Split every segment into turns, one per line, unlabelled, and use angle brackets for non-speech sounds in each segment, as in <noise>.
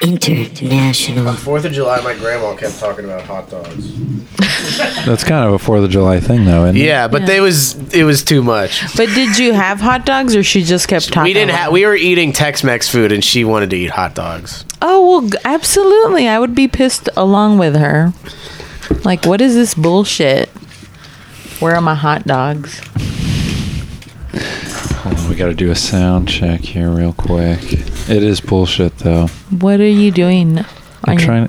International.
On Fourth of July, my grandma kept talking about hot dogs.
That's kind of a Fourth of July thing, though, isn't it?
Yeah, but they was it was too much.
But
<laughs>
did you have hot dogs, or she just kept talking?
We didn't
about
have. We were eating Tex-Mex food, and she wanted to eat hot dogs.
Oh well, g- absolutely. I would be pissed along with her. Like, what is this bullshit? Where are my hot dogs?
Hold on, we got to do a sound check here real quick. It is bullshit, though.
What are you doing?
I'm
Are you-
trying.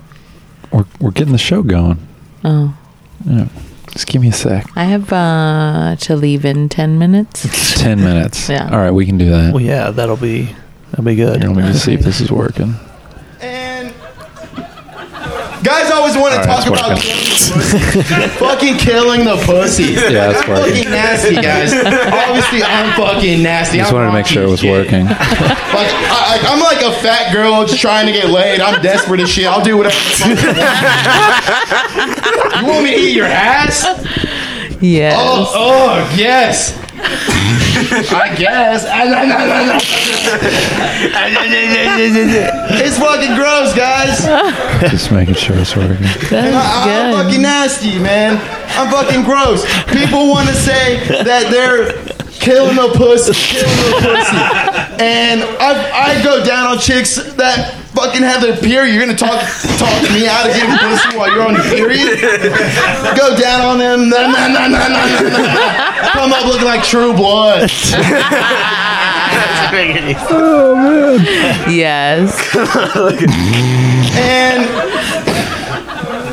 We're we're getting the show going.
Oh,
Yeah. Just give me a sec.
I have uh, to leave in
<laughs>
ten minutes.
Ten minutes.
Yeah.
All right, we can do that.
Well, yeah, that'll be that'll be good.
Here, let me just see if this is working.
And guys always want to
All right,
talk
it's working. <laughs>
about fucking killing the pussy.
Yeah, it's working.
Fucking
<laughs>
nasty guys. Obviously, I'm fucking nasty.
Just
I'm
wanted to
wrong
make sure it
and
was
shit.
working.
Like, I, I, I'm like a fat girl just trying to get laid. I'm desperate as shit. I'll do whatever. the fuck I want. you want me to eat your ass?
Yes.
Oh, oh yes. I guess. <laughs> Ah, nah, nah, nah, nah. Ah, nah, nah, nah, nah, nah. it's fucking gross, guys.
Just making sure it's working.
I, am
Good.
fucking nasty, man. I'm fucking gross. People want to say that they're killing a pussy, killing a pussy, and I, I go down on chicks that fucking have their period. You're gonna talk talk me out of getting pussy while you're on your period? Go down on them. Nah, nah, nah, nah, nah, nah, nah. Come up looking like True Blood.
<laughs>
Yes.
And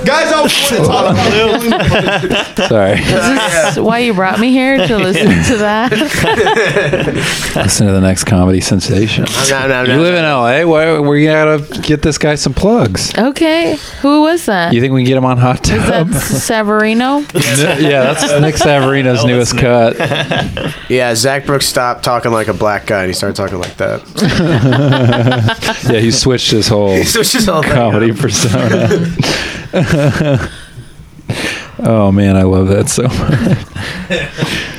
guys, I want to talk about killing the pussy. <laughs>
Sorry.
Is this why you brought me
<laughs>
here to listen to that?
Listen to the next comedy sensation.
No, no, no.
You live in LA. Why we gotta get this guy some plugs?
Okay. Who was that?
You think we can get him on hot tub? <laughs>
That's Severino.
yeah, that's Nick Savarino's newest <laughs> cut.
yeah, Zach Brooks stopped talking like a black guy, and he started talking like that. <laughs>
Yeah, he switched his whole
so it's just all
comedy <laughs> persona. oh man, I love that so much.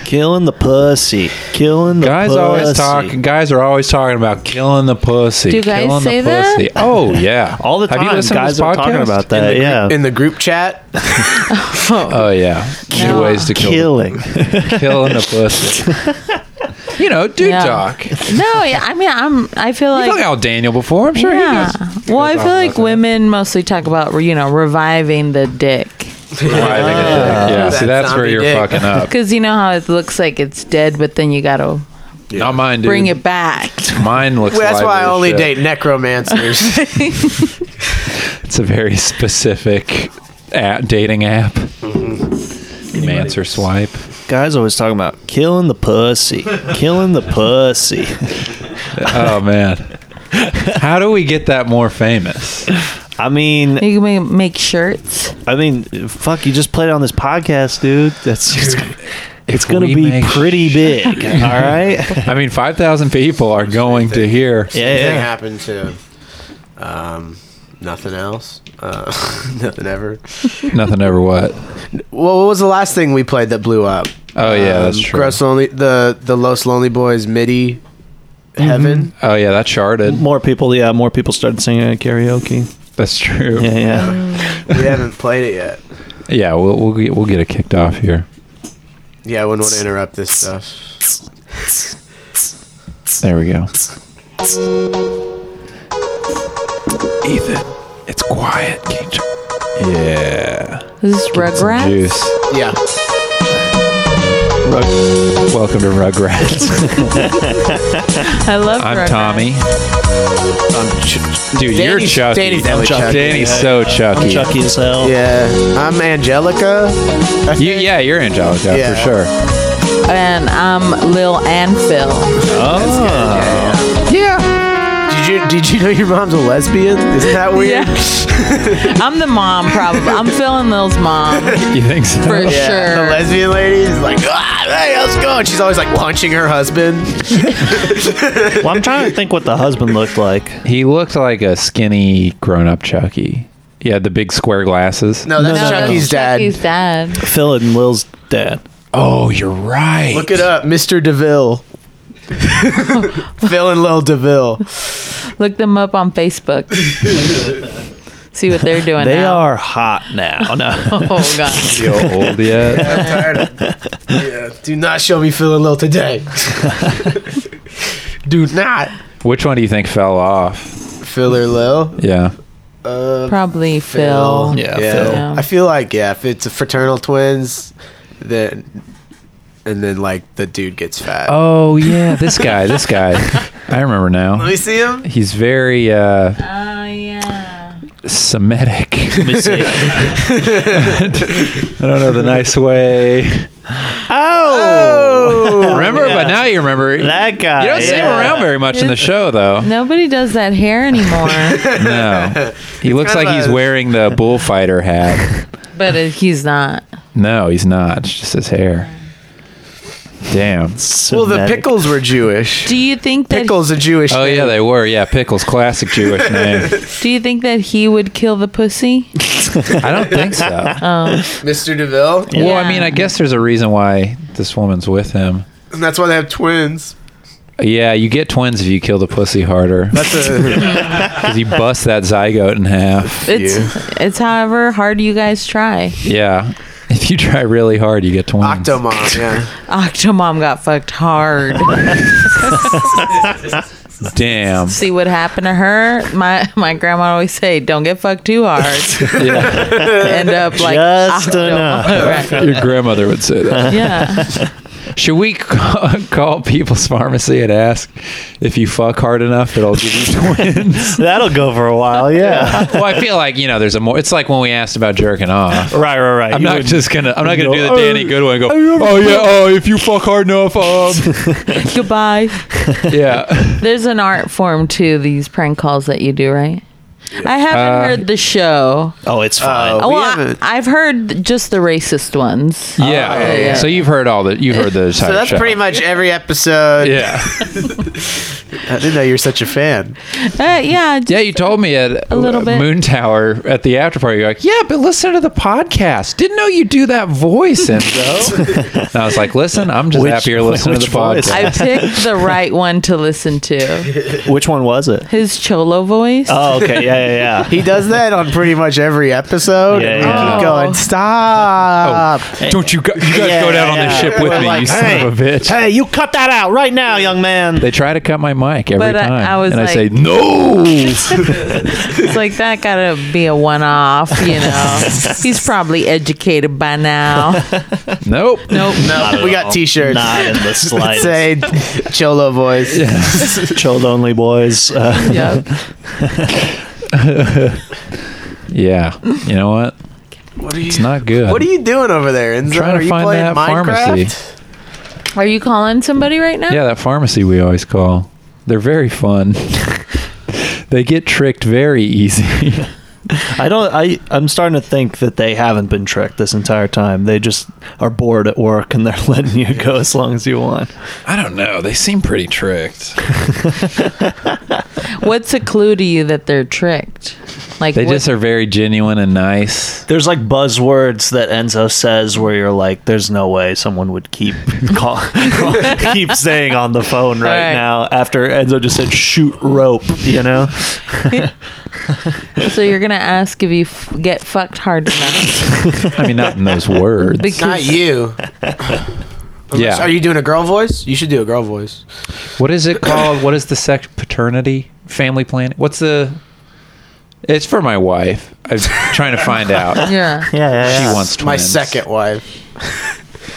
Killing the pussy. Killing the
Guys always
pussy.
talk. Guys are always talking about killing the pussy.
Do guys
killing
say
the
that?
pussy. Oh yeah,
all the time.
Have you listened
guys
to this
are talking
podcast?
about that. yeah,
in the group chat.
Oh yeah, new
No.
ways to kill <laughs>
killing.
killing the pussy. you know, dude
Yeah.
talk. You
No, yeah, I mean, I'm. I feel like
hung out with Daniel before. I'm sure
yeah.
he does.
Well, I feel like women mostly talk about you know reviving the dick
yeah, see,
That
that's where
zombie
you're
dick.
fucking <laughs> up.
because you know how it looks like it's dead, but then you gotta
Not mine, dude.
bring it back.
Mine looks.
Well, that's
lively
why I
as
only
shit.
date
<laughs>
necromancers.
It's a very specific a dating app.
Mm-hmm.
Mancer swipe.
Guys always talking about killing the pussy. Killing the pussy.
Oh man, how do we get that more famous?
I mean,
You can make, make shirts.
I mean, fuck. You just played on this podcast, dude. That's just. It's
If
gonna
we
be
make-
pretty
<laughs>
big. All right.
I mean, five thousand people are going to hear.
Anything
Yeah.
happened to um, nothing else? Uh, <laughs> nothing ever.
Nothing ever what.
Well, what was the last thing we played that blew up?
Oh yeah,
Um,
that's true.
Gross Lonely, the the Los Lonely Boys MIDI Heaven.
Oh yeah, that charted.
More people. Yeah. More people started singing at karaoke.
That's true.
Yeah. Yeah.
Mm-hmm.
We haven't played it yet.
Yeah, we'll we'll get, we'll get it kicked off here.
Yeah, I wouldn't want to interrupt this stuff.
There we go. Ethan, it's quiet. King Char- yeah.
Is this Rugrats?
Juice.
Yeah.
Rug- Welcome to
<laughs>
Rugrats.
I love.
I'm
Rugrats.
Tommy. Um, Dude, you're
Danny's-
Chucky.
Danny's definitely Chucky.
Danny's so Chucky.
Chucky as hell.
Yeah. I'm Angelica.
You, yeah, you're Angelica
Yeah.
for sure.
and I'm Lil and Phil. Yeah,
Did you did you know your mom's a lesbian? Isn't that weird? <laughs>
I'm the mom. Probably I'm Phil and Lil's mom
You think so? <laughs>
for
The
sure.
lesbian lady is like, ah, hey, how's it going? She's always like punching her husband.
Well, I'm trying to think what the husband looked like.
He looked like a skinny grown-up Chucky. He had the big square glasses.
No, that's
No,
Chucky's
that's
dad.
Chucky's dad.
Phil and Will's dad.
Oh, you're right. <laughs>
<laughs>
Look it up, Mr. DeVille. Phil and Lil Deville.
Look them up on Facebook. <laughs> See what they're doing.
They
now.
are hot now. No.
Oh
<laughs>
god.
You old
<laughs>
yet?
I'm tired. of- yeah, do not show me Phil and Lil <laughs> today. do not.
Which one do you think fell off?
Phil or Lil?
Yeah.
Uh,
Probably Phil.
Yeah, Phil.
Yeah.
I feel like yeah, if it's a fraternal twins, then and then like the dude gets fat.
Oh yeah, <laughs> this guy, this guy. I remember now.
Let me see
<laughs>
him.
He's very uh
Oh yeah.
Semitic. I
<laughs> Let me see.
don't know the nice way.
Oh,
<laughs> Remember,
Yeah.
but now you remember.
that guy.
you don't see him
yeah.
around very much in the show though.
Nobody does that hair
<laughs>
anymore,
No. He looks
kind
like
of a-
he's wearing the bullfighter hat.
but uh, he's not.
No, he's not. It's just his hair. Damn.
Well, the
Semitic.
pickles were Jewish.
Do you think
<laughs>
that
Pickles a Jewish.
Oh yeah,
name.
they were. Yeah, pickles, classic Jewish name.
do you think that he would kill the pussy?
I don't think so.
Mr. Deville.
Yeah.
Well, I mean, I guess there's a reason why this woman's with him.
And that's why they have twins.
Yeah, you get twins if you kill the pussy harder
That's
<laughs>
a,
because you bust that zygote in half.
It's it's however hard you guys try.
Yeah, if you try really hard, you get twins.
Octomom. Yeah.
Octomom got fucked hard.
Damn.
See what happened to her? My my grandma always say, "Don't get fucked too hard."
<laughs> Yeah,
End up like
Just
Octomom.
enough.
Right.
your grandmother would say that.
Yeah.
<laughs> Should we <laughs> ca- call People's Pharmacy and ask if you fuck hard enough, it'll give you twins?
That'll go for a while. Yeah.
<laughs> well, I feel like you know, there's a more. It's like when we asked about jerking off.
right, right, right.
I'm
You
not
would-
just gonna. I'm not gonna
No.
do the Danny
Oh,
Goodwin. And go.
I remember-
Oh yeah. Oh, if you fuck hard enough. Um.
Goodbye.
<laughs> yeah.
There's an art form to these prank calls that you do, right? I haven't
Uh,
heard the show.
Oh, it's fine.
Oh, we
well,
haven't-
I, have heard just the racist ones.
Oh, Yeah.
yeah.
So you've heard all the you've heard the
So that's pretty much every episode.
Yeah.
I didn't know you were such a fan.
Uh, yeah.
Yeah, you told me at
A little bit.
Moon Tower at the after party. You're like, yeah, but listen to the podcast. Didn't know you do that voice, Enzo. and I was like, listen, I'm just
Which-
happy you're listening to the
which voice?
podcast.
I picked the right one to listen to.
Which one was it?
His cholo voice.
Oh, okay. <laughs> Yeah, yeah, yeah.
He does that on pretty much every episode.
Yeah,
and we
yeah.
keep
Oh.
going, stop.
Don't you, go, you guys
Yeah,
go down
yeah,
on this
yeah.
ship with
We're
me,
like,
you
hey.
son of a bitch.
Hey, you cut that out right now, young man.
They try to cut my mic every
But I-
time.
I was
and I
like-
say, no.
It's like that gotta be a one off, you know. He's probably educated by now.
nope.
Nope.
No, we got t-shirts.
Not in the
that
slightest.
say <laughs> cholo voice.
<laughs> Chill Lonely Boys. Uh,
Yep.
Yeah. You know what?
What are you?
It's not good.
What are you doing over there? Enzo?
Trying to
are you
find
playing
that
Minecraft?
pharmacy.
Are you calling somebody right now?
Yeah, that pharmacy we always call. They're
<laughs>
very fun. they get tricked very easy.
I don't. I I'm starting to think that they haven't been tricked this entire time. They just are bored at work and they're <laughs> letting you go as long as you want.
I don't know. They seem pretty tricked.
What's a clue to you that they're tricked? Like
They
what-
just are very genuine and nice.
There's like buzzwords that Enzo says where you're like, "There's no way someone would keep <laughs> call, keep saying on the phone right,
Right.
now." After Enzo just said, "Shoot rope," you know.
so you're gonna ask if you f- get fucked hard enough.
I mean, not in
<laughs>
those words.
Because
Not you.
yeah.
Are you doing a girl voice? You should do a girl voice.
what is it called? What is the sex paternity family planning? What's the? It's for my wife. I'm trying to find
<laughs>
out.
yeah.
Yeah, yeah.
She
yeah.
wants twins.
My second wife.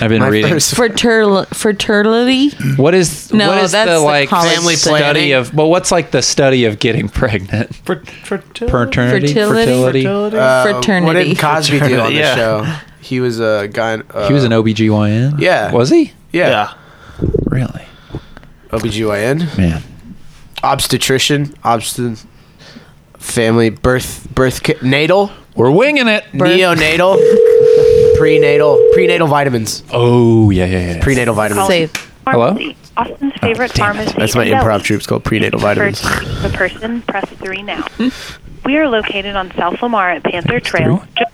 I've been
My
reading.
first
Fraterl- fertility.
What is
No,
what is
that's
the
the
like
college
family
stuff.
study
planning.
of? Well, what's like the study of getting pregnant? Paternity,
Fertility.
<laughs>
fertility.
Uh, What
Fraternity.
did Cosby do on the
Yeah.
show? He was a guy. Uh,
He was an OBGYN.
Yeah.
Was he?
yeah,
Yeah.
Really?
OBGYN,
Man.
obstetrician, obstin, family birth, birth, ca- natal,
We're winging it.
neonatal, <laughs> prenatal, prenatal vitamins,
Oh, yeah, yeah, yeah.
prenatal vitamins.
Say
Hello? Ah,
Pharmacy. Austin's favorite
damn it.
pharmacy.
That's my
and
improv
deli.
troops called prenatal
For
vitamins.
the person, press three now.
Hmm?
we are located on South Lamar at Panther Trail. Just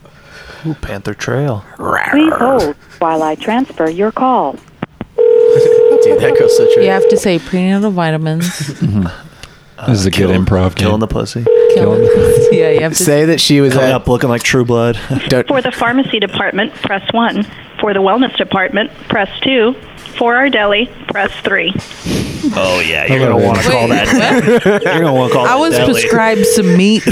Ooh, Panther Trail.
please hold while I transfer your call.
That's dude, that girl's so true.
You have to say prenatal vitamins.
This is a good improv
Killing
game.
the pussy.
Kill yeah, you have to
Say that she was
Coming
at.
up looking like True <laughs> Blood.
don't-
For the pharmacy department, press 1. For the wellness department, press 2. For our deli, press 3
oh yeah, you're
love
gonna
it.
want to call
Wait,
that. You're gonna want to call.
I was prescribed
<laughs>
some meat.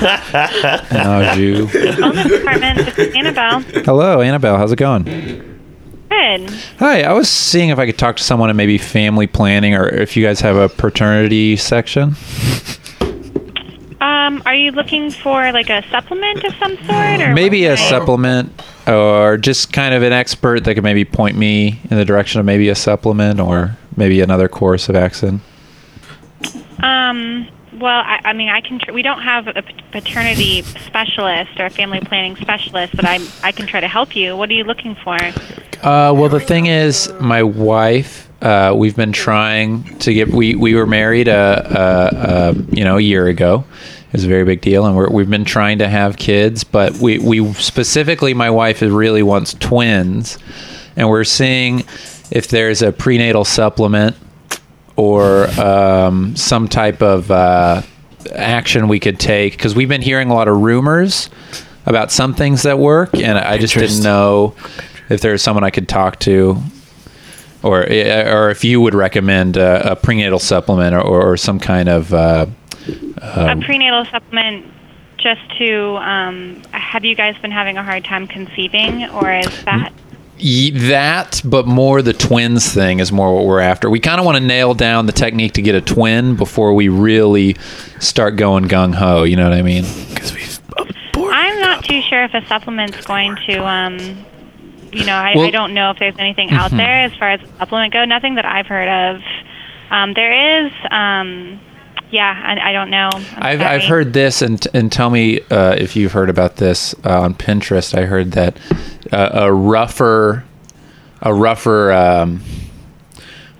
Oh, Jew. <laughs>
Wellness department, this is Annabelle.
Hello, Annabelle. How's it going?
Good.
Hi. I was seeing if I could talk to someone in maybe family planning or if you guys have a paternity section.
Um, are you looking for like a supplement of some sort, or
Maybe a
what kind?
supplement or just kind of an expert that could maybe point me in the direction of maybe a supplement or maybe another course of Axon.
Um, well, I, I mean, I can. Tr- we don't have a p- paternity specialist or a family planning specialist, but I I can try to help you. What are you looking for?
Uh, well, the thing is, my wife. Uh, we've been trying to get. We we were married a, a, a you know a year ago. It was a very big deal, and we're, we've been trying to have kids, but we we specifically, my wife really wants twins, and we're seeing if there's a prenatal supplement or um, some type of uh, action we could take because we've been hearing a lot of rumors about some things that work, and I just didn't know if there's someone I could talk to, or eh, or if you would recommend a, a prenatal supplement or, or, some kind of. Uh, Um,
a prenatal supplement just to um, have you guys been having a hard time conceiving or is that
Ye- that, but more the twins thing is more what we're after. We kind of want to nail down the technique to get a twin before we really start going gung ho. You know what I mean?
i'm not too sure if a supplement's going to um, you know I,
Well- mm-hmm.
I don't know if there's anything out there as far as a supplement go nothing that i've heard of um, there is um, yeah I, I don't know
I've,
I'm sorry.
I've heard this, and and tell me uh, if you've heard about this uh, on Pinterest. I heard that uh, a rougher, a rougher. Um,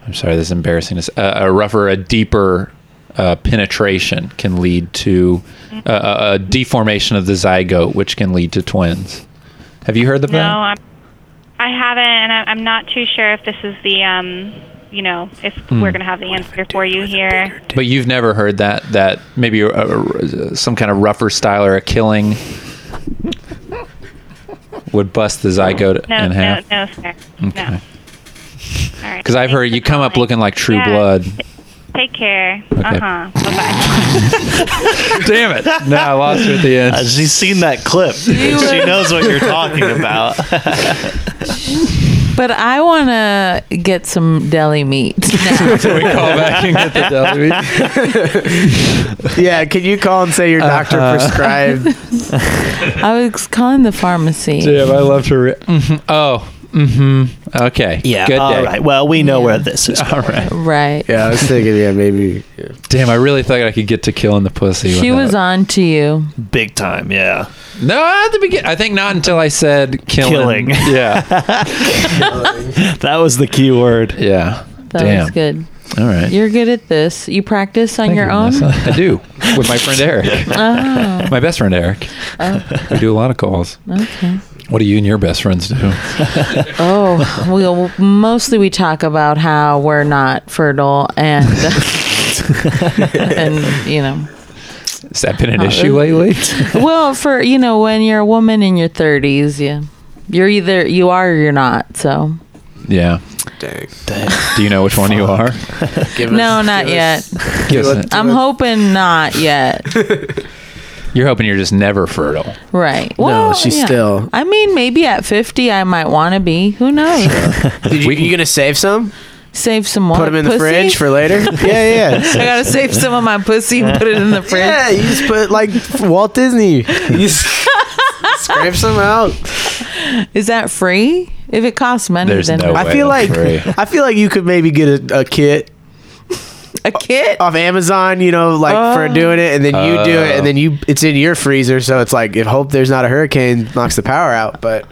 I'm sorry, this is embarrassing. This a, a rougher, a deeper uh, penetration can lead to a, a, a deformation of the zygote, which can lead to twins. Have you heard of
no
that?
I'm, i haven't and I, i'm not too sure if this is the um, you know if
Hmm.
we're going to have the answer for you here
But you've never heard that that maybe a, a- some kind of rougher style or a killing would bust the zygote
no
in
no
half.
no sir no
Because I've heard you come up looking like True
Yeah.
Blood.
Take care. Uh huh. Bye bye.
Damn
<laughs>
it! No, I lost her at the end.
She's seen
<laughs>
that clip. she knows what you're talking about.
<laughs>
But I want to get some
<laughs>
deli meat. now.
we call back and get the
<laughs>
deli.
yeah, can you call and say your doctor prescribed?
I was calling the pharmacy.
Damn, I loved her. Mhm. Oh, mm-hmm. Okay.
Yeah.
Good
all
day.
right. Well, we know where this is.
All right.
Right.
<laughs> Yeah, I was thinking, yeah, maybe. yeah.
Damn, I really thought I could get to killing the pussy.
She
without-
was on to you.
Big time. Yeah.
No, at the beginning. I think not until I said killing.
Killing. <laughs>
Yeah.
That was the key word.
Yeah.
That
Damn.
was good.
All right.
You're good at this. You practice on
Thank
your
you,
own.
Vanessa. I do with my friend Eric,
Oh,
my best friend Eric. We do a lot of calls.
okay.
What do you and your best friends do?
Oh,
<laughs>
well, mostly we talk about how we're not fertile and
<laughs>
and you know,
Has that
Oh.
been an issue
<laughs>
lately?
well, for you know, when you're a woman in your 30s, yeah, you're either you are or you're not. So
Yeah.
Dang.
Do you know which one you
<laughs>
are?
Give
no,
us-
not
give
yet.
us-
Yes.
I'm hoping
<laughs>
not yet.
You're hoping you're just never fertile.
Right.
No,
Well,
she's
yeah.
still.
I mean, maybe at 50, I might want to be. Who knows?
Did you, you gonna save some?
Save some more.
Put them in the
pussy.
fridge
<laughs>
for <laughs> later. yeah, yeah.
I gotta save some of my pussy and put it in the fridge.
Yeah, you just put like Walt Disney. <laughs> You s- scrape some out.
Is that free? If it costs money,
There's
then
no
I-
I
way.
feel like
Free.
I feel like you could maybe get a, a kit
a kit.
off Amazon, you know, like for doing it, and then you do it, and then you it's in your freezer, so it's like if hope there's not a hurricane knocks the power out, but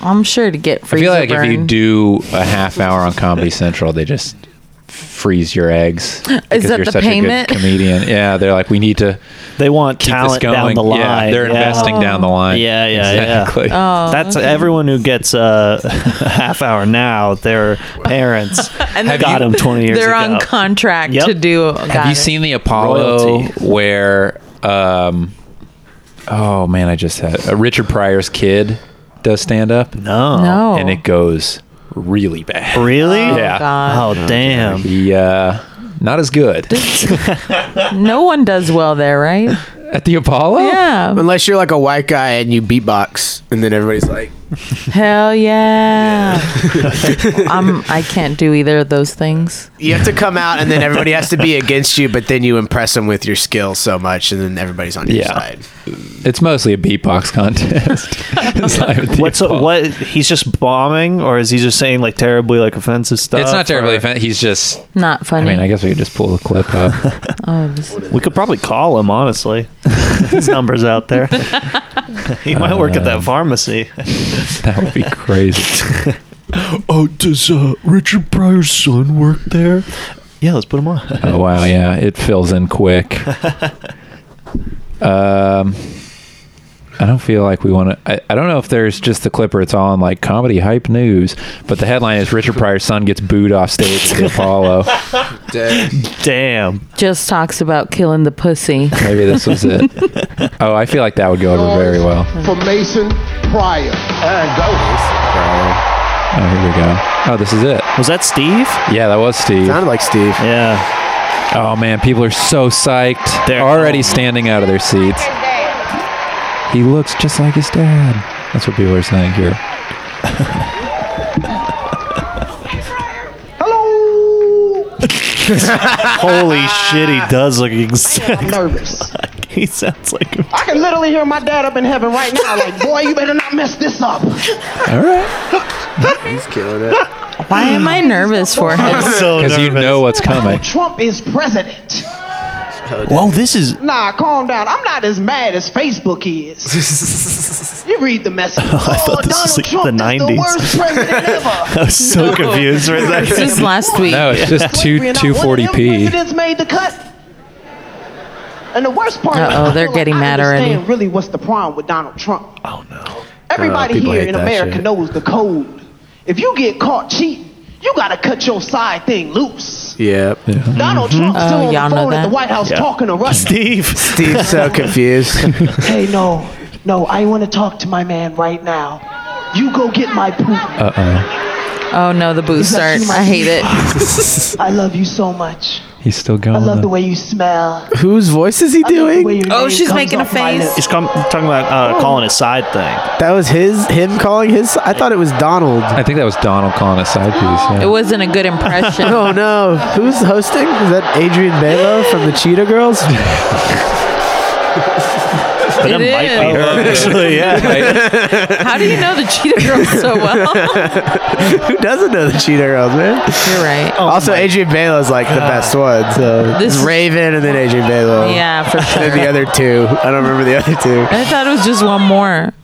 I'm sure to get
I
free.
feel like if you do a half hour on Comedy Central, they just freeze your eggs. because
that
you're
the
such
payment?
a good comedian. Yeah, they're like, we need to
They want
keep this
talent
going.
down the line.
Yeah, they're investing down the line.
Yeah, yeah, yeah.
exactly.
<laughs> Oh,
That's everyone who gets uh, a <laughs> half hour now. Their parents
And <laughs>
and
Have
got
you-
them twenty years
they're
ago.
on contract
Yep.
to do. got
Have you
it.
seen the Apollo
Royalty.
where? Um, oh man, I just had uh, Richard Pryor's kid does stand up,
no,
No.
and it goes really bad.
really?
Oh,
Yeah.
God.
Oh damn!
He uh, not as good
<laughs> No one does well there, <laughs> right?
at the Apollo.
Oh, Yeah.
Unless you're like a white guy and you beatbox, and then everybody's like,
Hell yeah. I'm, I can't do either of those things.
you have to come out, and then everybody has to be against you, but then you impress them with your skill so much, and then everybody's on your
Yeah.
side.
It's mostly a beatbox contest. It's not at the
What's
Apollo.
what? He's just bombing, or is he just saying like terribly like offensive stuff?
It's not terribly.
or-
Offend- he's just.
Not
I
funny.
mean, I guess we could just pull the clip up. <laughs>
oh, this-
We could probably call him honestly. <laughs> His numbers out
<laughs>
there. <laughs> he might work at
Uh,
that pharmacy.
that would be crazy.
Oh, does uh, Richard Pryor's son work there? Yeah, let's put him on.
Oh wow, yeah, it fills in quick. um, I don't feel like we want to. I, I don't know if there's just the clip or it's all on like comedy hype news, but the headline is Richard Pryor's son gets booed off stage at the Apollo.
Damn.
just talks about killing the pussy.
Maybe this was it. Oh, I feel like that would go over very well.
For Mason Pryor. And go.
Oh, here we go. Oh, this is it.
Was that Steve?
Yeah, that was Steve.
Sounded like Steve.
Yeah.
Oh man, people are so psyched. They're
They're-
already standing out of their seats. He looks just like his dad. That's what people are saying here.
Holy
<laughs>
shit, he does look exactly.
I'm nervous.
<laughs> He sounds
<laughs>
like him.
I can literally hear my dad up in heaven right now, like, <laughs> boy, you better not mess this up.
All right,
He's killing it.
Why am I nervous for him?
so
because you
nervous.
know what's coming.
Oh, Trump is president.
Whoa, this is.
Nah, calm down. I'm not as mad as Facebook
<laughs>
is. you read the message. Oh, I
thought this was, like, the 90s.
worst president ever.
I
<laughs>
was so confused right
This
there.
was last week.
No, it's just
Slavery
two
and
two
not one of
forty
them
p.
Presidents made the cut. And the worst part.
Uh-oh,
I feel
they're
like
getting
I
mad
understand
already.
Really, what's the problem with Donald Trump? Oh no. Everybody
people
here
hate
in
that
America
shit.
knows the code. If you get caught cheating, you gotta cut your side thing loose.
Yep.
Donald Trump's
Oh,
still on
y'all
the
know
phone at the
that?
White House
Yeah.
talking to Russia.
Steve.
Steve's so confused.
Hey, no, no, I want to talk to my man right now. You go get my Putin.
Uh oh,
Oh no, the boot start. I hate it.
I love you so much.
he's still going.
I love the
though.
way you smell.
<laughs> Whose voice is he
I love the way
doing?
your
Oh,
name
she's
comes
making a
off my
face.
lips.
He's com- talking about uh, calling his side thing.
That was his him calling his. I thought it was Donald.
I think that was Donald calling a side piece.
It
Yeah.
wasn't a good impression.
Oh no! Who's hosting? Is that Adrian Belo from the Cheetah Girls?
But it,
It
might
is.
be
Oh,
her, actually,
<laughs>
yeah.
How do you know the
<laughs>
cheetah girls so well?
Who doesn't know the Cheetah Girls, man?
You're right.
also, Adrian Belo's like the best one. So
Oh This
this
is-
Raven and then Adrian Belo.
Yeah, for
And
sure.
then the other two. I don't remember the other two.
I thought it was just one more.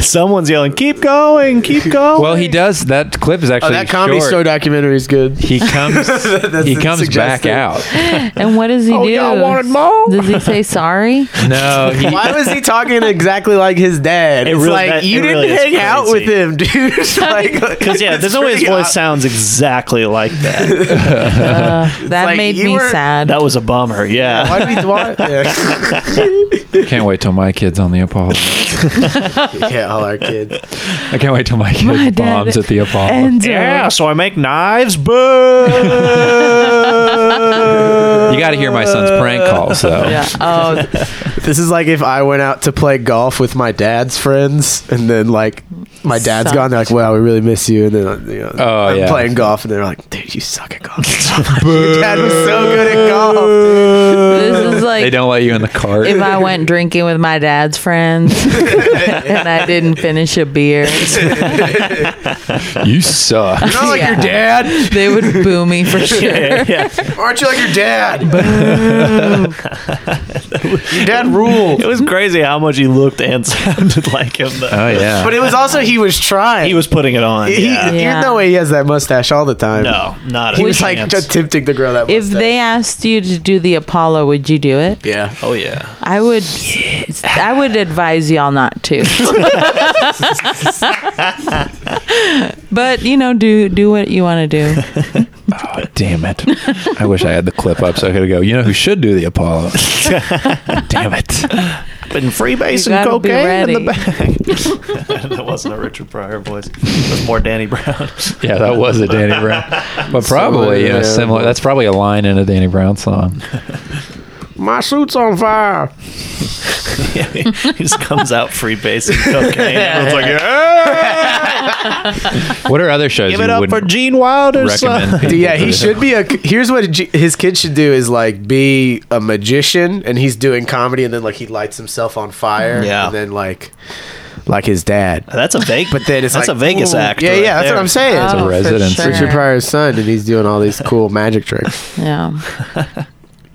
Someone's yelling, keep going, keep going.
<laughs> Well, he does. That clip is actually
Oh, that comedy
short.
store documentary is good. <laughs>
He comes. he comes back
suggested.
out.
<laughs>
And what does he do?
Oh, y'all wanted more?
Does he say sorry?
No, he,
Why was he talking exactly like his dad?
It
it's
really-
like
that-
you
it
didn't
really is
hang out with
crazy.
him, dude. <laughs> Because
Because, yeah, there's no way his voice sounds exactly like that.
That
like,
made
you
me
were-
sad.
That was a
<laughs>
bummer, yeah.
Why do we <laughs> want? Yeah.
can't wait till my kid's on the Apollo.
yeah, all our kids.
I can't wait till my kid
My dad
bombs at the Apollo.
and uh,
Yeah, so I make knives,
<laughs>
boo! <laughs>
you got to hear my son's prank calls though.
yeah. Oh,
This is like if I went out to play golf with my dad's friends, and then like my dad's
Sucked.
gone. They're like, "Wow, we really miss you." And then uh, you know,
Oh,
I'm
yeah.
playing golf, and they're like, "Dude, you suck at golf." <laughs> Your dad was so good at golf. <laughs>
this is
They
like
don't let you in the cart. <laughs>
if I went drinking with my dad's friends and I didn't finish a beer,
you suck.
Not like your
Yeah.
dad.
they would boo me for sure.
yeah, yeah.
Aren't you like your dad? <laughs> Your dad ruled.
It was crazy how much he looked and <laughs> sounded like him. Though.
Oh yeah.
But it was also he was trying.
He was putting it on.
He,
Yeah.
yeah.
There's no way he has that mustache all the time.
No, not a
He was like
chance.
attempting to grow that.
If
mustache.
they asked you to do the Apollo, would you do it?
yeah,
oh yeah.
I would. I would advise y'all not
<laughs>
to. but you know, do do what you want to do.
Oh, damn it. I wish I had the clip up so I could go. You know who should do the Apollo? damn it.
Been freebase
You
and
gotta be
cocaine in the
ready.
back. <laughs>
<laughs>
that wasn't a Richard Pryor voice. It was more Danny Brown. <laughs>
Yeah, that was a Danny Brown. But
Similar,
probably you know,
yeah.
similar. That's probably a line in a Danny Brown song.
my suit's on fire.
he just comes out freebase and cocaine. Everyone's like,
What are other shows
give
you
it up
would
for Gene Wilder's
uh, <laughs>
recommend?
son.
people
yeah,
to
he
do?
should be a. Here's what G- his kid should do is like be a magician, and he's doing comedy, and then like he lights himself on fire,
Yeah.
and then like like his dad.
That's a Vegas.
But then it's
that's
like,
a Vegas
ooh,
act.
Yeah,
right
yeah, that's
there.
what I'm saying.
a
Oh, for
residence.
sure.
Richard Pryor's son, and he's doing all these cool magic tricks.
Yeah.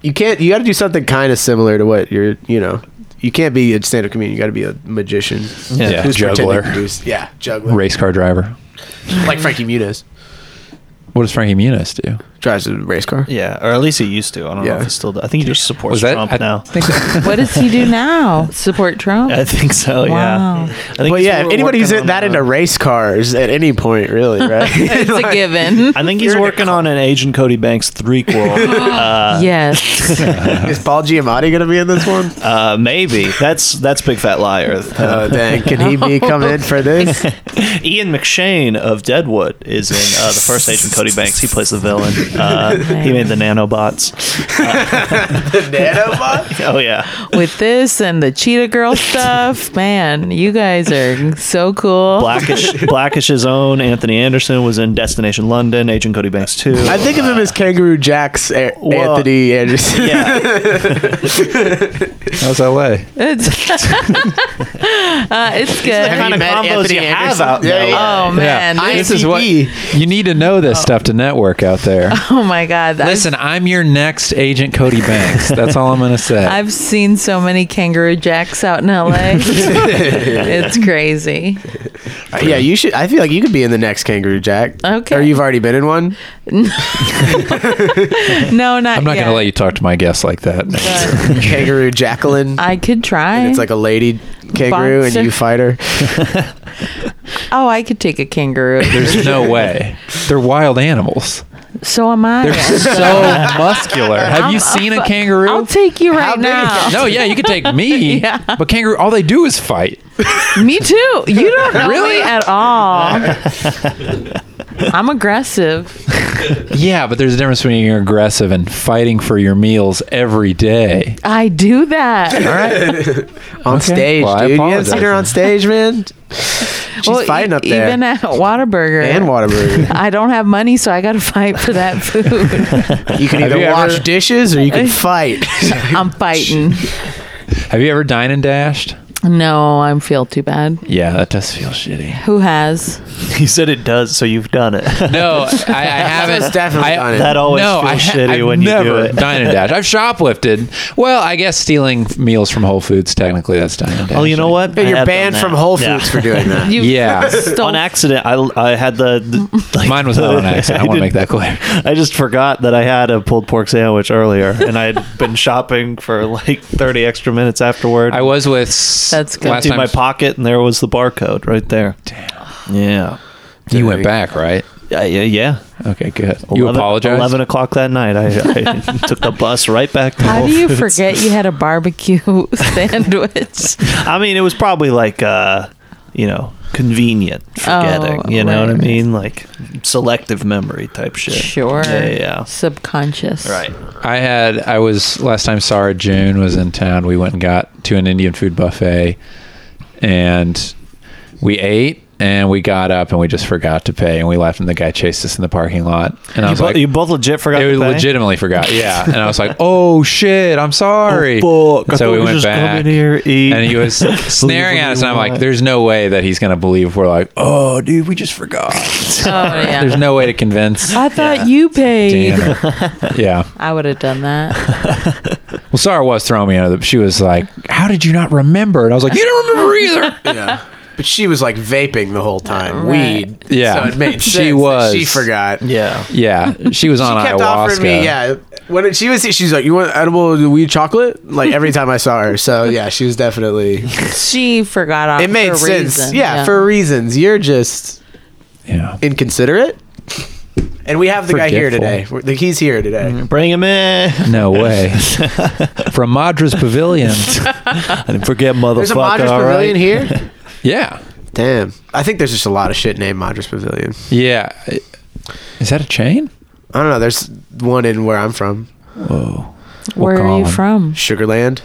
You can't. You got to do something kind of similar to what you're. You know, you can't be a stand-up comedian. You got to be a magician.
Yeah,
pretending to
juggler,
do s- Yeah, juggler.
race car driver.
Like Frankie Muniz
What does Frankie Muniz do?
drives a race car.
Yeah, or at least he used to. I don't know
Yeah.
if he still does. I think he just supports
Was that
Trump
I
now. <laughs>
Think that,
What does he do now?
<laughs>
Support Trump?
I think so. Yeah.
Wow.
I think
But
he's
yeah,
wor-
if anybody who's
working on
that
a-
into race cars at any point, really, right? <laughs>
<laughs>
It's a given.
I think he's working on an Agent Cody Banks threequel.
<laughs>
uh, <laughs>
yes.
Is Paul Giamatti gonna be in this one?
uh, maybe that's that's Big
<laughs>
Fat Liar. Uh,
Oh dang! Can he be come in for this?
Ian McShane of Deadwood is in uh, the first Agent Cody Banks. He plays the villain. Uh, he made the nanobots.
Nanobot?
Oh yeah,
With this and the
<laughs>
Cheetah Girl stuff, man, you guys are so cool.
<laughs>
Blackish Blackish's own Anthony Anderson was in Destination London. Agent Cody Banks too.
I think of him as Kangaroo Jack's A-
well,
Anthony Anderson. <laughs>
yeah,
how's LA?
<laughs> It's, uh, it's
Have
good.
you
kind of
met
combos
Anthony
you have
Anderson?
out there.
Oh man.
I-
This-
this is what
IMDb.
you need to know.
Oh.
This stuff to network out there.
oh my god.
Listen, I'm your next agent, Cody Banks. That's all I'm gonna say.
I've, I've seen so many kangaroo jacks out
<laughs>
in LA. it's crazy.
Uh, yeah, you should. I feel like you could be in the next Kangaroo Jack.
Okay.
Or you've already been in one.
No, not
I'm not
yet.
gonna let you talk to my guests like that.
but
Kangaroo Jacqueline.
I could try.
It's like a lady kangaroo,
Boxer.
and you fight her.
oh, I could take a kangaroo.
There's no way. They're wild animals.
so am I.
They're so muscular. Have you seen a kangaroo?
I'll take you right
big
now.
no, yeah, you could take me.
Yeah.
But kangaroo, all they do is fight.
Me too. You
<laughs>
don't know me at all. I'm aggressive.
Yeah, but there's a difference between being aggressive and fighting for your meals every day.
I do that.
All right.
On
Okay.
stage,
Well, I
dude. You haven't
apologize.
seen her on stage, man. She's
Well,
fighting
e-
up there.
Even at Whataburger.
and
<laughs>
Waterbury.
I don't have money, so I got to <laughs> fight for that food.
You can either
you ever-
wash dishes or you can fight.
I'm fighting.
Have you ever dined and dashed?
No, I feel too bad.
Yeah, that does feel shitty.
Who has?
you said it does, so you've done
<laughs>
it.
<laughs> No, I, I haven't.
That's definitely
I-
done it.
That always
no,
feels
I ha-
shitty
I've
when you
never
do it.
Dine and dash. I've shoplifted. Well, I guess stealing meals from Whole Foods technically that's dine and dash.
Oh, you know what?
Hey,
I
You're
have done
banned
that.
from Whole
Yeah.
Foods for doing
<laughs>
that.
You
Yeah.
stole-
<laughs> on accident. I, I had the,
<laughs>
the like,
Mine was not on accident. I want to make
didn't-
that clear.
I just forgot that I had a pulled pork sandwich earlier, and I had been shopping for like thirty extra minutes afterward.
I was with s-
That's good.
last
in
time
my pocket, and there was the barcode right there. Damn. Yeah.
you went back, right?
Yeah. Yeah. yeah.
Okay, good. you
11
apologize.
Eleven o'clock that night, I, I <laughs> took the bus right back. To
How
Whole
do you
Foods.
forget you had a barbecue <laughs> sandwich?
I mean, it was probably like, uh, you know, convenient forgetting.
Oh,
you know what I
right.
mean? Like selective memory type shit.
Sure.
Yeah. yeah,
Subconscious.
yeah. Right.
I had I was last time Sarah June was in town. We went and got to an Indian food buffet, and we ate. and we got up and we just forgot to pay and we left and the guy chased us in the parking lot and I
You,
was
bo-
like
you both legit forgot.
it
to pay?
legitimately
<laughs>
forgot. Yeah, and I was like, "Oh shit, I'm sorry."
Oh, fuck. I
And
thought
So we
we
went
just come
back,
in here, eat.
and he was
<laughs> Leave
snaring
when
at us,
you
and I'm like,
want.
"There's no way that he's gonna believe we're like, oh, dude, we just
<laughs>
forgot."
Oh,
<laughs>
yeah. Oh,
There's no way to convince.
I thought you paid.
Damn it. Yeah.
I would have done that.
Well, Sarah was throwing me under the. She was like, "How did you not remember?" And I was like, "You don't remember
<laughs>
either."
yeah. But she was like vaping the whole time,
Right.
weed.
Yeah.
so it made
<laughs> She
sense that
was.
she forgot.
Yeah.
Yeah, she was on
She kept
ayahuasca.
offering me, yeah. When it- she was, she's like, "You want edible weed chocolate?" Like every time I saw her. So yeah, she was definitely.
She forgot. off
It made
for
sense,
reason.
yeah, for reasons. You're just
Yeah.
inconsiderate. And we have the guy here today.
Forgetful.
We're- the- He's here today.
Bring him in.
No way. From Madra's Pavilion.
I didn't forget, motherfucker.
There's a Madras
all right?
Pavilion
<laughs>
here.
Yeah.
Damn, I think there's just a lot of shit named Madras Pavilion.
Yeah. Is that a chain?
I don't know. There's one in where I'm from,
Whoa.
Where are you
Wakan.
from?
Sugarland.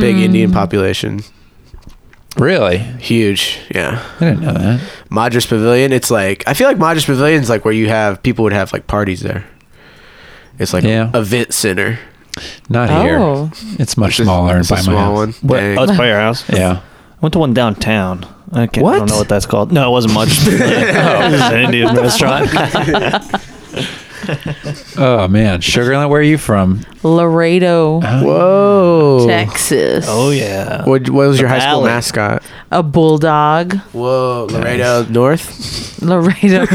Big Indian population,
Really?
huge. Yeah,
I didn't know that.
Madras Pavilion. It's like I feel like Madras Pavilion's like where you have people would have like parties there. It's like
Yeah.
a event center.
Not
Oh.
here. It's much
It's a-
smaller and
it's a
by my
small
house.
one.
What?
Dang.
Oh, it's by your house.
Yeah.
I went to one downtown. I, can't, I
What?
don't know what that's called. No, it
<laughs>
wasn't much. oh, it was an Indian restaurant.
Oh man, Sugarland, where are you from?
Laredo,
Whoa.
Texas.
oh yeah.
What, what was your high school
Valley.
mascot?
A bulldog.
Whoa, Laredo North.
<laughs>
Laredo.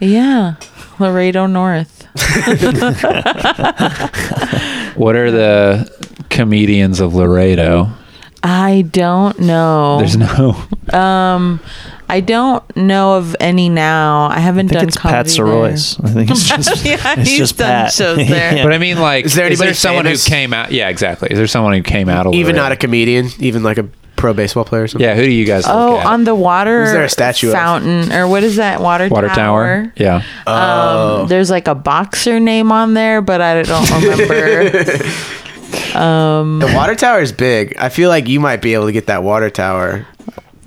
yeah. Laredo North.
What are the comedians of Laredo?
I don't know.
There's no
um, I don't know of any now. I haven't
I think
done
it's Pat
comedy
Sorois. I think it's
<laughs>
just
there. <laughs> yeah,
it's
he's
just
done
Pat.
shows
<laughs>
there.
Yeah.
But I mean like
Is there anybody
someone who
famous?
came out Yeah, exactly. Is there someone who came out of
Even
Laredo?
not a comedian, even like a pro baseball player or something.
Yeah, who do you guys look
Oh,
at?
on the water.
Is there a statue of-
fountain or what is that water
Water Tower. Yeah.
Oh.
Um, there's like a boxer name on there, but I
<laughs>
don't remember.
The water tower is big. I feel like you might be able to get that water tower,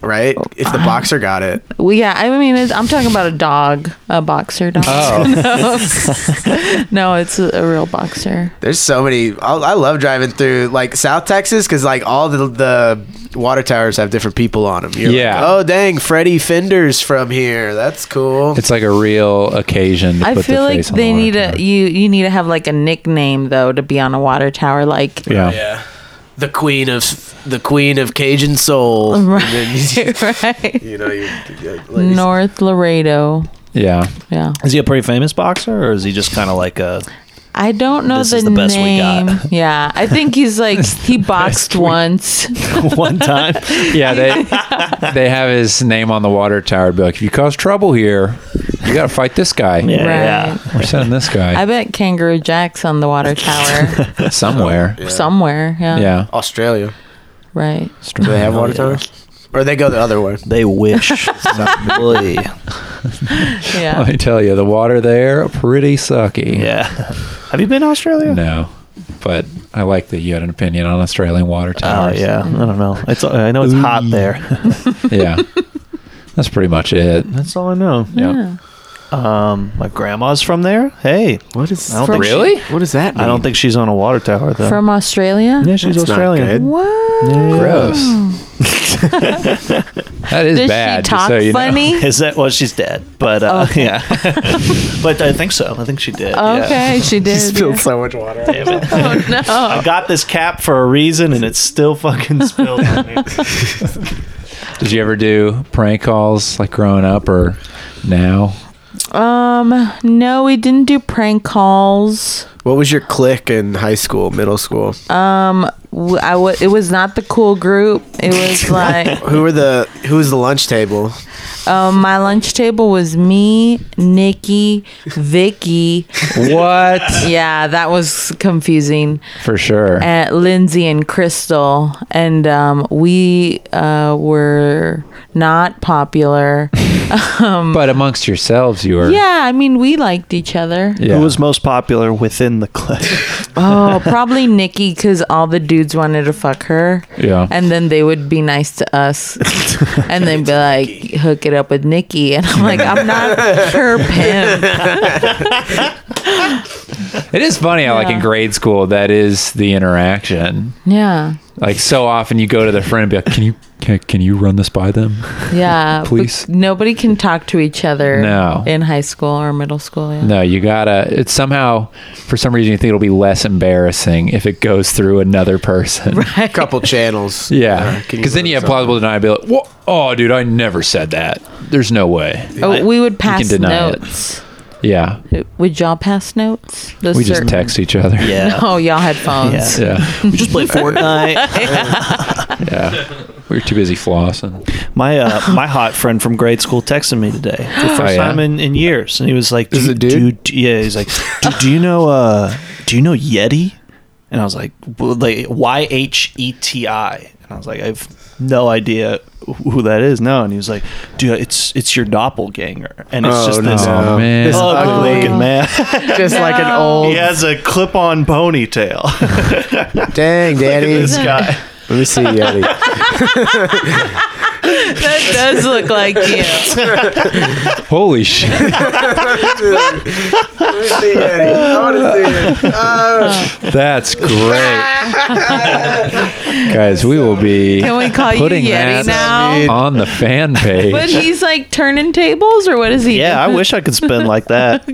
right? If the boxer got it.
well, yeah, I mean, it's, I'm talking about a dog, a boxer dog. <laughs> no. No, it's a, a real boxer.
There's so many. I, I love driving through like South Texas because like all the the water towers have different people on them. You're like,
Yeah.
oh dang, Freddie Fender's from here. That's cool.
It's like a real occasion to
I
put
feel
their
like
face on
they
the
need
water.
a you you need to have like a nickname though to be on a water tower. Like
Yeah.
yeah. The queen of the queen of Cajun soul. And then you-
<laughs>
<laughs>
right,
you know, you, you- ladies-
North Laredo.
Yeah.
Yeah,
Is he a pretty famous boxer, or is he just kind of like a?
I don't know
This
the,
is the best we
name.
got.
Yeah, I think he's like he boxed once.
<laughs> one time.
Yeah,
<laughs>
they they have his name on the water tower. It'd Be like, if you cause trouble here, you got to fight this guy.
<laughs> Yeah,
Right.
We're sending this
I
guy
bet Kangaroo Jack's on the water
<laughs>
tower
somewhere.
somewhere. Yeah.
Yeah.
Australia.
Right.
Do they have water towers? Or they go the other way.
They
<laughs>
wish. Boy.
Yeah.
<laughs> Let me tell you, the water there pretty sucky.
yeah. Have you been to Australia?
No, but I like that you had an opinion on Australian water
Oh
towers.
yeah. I don't know. It's I know it's hot there. <laughs>
Oh. <laughs>
yeah. That's pretty much it.
That's all I know.
Yeah.
Um, my grandma's from there. Hey,
What is
I don't think she-
Really?
What does that mean?
I don't think she's on a water tower though.
From Australia?
yeah, she's
That's not
Australian.
good.
What? <laughs>
Gross. that is
Does
bad. just
she talk
so you know. <laughs>
funny?
Is that well? She's dead, but uh, yeah. <laughs> but I think so. I think she did. yeah.
Okay, she did.
<laughs> spilled so much water.
Oh <laughs> no.
I got this cap for a reason, and it's still fucking spilled. on <laughs> me.
Did you ever do prank calls like growing up or now?
Um, no, we didn't do prank calls.
What was your clique in high school, middle school?
W- <laughs> I w- it was not the cool group. It was like
who were the who was the lunch table?
Um, my lunch table was me, Nikki, Vicky.
What?
yeah, that was confusing.
<laughs> For sure.
At Lindsay and Crystal, and um, we uh, were
<laughs>
not popular.
but amongst yourselves, you were.
yeah, I mean, we liked each other.
Yeah.
Who was most popular within the clique?
Oh, probably Nikki, because all the dudes wanted to fuck her.
Yeah.
And then they would be nice
<laughs>
to us, and then be like, "Hook it up with Nikki," and I'm like, "I'm not her pimp."
It is funny how, like, in
Yeah.
grade school, that is the interaction.
Yeah,
Like, so often you go to the friend and be like, can you, can, can you run this by them?
yeah. but
Please.
nobody can talk to each other.
No.
in high school or middle school. <laughs> Yeah.
No, you gotta, it's somehow, for some reason, you think it'll be less embarrassing if it goes through another person.
A couple <laughs> channels.
Yeah.
Uh, can
Because then you have plausible deniability. Wha Oh, dude, I never said that. There's no way.
Oh, we would pass
deny it.
notes.
Yeah.
Would y'all pass notes? The
We just
certain-
text each other.
Yeah.
<laughs> Oh, y'all had phones.
<laughs> Yeah.
We just play Fortnite.
Yeah. We were too busy flossing.
My uh, my hot friend from grade school texted me today for the first
Oh, yeah?
time in, in years, and he was like,
Is
"Do-
it a dude?"
do- do- yeah, he's like, do, "Do you know uh, do you know Yeti?" And I was like, well, like "Y H E T I," and I was like, "I have no idea who that is." No, and he was like, "Dude, it's it's your doppelganger," and it's
Oh,
just this
no.
Oh, man.
this
Oh,
ugly
no.
looking man.
Just like an old
<laughs> he has a clip-on ponytail. <laughs>
dang, Danny.
this guy.
<laughs> Let me see, Yeti.
<laughs> That does look like
<laughs>
you.
Holy shit.
Let me see, Yeti. I <laughs> want to see it.
That's
<laughs>
great. Guys, we will be
Can we call you
putting
Yeti
that
now?
on the fan
But
page.
he's like turning tables, or what is he?
Yeah, I wish I could spin like that.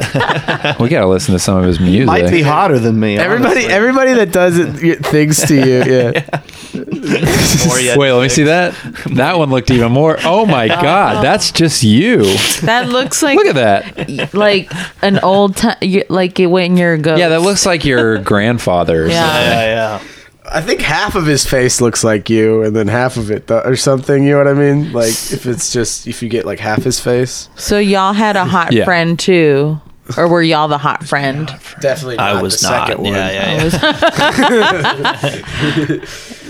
We got to listen to some of his music.
Might be hotter than me.
Everybody, everybody that does it y- things to you. <laughs> Yeah.
honestly.
Wait, let me see that. That one looked even more. Oh
<laughs>
my God. That's just you.
That looks like
<laughs> Look at that.
like an old time, like it went in your go.
Yeah, that looks like your grandfather's.
Yeah.
Yeah, yeah.
I think half of his face looks like you, and then half of it, do- or something. You know what I mean? Like if it's just if you get like half his face.
So y'all had a hot
Yeah.
friend too, or were y'all the hot friend?
Definitely.
I was not. Yeah, yeah, yeah.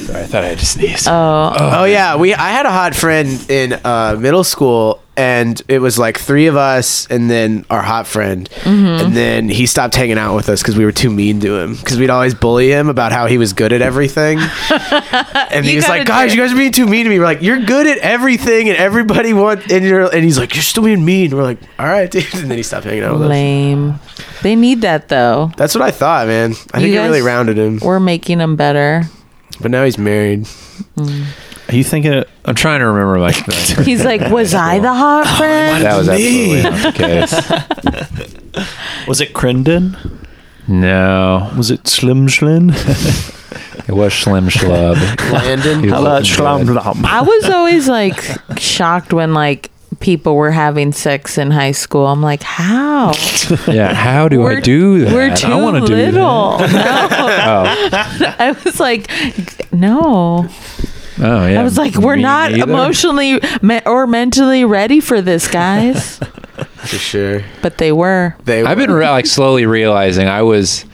I thought I had to sneeze.
Oh yeah, we I had a hot friend in uh, middle school, and it was like three of us, and then our hot friend,
Mm-hmm.
and then he stopped hanging out with us because we were too mean to him because we'd always bully him about how he was good at
<laughs>
everything, and he
You
was
gotta
like,
do
"Guys,
it."
you guys are being too mean to me." We're like, "You're good at everything, and everybody want," and you're and he's like, "You're still being mean." We're like, "All right, dude," <laughs> and then he stopped hanging out
Oh,
with us.
Lame. They need that though.
That's what I thought, man. I
You
think it really
guys-
rounded him,
We're making them better.
but now he's
<laughs>
married.
Are you thinking? Of,
I'm trying to remember <laughs> like that.
He's like, was I the
<laughs> Oh,
hot friend?
That was absolutely not the case.
was it Crendon?
No,
Was it Slim Schlin? <laughs>
it was Slim Schlub.
Landon?
He was
How about
looking
Schlam
good.
Lam?
I was always like shocked when like people were having sex in high school. I'm like, how?
Yeah, how do I do that? Oh.
We're too
I wanna <laughs>
little. No.
that.
<laughs> I was like, no.
Oh, oh yeah.
I was like, we're
Me
not
neither.
emotionally me- or mentally ready for this,
<laughs>
guys.
For sure.
but they were.
They
I've been re- like slowly realizing I was,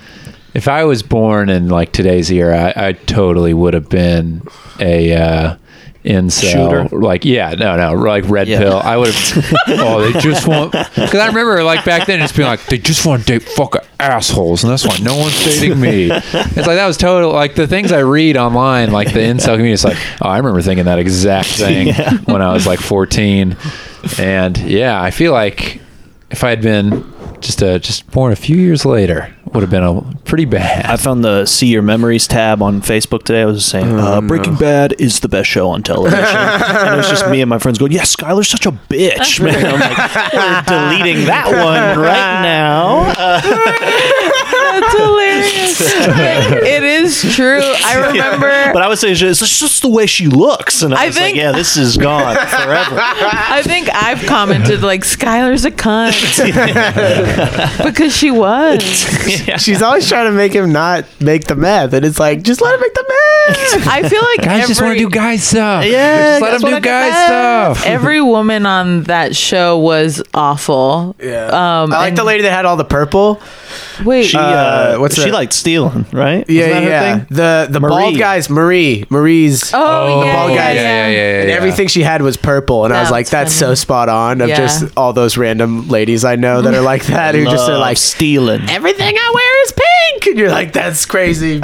if I was born in like today's era, I, I totally would have been a uh, incel.
Shooter.
Like, yeah, no, no, like red
Yeah.
pill. I would have. oh, they just want because I remember like back then it's being like they just want to date fucking assholes, and that's why no one's dating me. It's like that was total like the things I read online, like the incel community. It's like oh, I remember thinking that exact thing when I was like 14, and yeah, I feel like if I had been just uh, just born a few years later, would have been a pretty bad.
<laughs> I found the See Your Memories tab on Facebook today. I was just saying, uh, Breaking Bad is the best show on <laughs> television. and it was just me and my friends going, Yeah, Skyler's such a <laughs> bitch, man. I'm like, We're deleting that one right now.
That's hilarious. <laughs> it is true. I remember.
But I would say, It's just, it's just the way she looks. And I,
I
was
think-
like, Yeah, this is <laughs> gone forever.
I think I've <laughs> <laughs> commented like Skylar's a cunt because she was.
Yeah.
She's always trying to make him not make the meth, and it's like, just let him make the meth.
I feel like
Guys
every,
just want to do guy stuff.
Yeah,
just let
guys
them
wanna
do
do
guy
guys.
stuff. <laughs>
every woman on that show was awful.
Yeah.
Um,
I like
and-
the lady that had all the purple.
Wait,
She, uh,
what's
she
that?
liked stealing, right?
Yeah,
Wasn't that her
yeah.
thing?
The the bald
Marie.
guy's Marie. Marie's.
oh,
the
yeah,
bald
yeah,
guys.
yeah.
yeah, yeah, yeah,
And
yeah.
everything she had was purple, and I was
That's
like, "That's
funny.
so spot on." Of
Yeah.
just all those random ladies <laughs> I know that are like that, who just are
Love
like,
stealing.
"Everything I wear is pink," and you're like, "That's
<laughs>
crazy."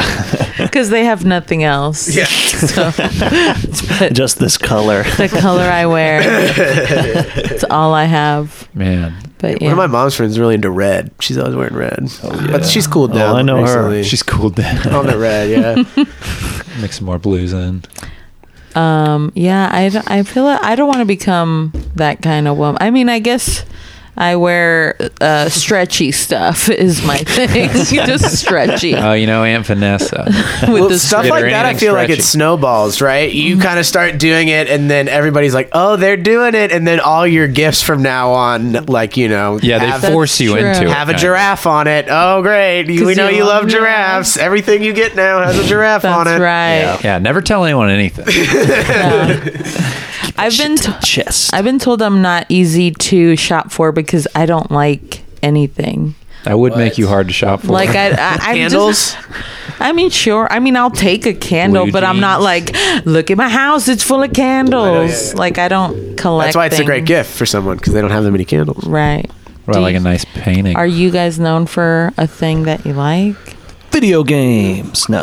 because they have nothing else. Yeah. <laughs> So, but
Just this color.
the color
<laughs>
I wear, it's all I have.
Man,
But
One
yeah,
of my mom's friends is really into red. She's always wearing red, but she's cooled
Oh,
down.
I know her.
recently.
she's cooled
on
down.
the red.
<laughs>
Yeah,
<laughs> Mix some more blues in.
um, yeah, I, don't- I feel like I don't want to become that kind of woman. I mean, I guess. I wear uh, stretchy stuff <laughs> is my thing. <laughs> Just stretchy
Oh, you know Aunt Vanessa.
with
well,
the
stuff like
Or
that. I
anything
feel like it
stretchy.
snowballs, right? You
Mm-hmm.
kind of start doing it, and then everybody's like, "Oh, they're doing it," and then all your gifts from now on, like you know,
Yeah, they
have,
force you
true.
into it.
have a
kinda.
giraffe on it. Oh, great! You-
'Cause
We know
you
you
love
love giraffes. Everything you get now has a giraffe on
That's
it.
right.
Yeah, never tell anyone anything.
I've been t-
Chest.
I've been told I'm not easy to shop for because I don't like anything.
That would make you hard to shop for.
Like
<laughs>
I, I I'm
Candles.
Just, I mean, sure. I mean, I'll take a candle,
Blue
but I'm not
jeans.
like, look at my house. It's full of candles. Like I don't collect.
That's why it's a great
things.
gift for someone because they don't have that many candles.
Right.
What
Do
about like a
you-
nice painting.
Are you guys known for a thing that you like?
Video games. No.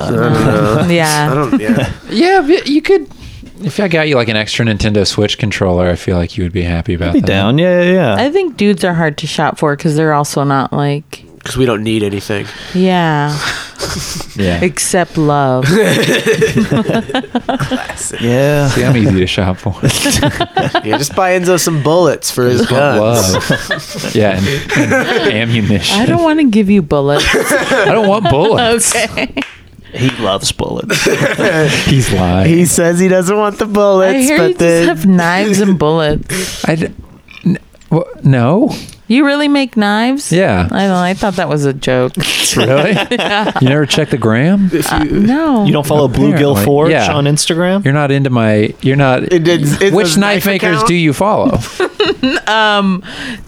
<laughs> I
yeah.
don't.
<laughs>
Yeah.
yeah, but you could. If I got you like an extra Nintendo Switch controller, I feel like you would be happy about
Be
that.
down. Yeah, yeah, yeah.
I think dudes are hard to shop for because they're also not like,
Because we don't need anything. <sighs>
yeah,
Yeah.
except love.
yeah.
See, I'm easy to shop <laughs> for.
Yeah, just buy Enzo some bullets for his guns.
Love. Yeah, and, and ammunition.
I don't want to give
<laughs>
you bullets.
I don't want bullets.
Okay.
He loves bullets.
He's lying.
<laughs> He says he doesn't want the
I
bullets,
hear you
but then
just have knives and bullets.
I d- n- wha- no.
<laughs> You really make knives? <laughs>
Yeah.
I don't. know, I thought that was a joke.
Really? You never check the gram?
Uh, no.
You don't follow Bluegill
Apparently.
Forge
Yeah.
on Instagram?
You're not into my. You're not.
It did- it
which
was
knife,
knife
makers
account?
do
<laughs>
you follow?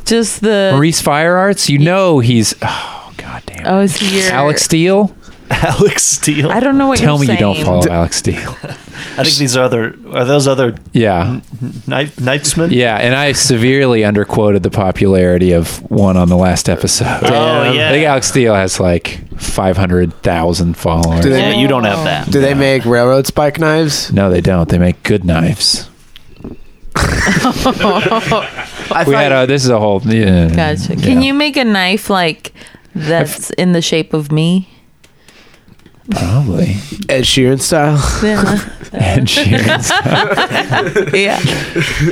just the.
Maurice Fire Arts. You know he's. Oh god damn. it.
oh, is he your
Alex Steele.
<laughs> Alex Steele.
I don't know what
Tell me
you're
you don't
saying.
follow
<laughs>
Alex Steele.
I think these other are those other
Yeah,
knife knifesmen.
yeah, and I severely underquoted the popularity of one on the last episode.
Oh
I
yeah.
think Alex Steele has like five hundred thousand followers.
Do they-
yeah, but you don't have that.
do they make railroad spike knives?
no, they don't. They make good knives.
I
We had a. This is a whole. Yeah,
Gotcha. Can
yeah.
you make a knife like that's in the shape of me? <laughs>
probably?
Ed Sheeran style.
Yeah.
And Sheeran's.
uh, yeah.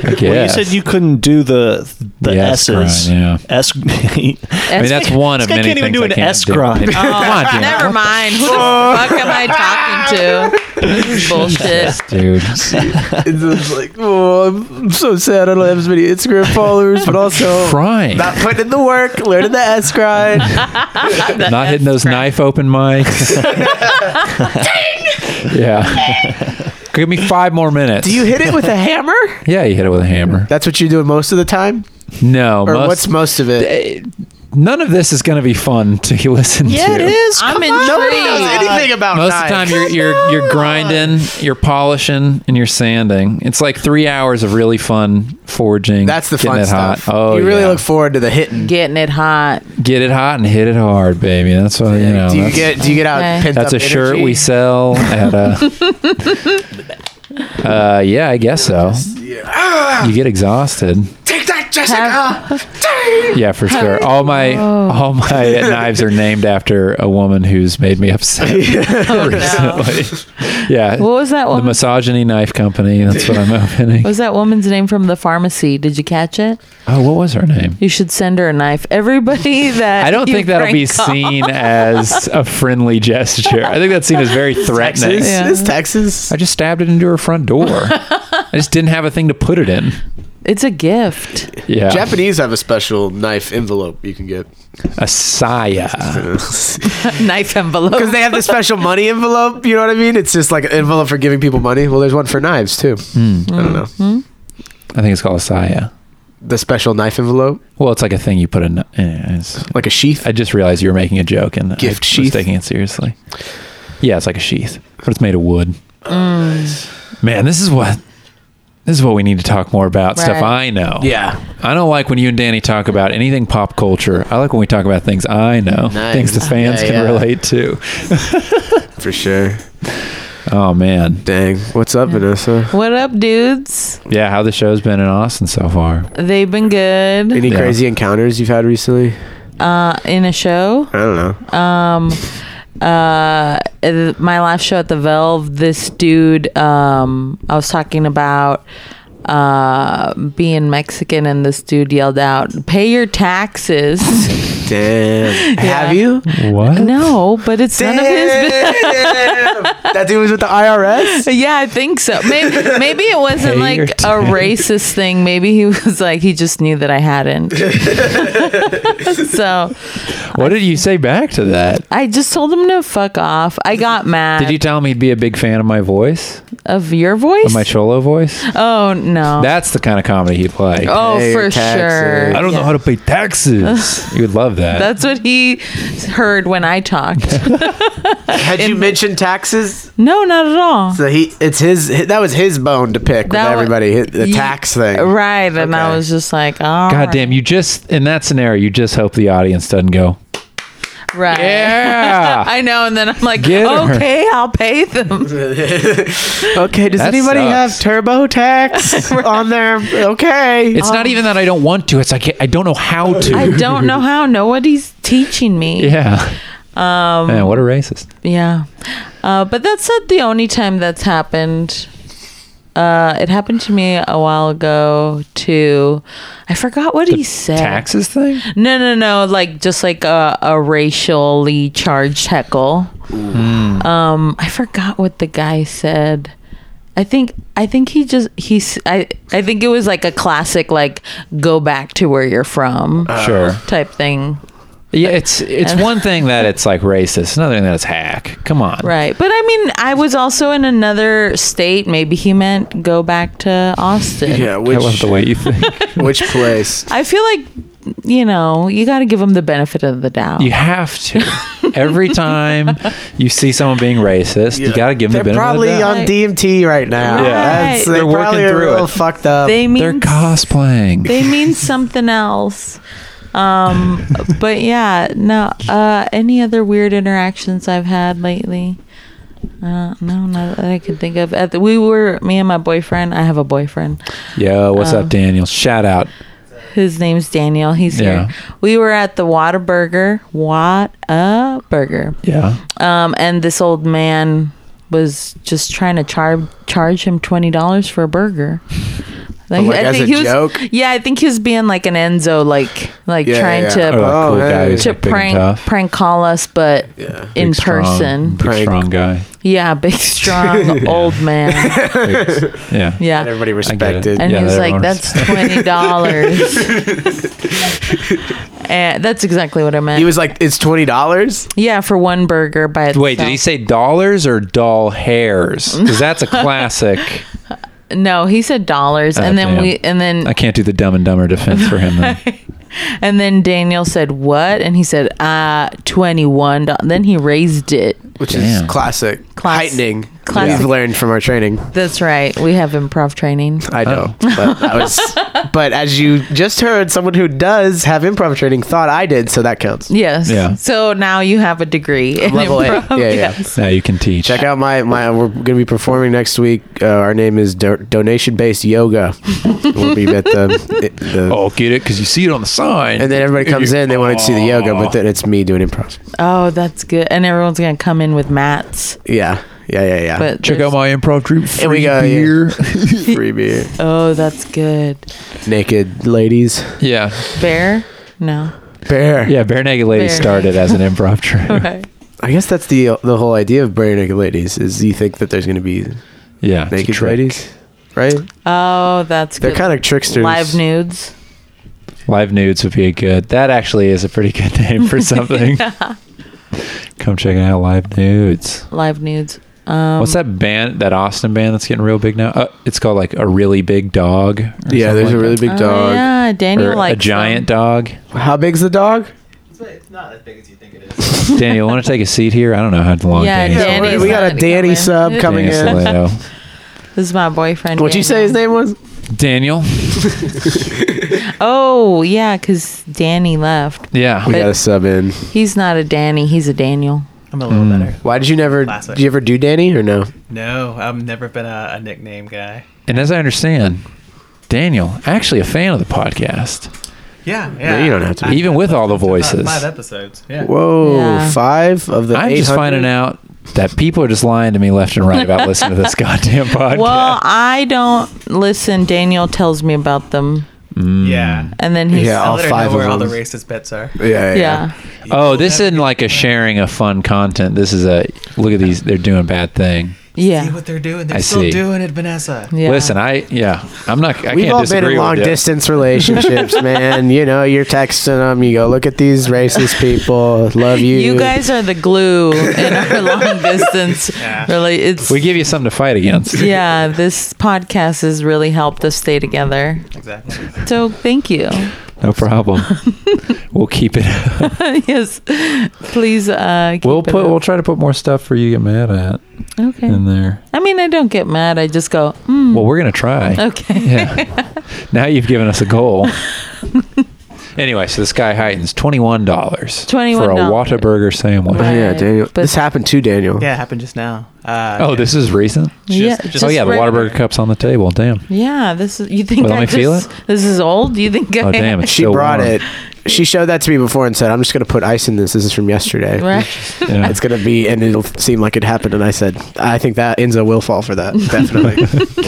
I guess.
Well, you said you couldn't do the the
The S
S's.
grind, yeah.
S. <laughs>
I mean,
<laughs>
that's one
This
of
guy
many things
can't even do
I
an
can't
S
do. <laughs>
grind.
Come on,
Oh,
Dan.
Never mind. Who the fuck am I talking to? This is bullshit.
<laughs>
dude.
It's just like, oh, I'm so sad I don't have as many Instagram followers, but also
Crying.
not putting in the work, learning the S <laughs> grind.
not hitting those knife open mics.
<laughs>
<laughs> yeah. Give me five more minutes.
Do you hit it with a hammer?
yeah, you hit it with a hammer.
That's what you're doing most of the time,
No,
or
most-
what's most of it?
eh, none of this is going to be fun to <laughs> listen to.
is.
I'm
Come on. Nobody knows
intrigued.
anything about
Most of the
knives.
time, you're you're, you're grinding, you're polishing, and you're sanding. It's like three hours of really fun forging.
That's the
getting
fun
it hot.
stuff.
Oh,
you really
yeah.
look forward to the hitting.
Getting it hot.
get it hot and hit it hard, baby. That's what you know.
do you
that's-
get? Do you get out?
Okay.
Pent
That's a
up
shirt
energy?
we sell at a. uh, yeah, I guess so.
Ah,
You get exhausted.
Have-
Yeah, for sure. All my
Oh.
all my knives are named after a woman who's made me upset recently. Yeah,
what was that
the
woman?
misogyny knife company. That's what I'm opening.
What was that woman's name from the pharmacy? Did you catch it?
Oh, what was her name?
You should send her a knife. <laughs> Everybody that
I don't
you
think that'll be
prank call-
seen as a friendly gesture. I think that's seen as
<laughs>
very threatening.
Texas?
Yeah.
Is Texas?
<laughs>
I just stabbed it into her front door. I just didn't have a thing to put it in.
It's a gift.
Yeah.
Japanese have a special knife envelope you <laughs> can get.
a saya.
Because
<laughs> Knife envelope.
they have the special money envelope, you know what I mean? It's just like an envelope for giving people money. Well, there's one for knives too.
Hmm.
I don't know.
I think it's called a saya.
The special knife envelope,
Well, it's like a thing you put in. eh, it's-
like a sheath.
I just realized you were making a joke and
Gift
I was
sheath?
taking it seriously. Yeah, it's like a sheath, but it's made of wood.
Mm.
Man, this is what this is what we need to talk more about. Stuff
Right.
I know.
Yeah.
I don't like when you and Danny talk about anything pop culture. I like when we talk about things I know,
Nice.
things the fans
Yeah,
can
yeah.
relate to.
For sure.
Oh man,
Dang. What's up, Vanessa?
What up, dudes?
yeah. How the show's been in Austin so far?
They've been good
Any
Yeah.
crazy encounters you've had recently?
uh, in a show.
I don't know.
Um, uh, th- my last show at the Valve, this dude, um, I was talking about uh being Mexican, and this dude yelled out, "Pay your taxes." <laughs>
Damn.
Yeah.
Have you?
What?
no, but it's none of his business.
that dude was with the IRS?
Yeah, I think so.
<laughs>
Maybe maybe it wasn't
Pay
like
your <laughs>
a racist thing. Maybe he was like he just knew that I
<laughs>
hadn't. so
What did you say back to that?
I just told him to fuck off. I got mad
Did you tell him he'd be a big fan of my voice,
of your voice.
of my cholo voice?
oh no.
That's the kind of comedy he'd like.
oh
Pay your
for sure.
taxes.
I don't know how to pay
<laughs>
taxes. you would love that.
That's what he heard when I
<laughs>
talked.
Had you mentioned taxes?
no, not at all.
So he, it's his. That was his bone to pick
That
with
wa-
everybody. hit the
Ye-
tax thing. <laughs>
Right, and I
Okay.
was just like, oh,
God damn, you just in that scenario, you just hope the audience doesn't
<laughs>
go.
right. <laughs>
Yeah.
I know, and then I'm like,
Get her.
okay, I'll pay them.
Okay. Does
That
anybody
sucks.
have TurboTax
<laughs>
on there? Okay.
It's not even that I don't want to. It's like I don't know how to.
I don't know how. Nobody's teaching
<laughs>
me.
yeah. Um, Man, what a racist.
Yeah. Uh, but that's not the only time that's happened. Uh, it happened to me a while ago too. I forgot what he said.
Taxes thing?
No, no, no. Like just like a, a racially charged heckle. Um, I forgot what the guy said. I think I think he just he's I I think it was like a classic like go back to where you're from
sure.
type thing.
Yeah, it's
<laughs>
it's one thing that it's like racist, another thing that it's hack. Come on.
Right. But I mean, I was also in another state. Maybe he meant go back to Austin.
Yeah.
I love
Which
the way
<laughs>
you think.
which place?
I feel like, you know, you got to give him the benefit of the doubt.
You have to. Every time you see someone being racist, you got to give them
They're
the benefit
probably
of the doubt.
on DMT right now.
Yeah.
That's,
Right.
they
They're working
probably are
through
real
it.
fucked up.
They mean
They're cosplaying.
they mean something else. Um, but yeah, no. Uh, any other weird interactions I've had lately? Uh, no, not that I can think of. At the, we were me and my boyfriend. I have a boyfriend.
Yo, what's
Oh.
up, Daniel? Shout out.
His name's Daniel. He's
Yeah.
here. We were at the Whataburger. What a burger.
Yeah.
Um, and this old man was just trying to char- charge him twenty dollars for a burger. Like,
like, as a
was,
joke?
Yeah, I think he was being like an Enzo, like like
Yeah,
trying
yeah, yeah.
to
Or like
Oh,
cool guy
hey.
who's
to
like big and
prank
tough.
prank call us, but in
Big, strong-
person.
big,
Prank. <laughs>
strong guy.
Yeah, big strong old man.
Big- yeah.
Yeah.
Everybody respected.
And
Yeah,
he was
they're
like,
owners.
"That's twenty dollars," and that's exactly what I meant.
He was like, "It's twenty dollars."
yeah, for one burger by itself.
Wait, did he say dollars or
<laughs>
doll hairs? Because that's a classic.
No, he said dollars,
Oh,
and then
damn.
we, and then
I can't do the Dumb and Dumber defense
<laughs>
for him. Then.
And then Daniel said, What? And he said, Ah, $21. Then he raised it.
Which
Damn.
is classic.
Class-
Heightening.
classic.
We've learned from our training.
That's right. We have improv training.
I know,
Oh.
but I
<laughs>
was. but as you just heard, someone who does have improv training thought I did, so that counts.
Yes.
Yeah.
So now you have a degree in
Level eight.
improv.
Yeah, yeah.
Now you can teach.
Check out my my. We're going to be performing next week. Uh, our name is Do- Donation Based Yoga. we'll be at the, the
<laughs> Oh, get it? Because you see it on the sign.
and then everybody comes in. They want to see the yoga, but then it's me doing improv.
Oh, that's good. And everyone's going to come in with mats.
Yeah, yeah, yeah, yeah.
But
Check
there's-
out my improv troupe. Free
And we got- <laughs>
beer.
free beer,
Oh, that's good.
naked ladies,
Yeah.
Bear? No.
bear.
Yeah, Bare Naked Lady
Bare-
started as an
<laughs>
improv troupe.
Right.
I guess that's the the whole idea of bare naked ladies is you think that there's going to be
Yeah. it's a
naked
trick.
ladies. right?
Oh, that's
They're
good.
kind of tricksters.
live nudes.
Live nudes would be a good. That actually is a pretty good name
<laughs>
for something. Come check out live nudes.
Live nudes. Um,
What's that band? That Austin band that's getting real big now. Uh, it's called like a really big dog. or
Yeah,
something
there's
like
a really
that.
big
oh,
dog.
Yeah, Daniel
Uh, Or
likes
a giant
them.
dog.
How big's the dog?
Daniel, want to take a seat here? I don't know how long.
Yeah,
Daniel's
Danny's
already-
we got a
not
Danny
coming.
sub coming
Daniel
in.
<laughs>
Saleo.
This is my boyfriend.
What'd you say his
Daniel.
name was?
Daniel.
Oh, yeah, because Danny left.
Yeah.
We got a sub in.
He's not a Danny. He's a Daniel.
I'm a little better.
Why did you never?
Classic.
Did you ever do Danny or no?
No, I've never been a, a nickname guy.
And as I understand, Daniel actually a fan of the podcast,
Yeah, yeah.
you don't have to be.
even with all the
About
voices.
Five episodes. Yeah.
Whoa,
Yeah.
five of the.
I'm just
800?
finding out that people are just lying to me left and right about listening to this goddamn podcast.
Well, I don't listen. Daniel tells me about them,
Yeah.
and then he's
Yeah,
I'll
all
let her
five
know where
of
all the
them.
racist bits are.
yeah, yeah. yeah.
yeah.
oh, this isn't like a sharing of fun content. This is a look at these. They're doing bad thing.
See
Yeah.
what they're doing. They're
I
still
see.
doing it, Vanessa.
Yeah.
Listen, I yeah, I'm not. I
We've
can't
all been
disagree
in
with
long
you.
distance
<laughs>
relationships, man. You know, you're texting them. You go, look at these racist people. Love you.
you guys are the glue
<laughs>
in our long
<laughs>
distance. Really, it's
We give you something to fight against.
yeah. This podcast has really helped us stay together.
Exactly.
So thank you. <laughs>
No problem. we'll keep it.
yes, please. Uh, keep
We'll
it
put.
up.
We'll try to put more stuff for you to get mad at
okay.
in there.
I mean, I don't get mad. I just go. Mm,
Well, we're gonna try.
okay.
Yeah. now you've given us a goal. anyway, so this guy heightens twenty one dollars for a
$21.
Whataburger sandwich.
Oh, yeah,
Right,
Daniel.
but-
this happened to Daniel.
Yeah, it happened just now. Uh,
Oh, this is recent.
yeah.
just-
just
oh yeah, the
right-
Whataburger cup's on the table.
<laughs>
Damn.
Yeah, this is. You think
Well, let
I
me
just,
feel
This is old. You think?
Oh
I,
damn, it's
She
still
brought
warm.
it. She showed that to me before and said, "I'm just gonna put ice in this. This is from yesterday.
<laughs> Right.
Yeah.
It's gonna be, and it'll seem like it happened." And I said, "I think that Enzo will fall for that. Definitely.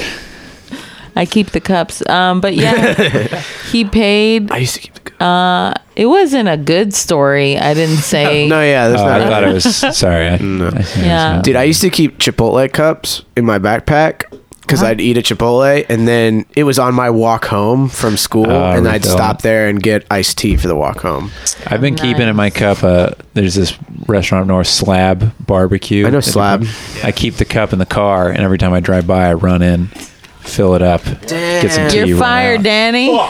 <laughs>
I keep the cups. Um, but yeah,
<laughs>
he paid.
I used to keep the. Good.
Uh, it wasn't a good story.
<laughs>
I didn't say.
No, yeah, that's
Oh,
not.
I thought it was.
<laughs>
Sorry. I,
No.
I see what
Yeah.
you're saying.
Dude, I used to keep Chipotle cups in my backpack because
Uh-huh.
I'd eat at Chipotle and then it was on my walk home from school,
Oh,
and I'd
refill.
stop there and get iced tea for the walk home.
I've been keeping in my
Nice.
cup. Uh, there's this restaurant up north, Slab Barbecue.
I know Slab.
I keep the cup in the car, and every time I drive by, I run in, fill it up, get some
Damn.
tea.
You're
run
fired,
out.
Danny.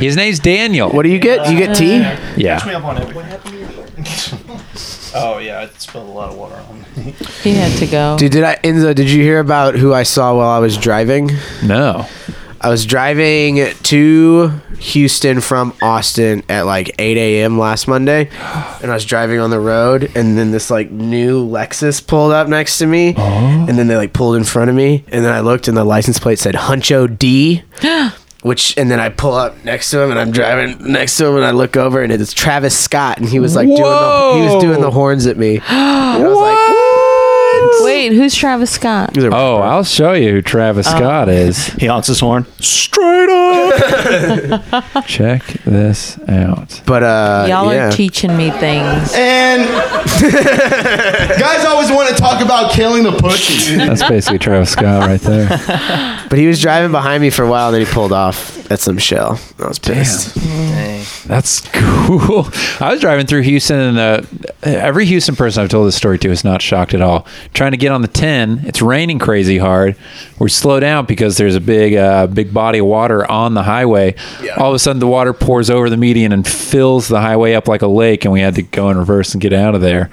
His name's Daniel.
What do you get? You get tea?
Yeah.
<laughs> Oh yeah, I spilled a lot of water on.
He had to go.
Dude, did I Enzo? Did you hear about who I saw while I was driving?
No.
I was driving to Houston from Austin at like 8 a.m. last Monday, and I was driving on the road, and then this like new Lexus pulled up next to me, and then they like pulled in front of me, and then I looked, and the license plate said Huncho D. Which and then I pull up next to him and I'm driving next to him and I look over and it's Travis Scott and he was like doing the, he was doing the horns at me. And I was like, what?
Wait, who's Travis Scott?
He's a
Oh, I'll show you who Travis
Oh.
Scott
<laughs>
is.
He honks his horn.
straight up.
Check this out.
But uh,
Y'all
yeah.
are teaching me things.
And guys always want to talk about killing the pussy.
That's basically Travis Scott right there.
But he was driving behind me for a while, then he pulled off at some shell. I was pissed.
That's <laughs> cool. I was driving through Houston, and uh, every Houston person I've told this story to is not shocked at all. Trying to get on the ten, it's raining crazy hard. We slow down because there's a big, uh, big body of water on the highway. All of a sudden, the water pours over the median and fills the highway up like a lake, and we had to go in reverse and get out of there.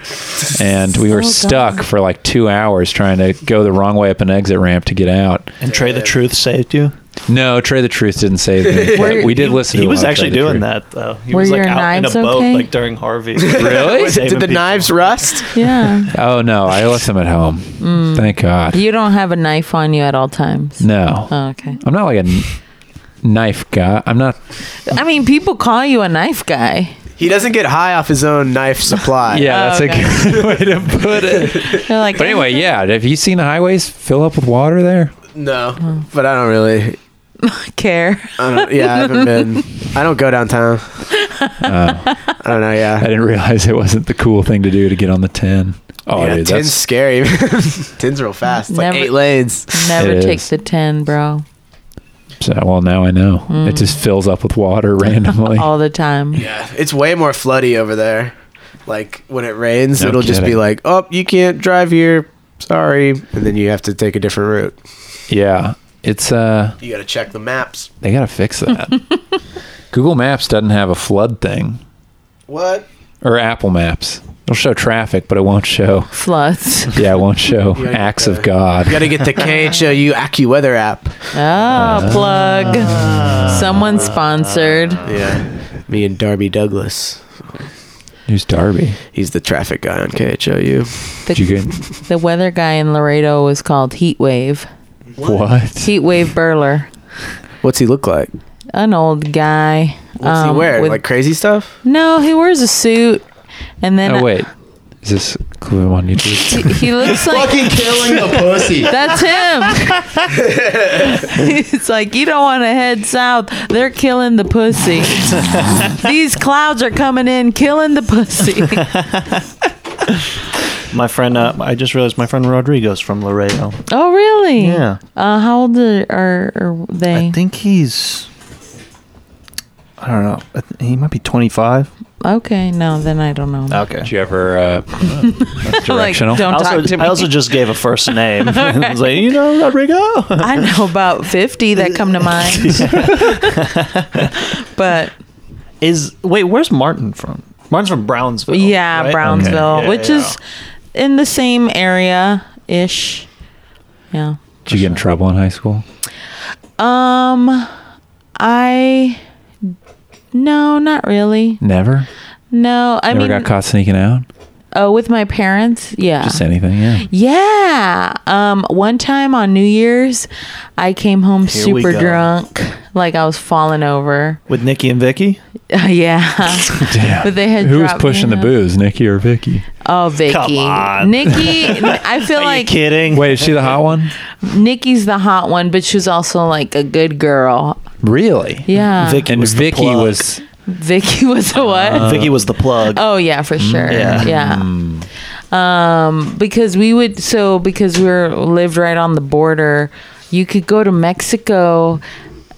And we were stuck for like two hours trying to go the wrong way up an exit ramp to get out.
And Trey the Truth saved you.
No, Trey the Truth didn't save me. but
<laughs>
we did listen. to
He
a
was
lot of
actually
Trey the
doing
Truth.
that though. He
Were
was
your
like out in a
knives
boat
okay?
like during Harvey.
<laughs> Really?
Saving
Did the
people.
knives rust?
Yeah.
Oh no, I left them at home. Thank God.
You don't have a knife on you at all times.
No,
Oh, okay.
I'm not like a kn- knife guy. I'm not.
I mean, people call you a knife guy.
He doesn't get high off his own knife supply.
Yeah,
Oh,
that's a good <laughs> way to put <laughs> it.
They're like,
But anyway, yeah. Have you seen the highways fill up with water there?
No, but I Oh. don't really.
care.
I don't, <laughs> yeah, I haven't been. I don't go
<laughs>
downtown. I don't know.
I
Yeah,
didn't realize it wasn't the cool thing to do to get on the ten. Oh,
yeah
dude,
tin's
that's
scary. <laughs> tin's real fast. It's like
Never-
eight lanes.
Never
It
take
is.
the 10, bro.
so, well. Now I know. It just fills up with water randomly.
All the time.
Yeah, it's way more floody over there. Like when it rains,
No
it'll just be
kidding.
like, "Oh, you can't drive here. Sorry," and then you have to take a different route.
yeah, it's uh.
You got to check the maps.
They gotta fix that. Google Maps doesn't have a flood thing,
What?
or Apple Maps. It'll show traffic, but it won't show.
Floods.
<laughs> Yeah, it won't show
Yeah,
acts
uh,
of God.
You got to get the KHOU AccuWeather app.
Oh,
Ah.
plug. Someone sponsored.
Yeah, me and Darby Douglas.
Who's Darby?
He's the traffic guy on KHOU.
Did you
The, <laughs>
get
the weather guy in Laredo was called Heat Wave.
what?
Heat Wave Burler.
What's he look like?
An old guy.
What's
um,
he wear?
with-
like crazy stuff?
no, he wears a suit. And then
Oh wait, is this clue one you do?
<laughs> he, he
<laughs>
looks like
Fucking killing the pussy.
That's him. It's like, you don't want to head south. They're killing the
<laughs>
pussy. These clouds are coming in, killing the
<laughs>
pussy.
My friend, uh, I just realized my friend Rodrigo's from Laredo.
Oh, really?
Yeah.
Uh, how old are, are, are they?
I think he's. I don't know. I th- he might be 25.
okay, no, then I don't know.
Okay.
Did you ever? Uh, that's
Like,
directional.
I
don't talk
also,
to me.
I also just gave
<laughs>
a first name. <laughs> I was like, you know, Rodrigo.
I know about 50 that come to mind.
<laughs> Oh,
but
Is wait, where's Martin from? Martin's from Brownsville.
yeah,
right?
Brownsville,
Okay. Yeah,
which
yeah.
is in the same area ish. Yeah.
Did you get in trouble in high school?
Um, I no, not really.
Never.
No, I
Never
mean,
got caught sneaking out.
oh, with my parents, yeah,
Just anything. Yeah.
<laughs> yeah. Um, one time on New Year's, I came home
Here we
super
go.
drunk, like I was falling over. <laughs>
With Nikki and Vicky.
yeah,
Damn.
But they had
Who was
dropped me
pushing the
out.
booze, Nikki or
<laughs>
Vicky?
oh Vicky,
on.
Nikki, I feel
Are you
like
kidding?
Wait, is she the hot one?
Nikki's the hot one, but she's also like a good girl.
Really?
Yeah,
Vicky
And
was the
Vicky
plug.
was
Vicky was a what?
Vicky was the plug.
Oh yeah, for sure.
Uh, Yeah.
Yeah. Um, because we would so because we are lived right on the border, you could go to Mexico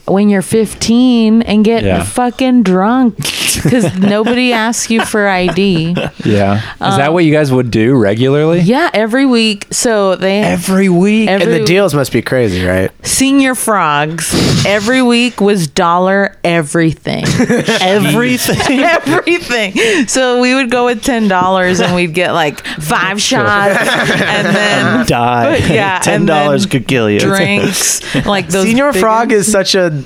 when you're 15 and get
Yeah.
fucking drunk because nobody asks you for ID.
Yeah. Is that what you guys would do regularly?
Yeah, every week. So they
Every week.
every
And the deals must be crazy, right?
senior frogs every week was dollar
<laughs>
everything.
Everything.
everything. So we would go with ten dollars and we'd get like five shots
<laughs>
and then
<laughs> Die.
Yeah,
Ten
and
dollars
then
could kill
<laughs>
you.
drinks like those.
Senior
big-
Frog is such a.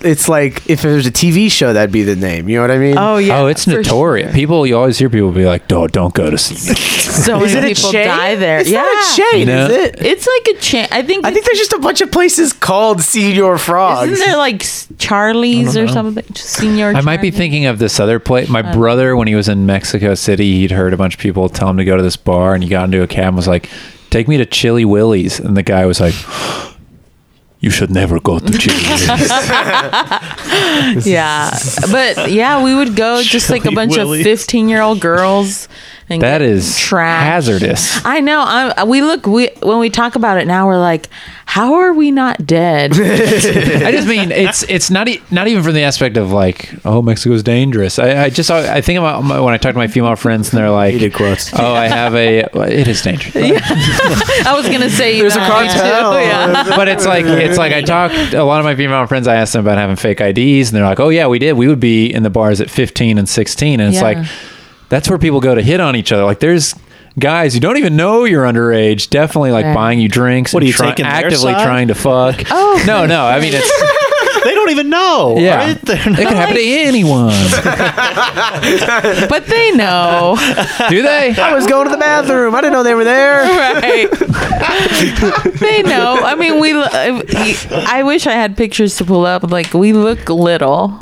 It's like if there's a TV show, that'd be the name. You know what I mean?
Oh yeah.
oh, it's
for
notorious.
sure.
People, you always hear people be like, "Don't, don't go to see."
So
Is
many
it a
people
chain?
die there.
It's
yeah,
not a chain,
No.
is it?
It's like a chain. I think.
I think there's just a bunch of places called Senior Frogs.
isn't there like s- Charlie's or something? Just Senior.
I might be
Charlie?
thinking of this other place. My brother, when he was in Mexico City, he'd heard a bunch of people tell him to go to this bar, and he got into a cab and was like, "Take me to Chili Willy's," and the guy was like. You should never go to Chili Willy's. <laughs>
Yeah, but yeah, we would go just like a bunch
Willy.
of fifteen-year-old girls. And
That
get
is
trash.
hazardous.
I know. i we look. We when we talk about it now, we're like, how are we
<laughs>
not dead?
I just mean it's it's not e- not even from the aspect of like oh Mexico's dangerous. I, I just I think about my, when I talk to my female friends and they're like
Hated quotes.
oh I have a well, it is dangerous.
I was gonna say there's
a cartel.
<laughs> but it's like it's
<laughs>
like I talked a lot of my female friends. I asked them about having fake IDs, and they're like, "Oh yeah, we did. We would be in the bars at 15 and 16." And it's
Yeah.
like that's where people go to hit on each other. Like there's guys who don't even know you're underage, definitely like
Right.
buying you drinks.
What,
and
are you taking their
actively
side?
trying to fuck? Oh no, no. I mean
<laughs>
it's
They don't
<laughs>
even know.
yeah.
right?
It
They're
could
not-
happen to anyone.
But they
<laughs>
know,
Do they?
I was going to the bathroom. I didn't know they were there.
<laughs> right? they know. I mean, we. lo- I wish I had pictures to pull up. Like we
<laughs>
look little,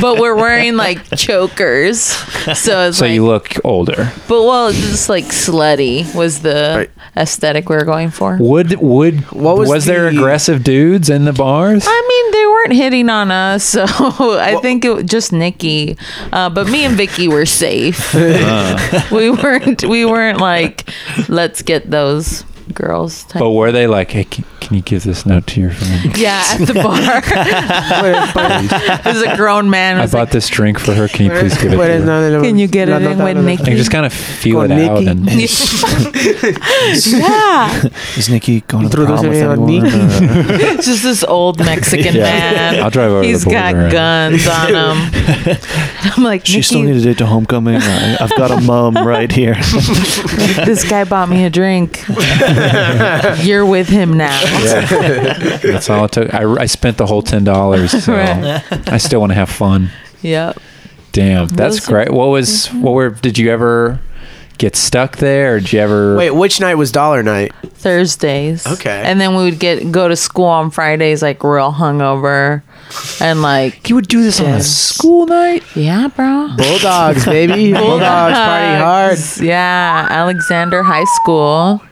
but we're wearing like chokers. So it's
So
like,
you look older.
but well, it's just like slutty was the
Right.
aesthetic we were going for.
Would would
What was
was there
the-
aggressive dudes in the bars?
I mean, there weren't hitting on us, <laughs> so I think it was just Nikki. Uh, but me and Vicky
<laughs>
were safe.
Uh.
<laughs> we weren't. We weren't like, let's get those girls. Type.
But were they like, hey, can, can you give this note to your friend?
Yeah, at
<laughs>
the bar, <laughs> there's a grown man.
I
who's
bought
like,
this drink for her. Can you please give it
What
to
is
her?
no, no, no,
Can you get
no,
it
no,
in
no,
with
no, no.
I
Nikki?
can just kind of feel
Go
it out
Nikki.
and
<laughs> yeah,
Is Nikki going to
Threw those
prom with
in on
anyone? Uh,
Nikki.
or-
It's just this old
<laughs>
Mexican
Yeah.
man.
I'll drive over to
He's
the
got
border and- <laughs>
guns on him. I'm like,
She still
"Nikki,
needed it to homecoming. I, I've
<laughs>
got a mum right here.
<laughs>
this guy bought me a drink. You're with him now.
that's all it took. I, I spent the whole ten dollars. So
Right.
I still want to have fun.
Yep.
Damn, that's
Those are-
great. What was
Mm-hmm.
what were? Did you ever get stuck there? Or did you ever?
Wait, which night was dollar night?
Thursdays.
Okay.
And then we would get go to school on Fridays, like real hungover, and like
you would do this on a
Yes.
school night. <laughs>
yeah, bro.
Bulldogs,
<laughs>
baby. Bulldogs party hard.
Yeah, Alexander High School.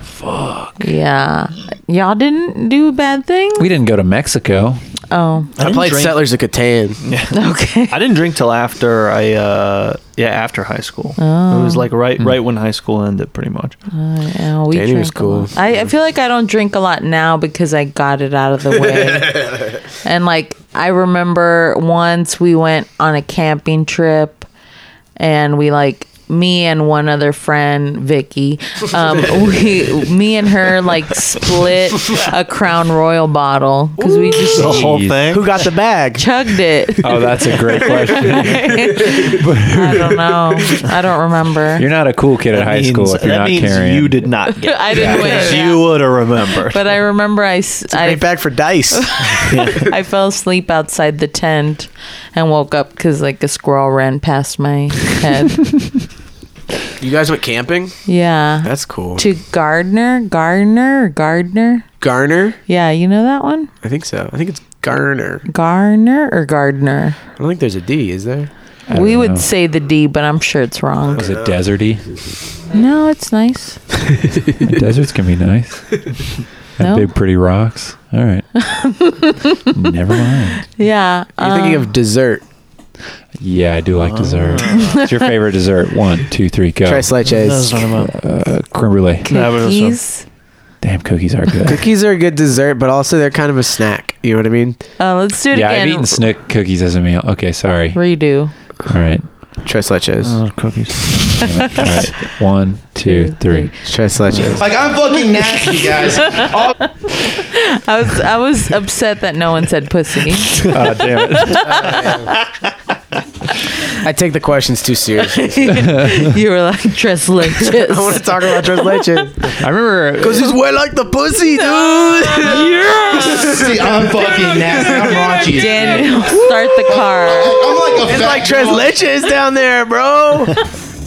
Fuck. Yeah. Y'all didn't do bad things.
We didn't go to Mexico.
Oh, <laughs>
I,
didn't
played
drink-
Settlers of Catan.
okay.
I didn't drink till after I, uh, yeah, after high school. It was like right, right when high school ended, pretty much.
Yeah, we
Danny was
drank a lot.
cool.
I, I feel like I don't drink a lot now because I got it out of the way.
<laughs>
and like I remember once we went on a camping trip and we like me and one other friend Vicky
<laughs>
um we me and her like split a crown royal bottle cuz we just
The whole
Jeez.
thing.
Who got the bag?
chugged it.
Oh, that's a <laughs> great question.
I don't know. I
<laughs>
don't remember.
You're not a cool kid at high
means-
school if you're
that
not
means
carrying.
you did
<laughs>
not get.
I didn't
Because
win.
you would have remembered.
But I remember I s- I-
Great bag for
<laughs>
dice.
I fell asleep outside the tent and woke up because like a squirrel ran past my head.
<laughs>
you guys went camping?
yeah.
That's cool.
To Gardner, Gardner, Gardner.
Garner?
Yeah, you know that one?
I think so. I think it's Garner.
Garner or Gardner?
I don't think there's a D, is there?
I
We
don't
would
know.
say the D, but I'm sure it's wrong.
Was it deserty?
No, it's nice.
Deserts can be nice.
No?
And big pretty rocks. All
<laughs>
right. Never mind.
Yeah.
You're
um,
thinking of dessert.
Yeah, I do like dessert. What's your favorite dessert? One, two, three, go.
Tres leches.
That's what I'm about.
Uh, creme brulee.
No, but it's-
cookies.
Damn, cookies are good.
Cookies are a good dessert, but also they're kind of a snack. You know what I mean?
Uh, let's do it
yeah, I've
again.
eaten Snick cookies as a meal. Okay, sorry. All
Redo.
right.
Tres leches.
Oh,
<laughs>
cookies.
All right. One, two, three.
Tres leches.
Like I'm fucking nasty, guys. All <laughs>
I was I was <laughs> upset that no one
<laughs>
said pussy.
Oh, damn it.
I take the questions too <laughs> seriously.
you were like
<laughs>
dress like
I want to talk about tres leches.
I
<laughs>
remember.
Cause it's wet like the pussy, <laughs> dude.
See, I'm fucking nasty. I'm raunchy.
Daniel, start the car.
I'm like a
It's
fat
like tres
girl.
leches down there, <laughs> bro.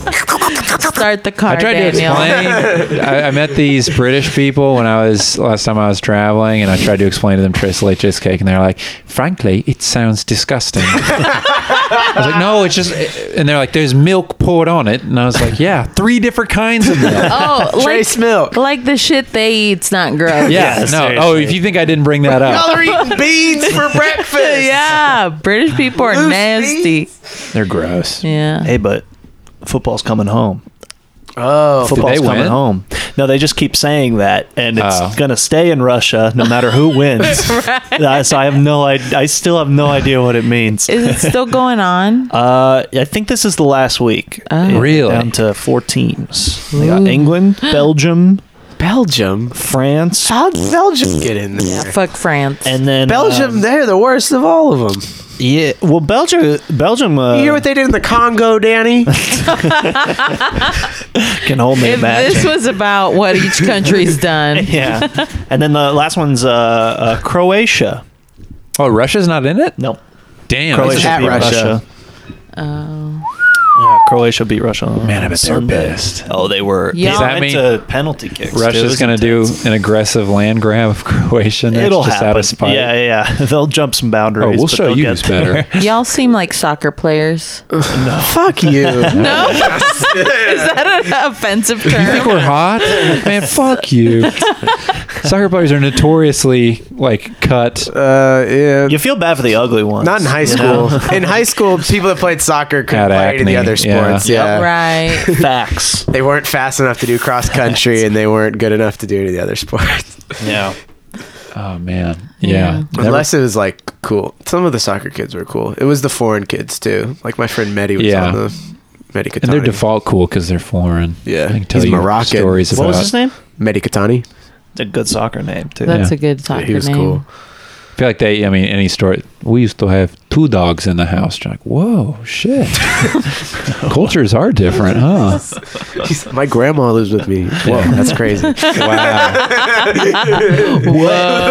Start the car,
I tried
Daniel.
to <laughs> explain. I, I met these British people when I was last time I was traveling, and I tried to explain to them Tres Leches cake, and they're like, "Frankly, it sounds disgusting." <laughs> I was like, "No, it's just," and they're like, "There's milk poured on it," and I was like, "Yeah, three different kinds of milk."
<laughs> Oh,
<laughs>
like,
Trace milk.
like the shit they eat's not gross.
Yeah, no. Oh, if you think I didn't bring that up,
Y'all <laughs> are eating beans for breakfast.
<laughs> Yeah, British people are nasty.
they're gross.
Yeah.
Hey, but football's coming home.
Oh,
Football's
they
coming
win?
home. No, they just keep saying that, and it's
Oh.
gonna stay in Russia no matter who wins. Uh, so I have no, I, I still have no idea what it means.
Is it still going on?
<laughs>
Uh, I think this is the last week. It-
Really?
Down to four teams. They got England, Belgium,
Belgium.
France,
How'd Belgium get in there?
Fuck France.
and then
Belgium,
um,
they're the worst of all of them.
yeah. Well, Belgium. Belgium. Uh,
You hear what they did in the Congo,
<laughs>
Danny?
can
<laughs>
only
if
imagine.
this was about what each
<laughs>
country's done,
<laughs> yeah. And then the last one's uh, uh, Croatia.
Oh, Russia's not in it.
Nope.
Damn.
Croatia
at
beat
Russia.
Russia.
um,
Yeah, Croatia beat Russia. on
Man, I bet they're
Sunday.
pissed.
Oh, they were.
Yeah. Does
They
that
went
mean
to penalty kicks. dude. It
Russia's
was
going to do
intense.
an aggressive land grab of Croatia next,
It'll
just
happen.
out of spite.
Yeah, yeah, <laughs> yeah. They'll jump some boundaries.
Oh, we'll
but
show
they'll
you
get
who's better.
y'all seem like soccer players.
Fuck you. No.
No, <laughs> is that an offensive
You think
<laughs>
term?
we're hot? Man, fuck you. Soccer players are notoriously like cut.
<laughs> Uh, yeah.
<laughs> You feel bad for the ugly ones.
Not in high
you
school.
know?
in high school, people that played soccer couldn't
Had
play any
acne,
of the other
yeah.
sports. Yeah.
Right.
<laughs> Facts.
They weren't fast enough to do cross country, and they weren't good enough to do any of the other sports.
Yeah.
Oh man, yeah. <laughs> Never-
Unless it was like cool. Some of the soccer kids were cool. It was the foreign kids too. Like my friend Mehdi was
Yeah.
on the Mehdi Katani.
and they're default cool because they're foreign.
Yeah.
I can tell
He's
you
Moroccan.
stories
What
about
was his name?
Mehdi Katani.
It's a good soccer name too. <laughs>
That's
Yeah.
a good soccer
Yeah, he was
name.
cool.
I feel like they. I mean, any story. We used to have two dogs in the house. You're like, whoa, <laughs> shit. Cultures are different, huh?
He's- my grandma lives with me. Whoa, that's crazy.
<laughs>
<laughs>
Wow.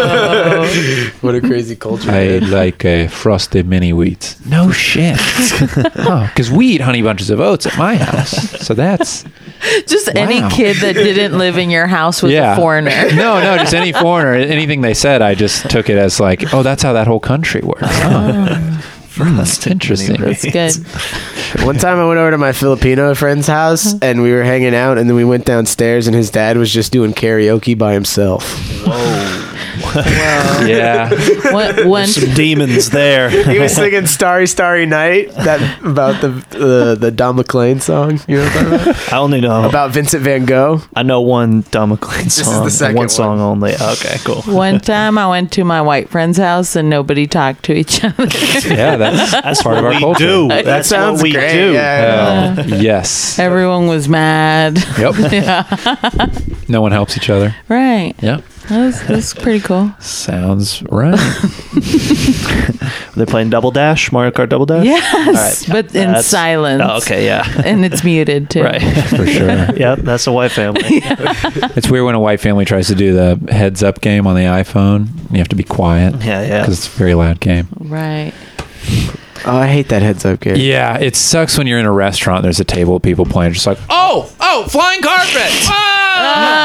what a crazy culture.
I
man.
like uh, frosted mini wheats. No <laughs> shit. Because we eat honey bunches of oats at my house. So that's
Just any
Wow.
kid that didn't live in your house was
yeah.
a foreigner.
<laughs> No, no, just any foreigner. Anything they said, I just took it as like, oh, that's how that whole country <laughs> works. Huh.
That's
interesting.
That's good.
One time I went over to my Filipino friend's house and we were hanging out and then we went downstairs and his dad was just doing karaoke by himself.
Yeah.
One,
<laughs>
one,
<laughs> Some demons there.
He was singing "Starry Starry Night" that about the the the Don McLean song. You know what I'm talking about?
<laughs> I only know
About Vincent Van Gogh.
I know one Don McLean
is
song.
the
and
second
one
one.
song only. Okay, cool.
<laughs>
one time I went to my white friend's house and nobody talked to each <laughs> other.
Yeah, <laughs> that's, that's part of our
we
culture.
do. That's what we
great.
do.
Yeah.
Oh, yes.
Everyone was mad. <laughs>
Yep. No one helps each other.
Right.
Yeah.
That was, that was pretty cool.
Sounds right.
They're playing Double Dash, Mario Kart Double Dash.
Yes, but in
That's-
silence.
Oh,
<laughs>
okay, yeah.
And it's muted too.
right.
For sure.
Yep, that's a white family.
<laughs> It's weird when a white family tries to do the heads up game on the iPhone. And you have to be quiet.
Yeah, yeah.
Because it's a very loud game.
Right.
Oh, I hate that heads up game.
Yeah, it sucks when you're in a restaurant. and There's a table of people playing, just like oh, oh, flying carpet.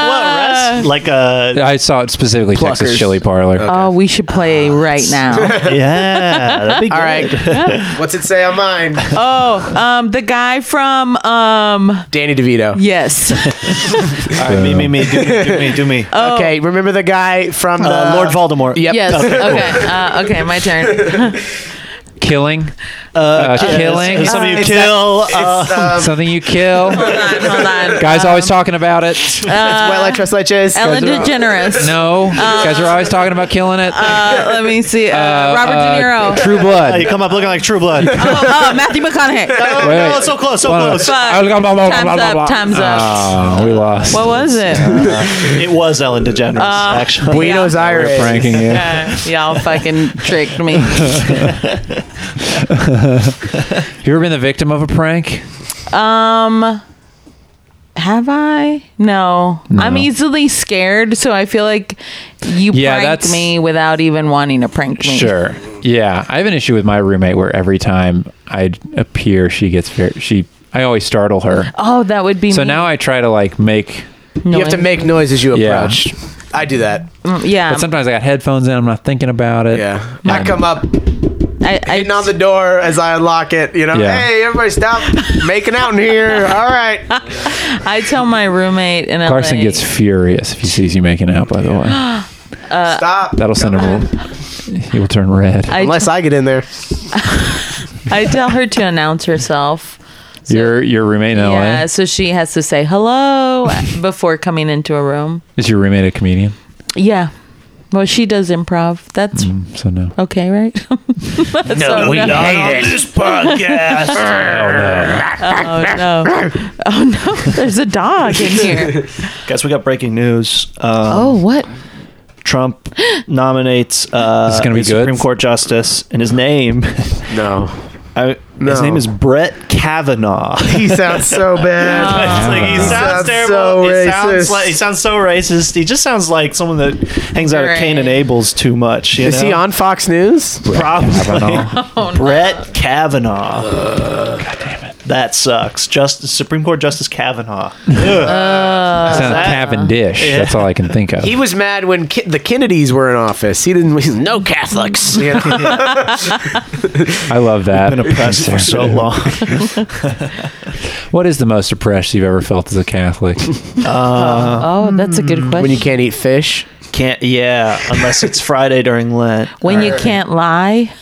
what, Russ? Like uh,
<laughs>
a
I saw it specifically
Pluckers.
Texas Chili Parlor.
Oh, we should play right
<laughs>
now.
yeah. That'd be
All
good.
right. What's it say on mine?
oh, um, the guy from um,
Danny DeVito.
yes,
All right, me, me, me, do me, do me, do me.
Okay, remember the guy from the
Uh, Lord Voldemort.
Yep.
yes. Okay, uh, okay, my turn.
Killing,
Uh,
uh,
kill-
killing,
Some of you
It's
kill.
It's,
<laughs>
uh,
um,
something you kill.
<laughs> Hold on, Um, uh, hold on.
Guys always talking about it.
it's Well I Trust Leches.
Ellen DeGeneres.
No, guys are always talking about killing it.
Uh, let me see. Uh,
Uh,
Robert De
uh,
Niro.
<laughs> True
<laughs> you
Blood.
come up looking like True Blood. oh,
oh, oh, Matthew McConaughey.
Wait,
no,
wait.
so close, so
Hold on.
close.
Fuck. Time's up, time's up.
Oh, we lost.
What was it?
<laughs>
It was Ellen DeGeneres, actually. <laughs>
Buenos Aires.
Franking it.
Uh, y'all fucking tricked me.
You ever been the victim of a prank?
Um, have I? No. I'm easily scared, so I feel like you
Yeah,
pranked
that's-
me without even wanting to prank me.
Sure. Yeah, I have an issue with my roommate where every time I appear, she gets very she. I always startle her.
Oh, that would be
So
me.
now I try to like make.
You have to make noise as you
Yeah.
approach. I do that.
Mm, yeah.
But sometimes I got headphones in. I'm not thinking about it.
Yeah. I come up
I, I,
hitting on the door as I unlock it. You know,
Yeah.
hey, everybody <laughs> stop making out in here. All right.
<laughs> I tell my roommate and
Carson gets furious if he sees you making out. By the way,
Stop.
that'll send him. a- He will turn red.
I,
Unless I get in there.
I tell her to announce herself.
your your roommate in LA
Yeah, so she has to say hello before coming into a room.
is your roommate a comedian?
Yeah. Well, she does improv. That's
So no.
okay, right? <laughs>
no, we hate this podcast.
Oh no! <laughs> Oh no! There's a dog in here.
Guess we got breaking news.
<laughs>
Um,
Oh what?
Trump nominates uh,
This is gonna be
a
good.
Supreme Court justice, and his name, <laughs>
No.
I, his
No.
name is Brett <laughs> Kavanaugh.
He sounds <laughs> so bad.
<laughs> It's like,
Uh,
he
He
sounds
sounds
terrible.
so
he sounds
racist.
like he sounds so racist. He just sounds like someone that hangs out at
Right.
Cain and Abel's too much. You
Is
know?
he on Fox News?
Probably. Brett Kavanaugh. That sucks. Just Supreme Court Justice Kavanaugh.
Sound
that-
Cavendish. That's all I can think of.
He was mad when Ki- the Kennedys were in office. He didn't. He's no <laughs> Catholics. You know?
I love that.
<laughs>
Been oppressed for so long.
What is the most oppressed you've ever felt as a Catholic?
Oh, that's a good question.
when you can't eat fish.
can't. Yeah, unless it's Friday during
<laughs>
Lent.
When you can't lie.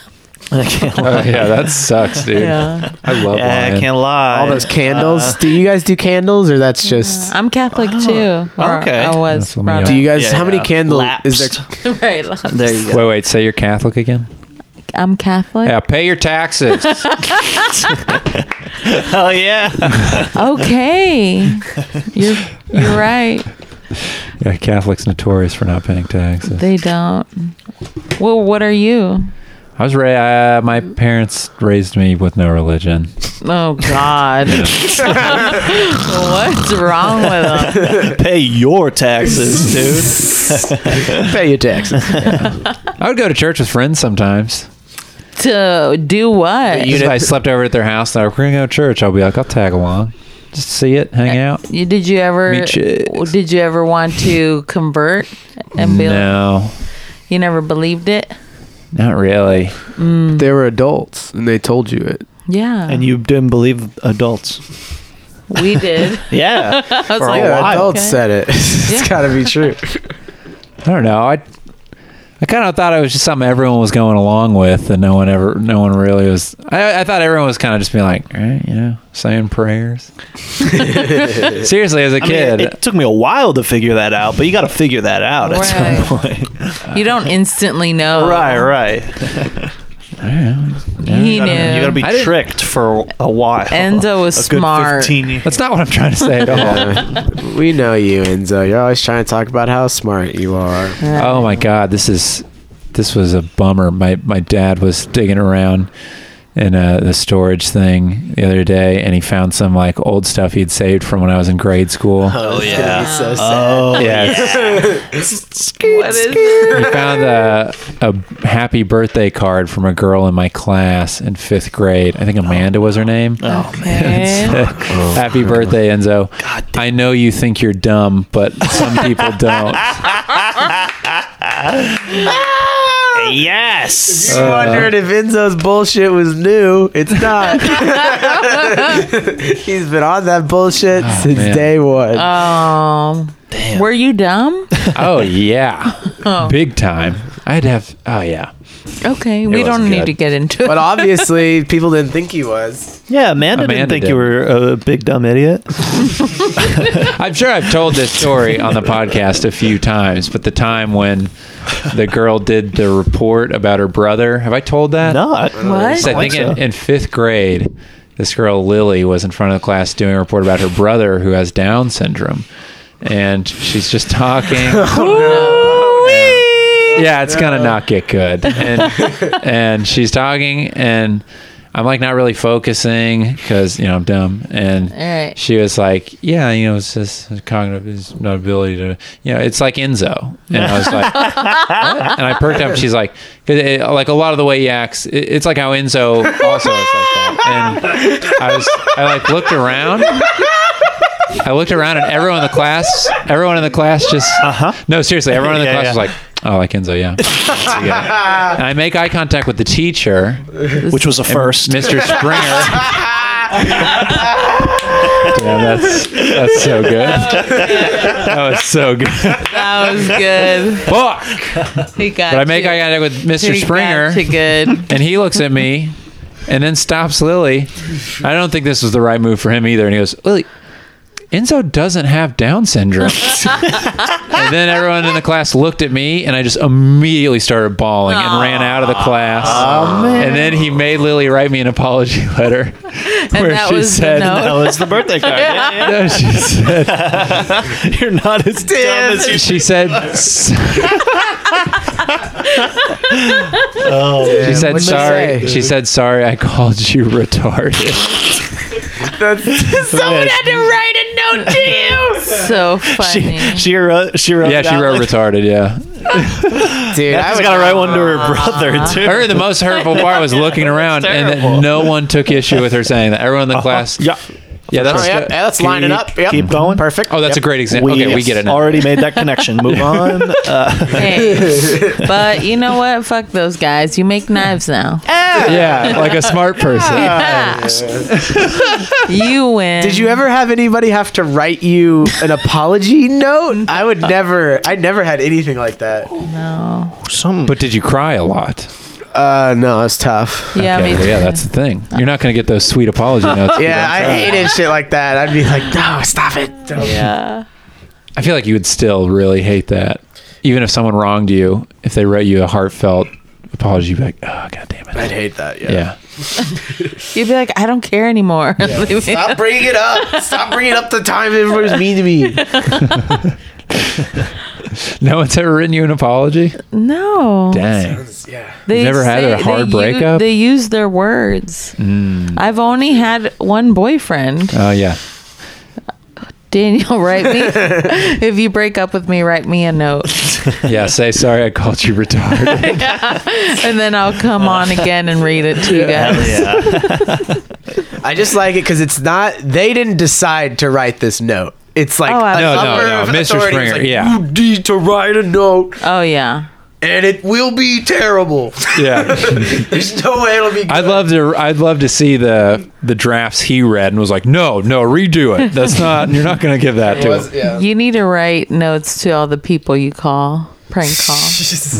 I can't.
Oh, yeah, that sucks, dude.
Yeah.
I love
Uh,
Yeah, I
lying.
can't lie.
All those candles. do you guys do candles, or that's just?
I'm Catholic too. Or
Okay.
I
Oh. That's
was.
what we
brought
are.
Do
<laughs>
you guys?
Yeah,
how many
yeah.
candles is
Lapsed.
there?
up. right.
There you <laughs> go.
Wait, wait. Say you're Catholic again?
I'm Catholic.
Yeah, pay
<laughs>
your taxes.
Oh
<laughs>
yeah.
Okay. You're you're right.
yeah, Catholics notorious for not paying taxes.
They don't. Well, what are you?
I was ra- uh, my parents raised me with no religion.
Oh God. <laughs> What's wrong with them?
Pay your taxes, dude.
<laughs> Pay your
<laughs>
taxes.
I would go to church with friends sometimes.
To do what?
Even if I slept over at their house, they're like, "We're gonna go to church." I'll be like, "I'll tag along, just see it, hang out."
You, did you ever?
Me chicks.
Did you ever want to convert? And be like,
No,
you never believed it.
not really.
they were adults, and they told you it.
Yeah,
And you didn't believe adults.
we did.
<laughs>
Yeah.
I was
For a
like,
while.
Yeah,
Wow.
adults
Okay.
said it. <laughs> It's
Yeah.
got to be true.
I don't know. I I kind of thought it was just something everyone was going along with, and no one ever, no one really was. I, I thought everyone was kind of just being like, "All right, you know, saying prayers. Seriously, as a
I mean,
kid,
it took me a while to figure that out, but you got to figure that out at some
<laughs>
point.
you don't instantly know.
right, right.
He knew.
You got to be
I didn't-
tricked for a while.
Enzo was
a good
smart.
15 years.
that's not what I'm trying to say at
<laughs>
all.
we know you, Enzo. You're always trying to talk about how smart you <laughs> are.
Oh my god, this is this was a bummer. My my dad was digging around in uh, the storage thing the other day, and he found some like old stuff he'd saved from when I was in grade school.
Oh
yeah.
so sad.
Oh,
Yes.
What is it?
he found a, a happy birthday card from a girl in my class in fifth grade. I think Amanda was her name. <laughs>
Okay.
happy birthday, Enzo. I know you think you're dumb, but some people don't.
yes.
You wondered if Enzo's bullshit was new. It's <laughs> not. He's been on that bullshit since
man.
day one.
Um, were you dumb?
Oh yeah, big time. I'd have. Oh yeah.
<laughs> Okay, we
wasn't
don't need
good.
to get into it.
but obviously, people didn't think he was.
Yeah, Amanda,
Amanda
didn't think
did.
you were a big dumb idiot.
I'm sure I've told this story on the podcast a few times, but the time when the girl did the report about her brother, have I told that?
Not.
<laughs> What?
So I think in, in fifth grade, this girl Lily was in front of the class doing a report about her brother who has Down syndrome, and she's just talking. <laughs> Yeah, it's gonna not get good. And and she's talking, and I'm like not really focusing because you know I'm dumb. And
Alright.
she was like, "Yeah, you know, it's just cognitive is not ability to, you know, it's like Enzo." And I was like, "What?" and I perked up. She's like, "'Cause it, like a lot of the way he acts, it, it's like how Enzo also is like that." And I was, I like looked around. I looked around and everyone in the class, everyone in the class just, uh-huh. no, seriously, everyone in the
Yeah,
class
yeah.
was like, oh, like Enzo, yeah.
<laughs>
yeah. And I make eye contact with the teacher,
Which was a first. <laughs>
Mr. Springer. Damn, that's that's so good. That was so good.
that was good.
Fuck!
He got
But I make
you.
eye contact with
He
Mr.
got
Springer,
you good.
and he looks at me, and then stops Lily. I don't think this was the right move for him either. And he goes, Lily, Enzo doesn't have Down syndrome. and then everyone in the class looked at me, and I just immediately started bawling and ran out of the class.
Oh,
And then he made Lily write me an apology <laughs> letter, where
that
she
was the
said.
note?
Oh, it's the birthday card. Yeah, yeah.
No, she
<laughs>
said.
You're not as
<laughs>
dumb as you
She said. she said
What'd she
sorry.
say?
She said sorry. I called you retarded.
<laughs>
Someone had to write a note to you. so funny.
<laughs> she, she wrote. She wrote.
Yeah, she
down,
wrote
<laughs> like,
retarded. Yeah.
Dude, I
She's
would- Oh,
got to write one to her brother too.
Her, the
<laughs>
most hurtful part was looking around, and that no one took issue with her saying that. Everyone in the class
yeah.
Uh-huh. Yeah, that's
Oh, yep. Yeah, let's line it up. Yep.
Keep going.
Perfect.
Oh, that's a great example. Okay, we get it. Now.
Already made that connection. Move on.
<laughs>
Uh,
Hey. but you know what? Fuck those guys. You make knives now.
<laughs> Yeah, like a smart person.
<laughs> you win.
Did you ever have anybody have to write you an apology note? I would never. I never had anything like that.
No.
some
But did you cry a lot?
Uh, no, it's tough.
Yeah, me too.
yeah, that's the thing. You're not going to get those sweet
<laughs>
apology notes.
Yeah, I hated shit like that. I'd be like, no, stop <laughs> it.
Yeah.
I feel like you would still really hate that, even if someone wronged you. If they wrote you a heartfelt apology, you'd be like, "Oh, god damn it."
I'd hate that. Yeah.
Yeah,
You'd be like, I don't care anymore. <laughs> Leave me-
Stop bringing it up. Stop bringing up the time everyone was mean to me. <laughs>
no one's ever written you an apology.
no.
Dang,
Yeah.
They
You've never had a
they
hard
u-
breakup? Mm.
they use their words. I've only had
<laughs>
one boyfriend.
oh yeah,
Daniel,
<laughs>
write me. if you break up with me, write me a note.
yeah. Say sorry, I called you retarded.
And then I'll come on again and read it to you
Oh,
guys.
I just like it because it's not. They didn't decide to write this note. It's like
Oh,
a
absolutely.
No, no,
number
no,
of
Mr.
authorities
Springer,
like,
yeah.
You need to write a note,
Oh, yeah.
and it will be <laughs> terrible.
<laughs> <laughs> yeah,
There's no way it'll be. Good.
I'd love to. I'd love to see the the drafts he read and was like, "No, no, redo it. <laughs> That's not. You're not going to give that to him."
<laughs> Yeah.
You need to write notes to all the people you call, prank
<laughs>
call.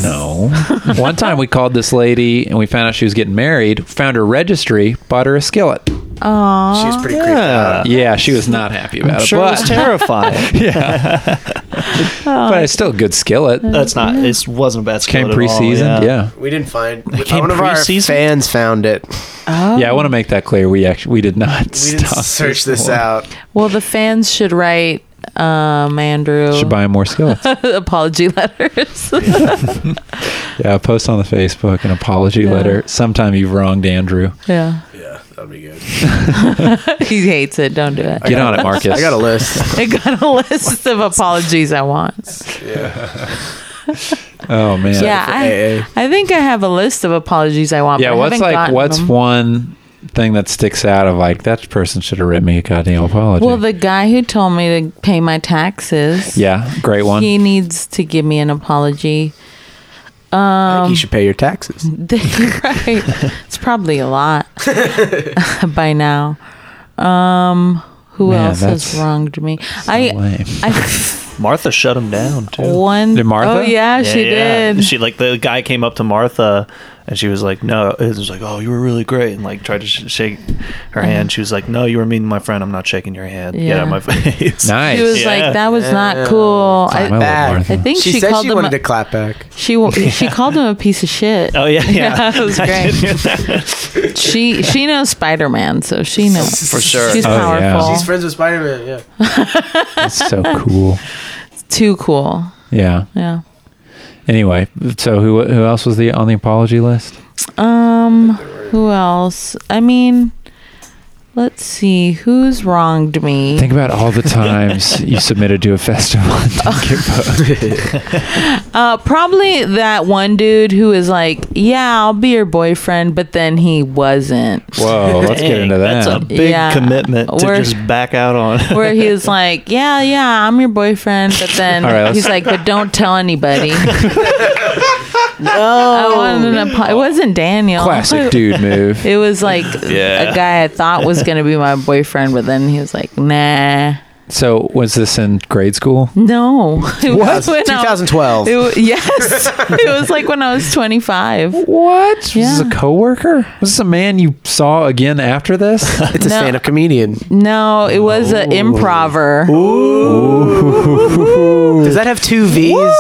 No. <laughs> One time we called this lady and we found out she was getting married, found her registry, bought her a skillet.
Aww.
She's pretty creepy. Uh,
yeah.
Yeah, she was not happy about it.
Sure, it
but,
<laughs>
was terrifying.
but it's still a good skillet.
That's not. It wasn't a bad. skill
Came
at all,
pre-seasoned, yeah.
We didn't find.
came
one of our
pre-season?
fans found it.
yeah. I want to make that clear. We actually we did
We
not
didn't
stop.
search this out.
Well, the fans should write um, Andrew
Should buy more <laughs> skillets.
apology <laughs> letters.
yeah, post on the Facebook an apology letter. Sometime you've wronged Andrew.
yeah.
Yeah, that'd be good.
<laughs> He hates it. Don't do it.
Get on it, Marcus.
I got a list.
I got a list of apologies I want.
oh man.
Yeah, I,
AA.
I think I have a list of apologies I want.
Yeah,
but I
what's
haven't
like
gotten
what's
them.
one thing that sticks out of like that person should have written me a goddamn apology.
Well, the guy who told me to pay my taxes,
yeah, great one.
he needs to give me an apology. <laughs> Um,
you should pay your taxes.
right. It's probably a lot <laughs> by now. Um, who
Man,
else has
that's
wronged me? I,
lame.
I
Yeah. Martha shut him down too.
one.
Did Martha?
Oh yeah,
Yeah,
she
yeah.
did.
She like the guy came up to Martha, and she was like, "No," it was like, "Oh, you were really great," and like tried to sh- shake her hand. She was like, "No, you were mean to my friend. I'm not shaking your hand. Get out of
Yeah.
my face."
nice.
She was
Yeah.
like, "That was not cool."
My
I,
Lord,
Bad.
Martha.
I think
She,
she,
said
called
she
him.
wanted
A,
to clap back.
she
<laughs>
wa- she called him a piece of shit. <laughs>
<laughs> Oh yeah, yeah,
that was
I
great.
did hear that.
She she knows Spider Man, so she
<laughs>
knows
For sure.
She's
Oh, yeah.
powerful.
She's
friends with Spider Man. Yeah.
That's so cool.
Too cool.
Yeah.
Yeah.
Anyway, so who who else was the on the apology list?
Um. Who else? I mean, let's see. Who's wronged me?
Think about all the times <laughs> you submitted to a festival and didn't get booked.
Uh, probably that one dude who is like, "Yeah, I'll be your boyfriend," but then he wasn't.
Whoa, let's get
Dang,
into that.
That's a big
Yeah.
commitment to
We're-
just back out on.
Where
<laughs>
he was like, "Yeah, yeah, I'm your boyfriend," but then
All right, let's-
he's like, "But don't
<laughs>
tell anybody." no, I wanted an apo- It wasn't Daniel.
Classic dude move.
It was like a guy I thought was gonna be my boyfriend, but then he was like, "Nah,
<laughs> So was this in grade school?
no." <laughs> It was when I-
2012.
<laughs> It wa- yes, <laughs> it was like when I was 25.
What? Was this
Yeah.
a coworker? Was this a man you saw again after
<laughs>
this?
It's a
No.
stand up comedian.
No, it was an improver.
Does that have two V's?
<laughs>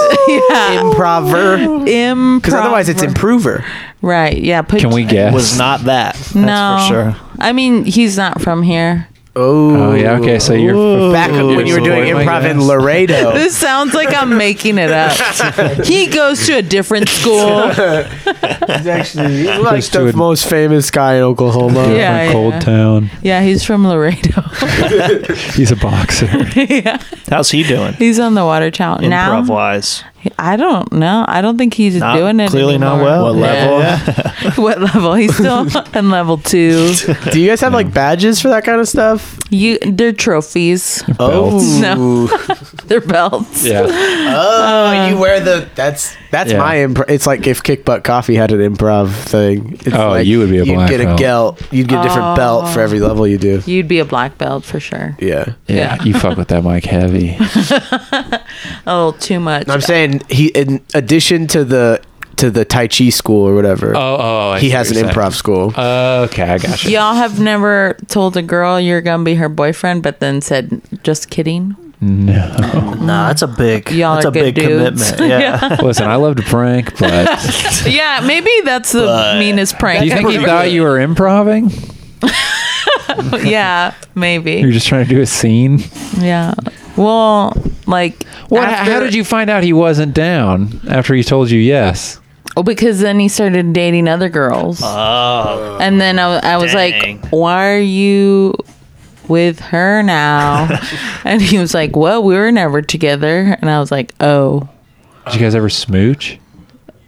<laughs>
Yeah,
Improver.
improver.
Because otherwise it's improver.
right. Yeah, put,
Can we guess?
<laughs> was not that. That's
No,
for sure.
I mean, he's not from here.
Oh.
Oh yeah. Okay. So you're
Back when you were doing
Ooh.
improv in
<laughs>
Laredo.
This sounds like I'm making it up. he goes to a different school.
actually like
Goes to
the
a-
most famous guy in Oklahoma.
Yeah,
from Cold
yeah.
Town.
Yeah, he's from Laredo. <laughs>
He's a boxer.
yeah,
<laughs>
How's he doing?
he's on the water tower now.
Improv wise,
I don't know. I don't think he's
Not-
doing it.
clearly not
anymore.
well.
What
Yeah.
level?
<laughs> what level? He's still on level two.
Do you guys have like badges for that kind of stuff?
You, they're trophies.
Oh. Belts.
No. They're belts.
Yeah.
Oh, you wear the that's that's
Uh, Yeah.
my improv. It's like if Kick Butt Coffee had an improv thing. It's
Oh,
like
you would be a Oh.
you'd
black
get a
belt.
belt. You'd get a different belt for every level you do.
You'd be a black belt for sure.
Yeah.
Yeah. Oh,
Yeah.
You fuck with that mic <laughs> heavy.
A little too much.
No, I'm saying he in addition to the to the Tai Chi school or whatever.
Oh, oh. I
he
see
has an
what you're
improv school.
saying. Uh, okay, I got you.
Y'all have never told a girl you're gonna be her boyfriend, but then said, "Just kidding."
No.
Nah, that's a big.
Y'all
that's
are
a
good
big
dudes. <laughs>
commitment. Yeah.
Listen, I love to prank, <laughs> but
Yeah, maybe that's the meanest prank. <laughs>
do you <laughs> think he thought you were improving?
yeah,
You're
maybe.
<laughs> just trying to do a scene.
Yeah. Well, like,
What?
after-
how did you find out he wasn't down after he told you yes?
Oh, because then he started dating other girls.
Oh.
and then I, I was
Dang.
like, why are you with her
<laughs>
now? and he was like, well, we were never together. And I was like, oh,
Did you guys ever smooch?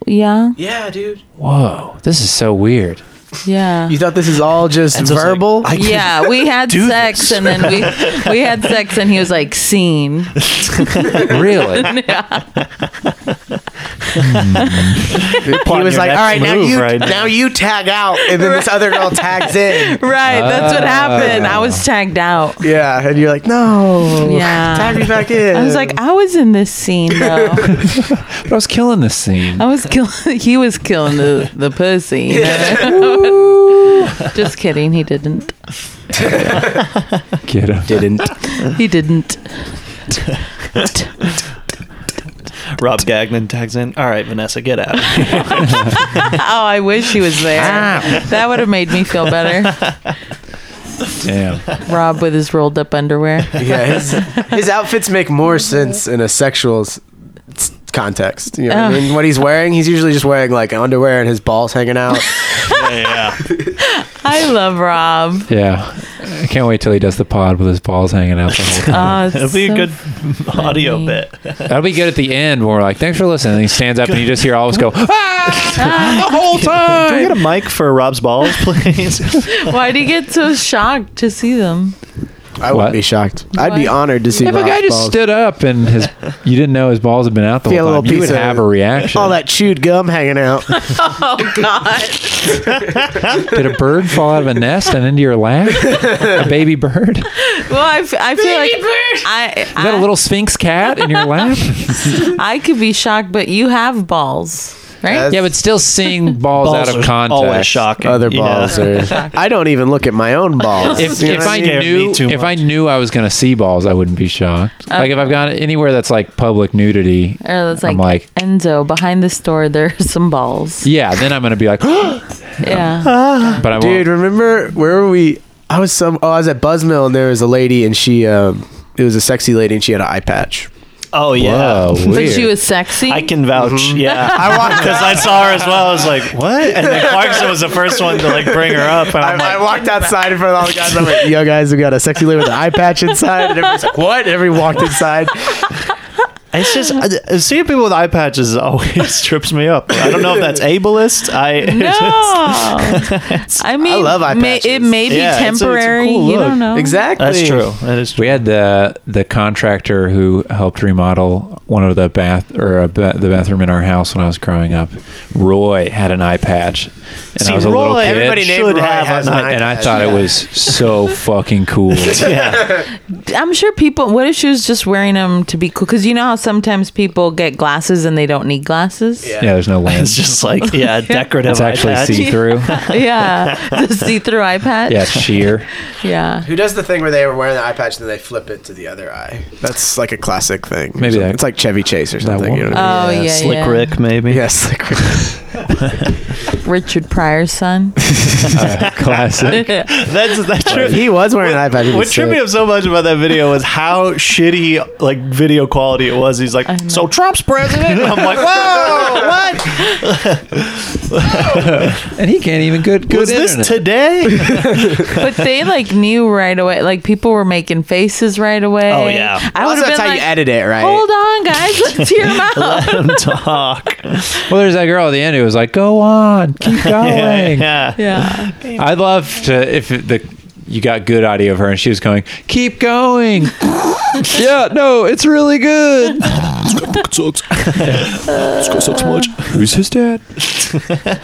yeah,
yeah, dude.
Whoa, this is so weird.
yeah.
You thought this is all just
And so it's like,
verbal?
I can-
yeah, we had
do
sex
this.
and then we we had sex and he was like, "Scene."
<laughs>
<laughs>
Really?
he was
your
like, "All
next
right, now
move
you
right now."
now you tag out," and then this other girl tags
<laughs>
in.
Right, that's what happened. I was tagged out.
Yeah, and you're like, "No,
Yeah.
tag me back in."
I was like, I was in this scene though.
But I was killing this scene.
I was killing. <laughs> He was killing the the pussy. you <laughs> know? Just kidding. He didn't.
Get him.
didn't.
He didn't.
<laughs>
<laughs>
Rob Gagnon tags in. All right, Vanessa, get out.
Oh, I wish he was there.
Ow.
That would have made me feel better.
Damn.
Rob with his rolled up underwear.
Yeah, his, his outfits make more sense in a sexual s- s- context. You know what I mean? What he's wearing, he's usually just wearing like underwear and his balls hanging out.
yeah.
I love Rob.
<laughs>
Yeah. I can't wait till he does the pod with his balls hanging out the whole time.
Oh, it's
It'll be
so
a good audio
funny.
bit.
That'll be good at the end when we're like, thanks for listening. And he stands up and you just hear all of us go, ah! the whole
Can we
time.
get a mic for Rob's <laughs> balls, please?
<laughs> Why do you get so shocked to see them?
I
What?
wouldn't be shocked. I'd be
What?
honored to see
If a guy
Rob's
just
balls.
stood up and his, you didn't know his balls had been out the
Feel a little
whole time, you would
piece of-
have a reaction.
all that chewed gum hanging out.
<laughs>
Oh God!
Did a bird fall out of a nest and into your lap? A baby bird? Is
Well, I, f- I feel like I
that a little sphinx cat in your lap?
I, I could be shocked, but you have balls, right?
That's-
Yeah, but still seeing <laughs> balls, out
are
of context. <laughs>
Always shocking.
Other
you know?
balls are. I don't even look at my own balls.
<laughs> If,
You know
if
what
I
scared me
knew
too
if I knew I was gonna see balls, I wouldn't be shocked. like if I've gone anywhere that's like public nudity,
Or it's like,
I'm like,
Enzo behind the store. There's some balls.
yeah, then I'm gonna be like, <gasps> but
Yeah.
I
Dude,
won't.
remember where were we? I was some. Oh, I was at Buzzmill, and there was a lady, and she. Um, it was a sexy lady, and she had an eye patch.
Oh yeah.
Whoa,
But
weird.
she was sexy.
I can vouch. Yeah, Mm-hmm. <laughs> I walked because I saw her as well. I was like, "What?" And <laughs> then Clarkson was the first one to like bring her up, and
I,
I'm
I
like,
walked outside in front of all the guys. I'm like, "Yo, guys, we got a sexy lady with an eye patch inside." And everybody's like, "What?" And everyone walked inside.
"It's just uh, seeing people with eye patches always <laughs> trips me up." I don't know if that's ableist. I
no. I mean,
love eye
may, it
patches.
may be
Yeah, it's a- it's a
temporary.
cool
you
look.
don't know.
Exactly.
<laughs> that's true. That is true. <laughs>
we had the the contractor who helped remodel one of the bath or a ba- the bathroom in our house when I was growing up. Roy had an eye patch, and I was a little
Roy-
kid,
Everybody named
should
Roy
have
has
an
an
eye
eye
and I
patch.
thought it was so
<laughs>
fucking cool.
Yeah,
I'm sure people. What if she was just wearing them to be cool? Because you know how sometimes people get glasses and they don't need glasses.
Yeah.
Yeah, there's no
<laughs> it's
lens.
just like yeah, decorative.
It's actually
eye patch.
see
<laughs>
through.
<laughs> yeah. The see-through eye patch.
Yeah, it's sheer.
Yeah.
Who does the thing where they were wearing the eye patch and then they flip it to the other eye? That's like a classic thing.
Maybe that-
it's like Chevy Chase or something.
one.
You know what I mean?
Oh yeah.
Slick
yeah.
Rick, maybe.
<laughs> Yes, like
Richard Pryor's son.
Classic.
<laughs> <laughs> That's that trip.
he was wearing an eye patch. It
What
was
tripped me
sick.
up so much about that video
<laughs>
was how shitty like video quality it was. He's like,
know.
<laughs>
"So Trump's president." And I'm like, "Whoa, what?"
and he can't even good good
<laughs> Was
internet.
this today?
<laughs>
But they like knew right away. Like people were making faces right away.
Oh, yeah.
I
Well,
would have
that's
been
how
like,
you edit it, right?
Hold on, guys. Let's hear them out.
<laughs> Let him talk.
well, there's that girl at the end who was like, "Go on, keep going."
<laughs> Yeah.
yeah.
I'd love to if it- the you got good audio of her and she was going, "Keep going." <laughs> yeah, no, it's really good. <laughs> Who's his dad?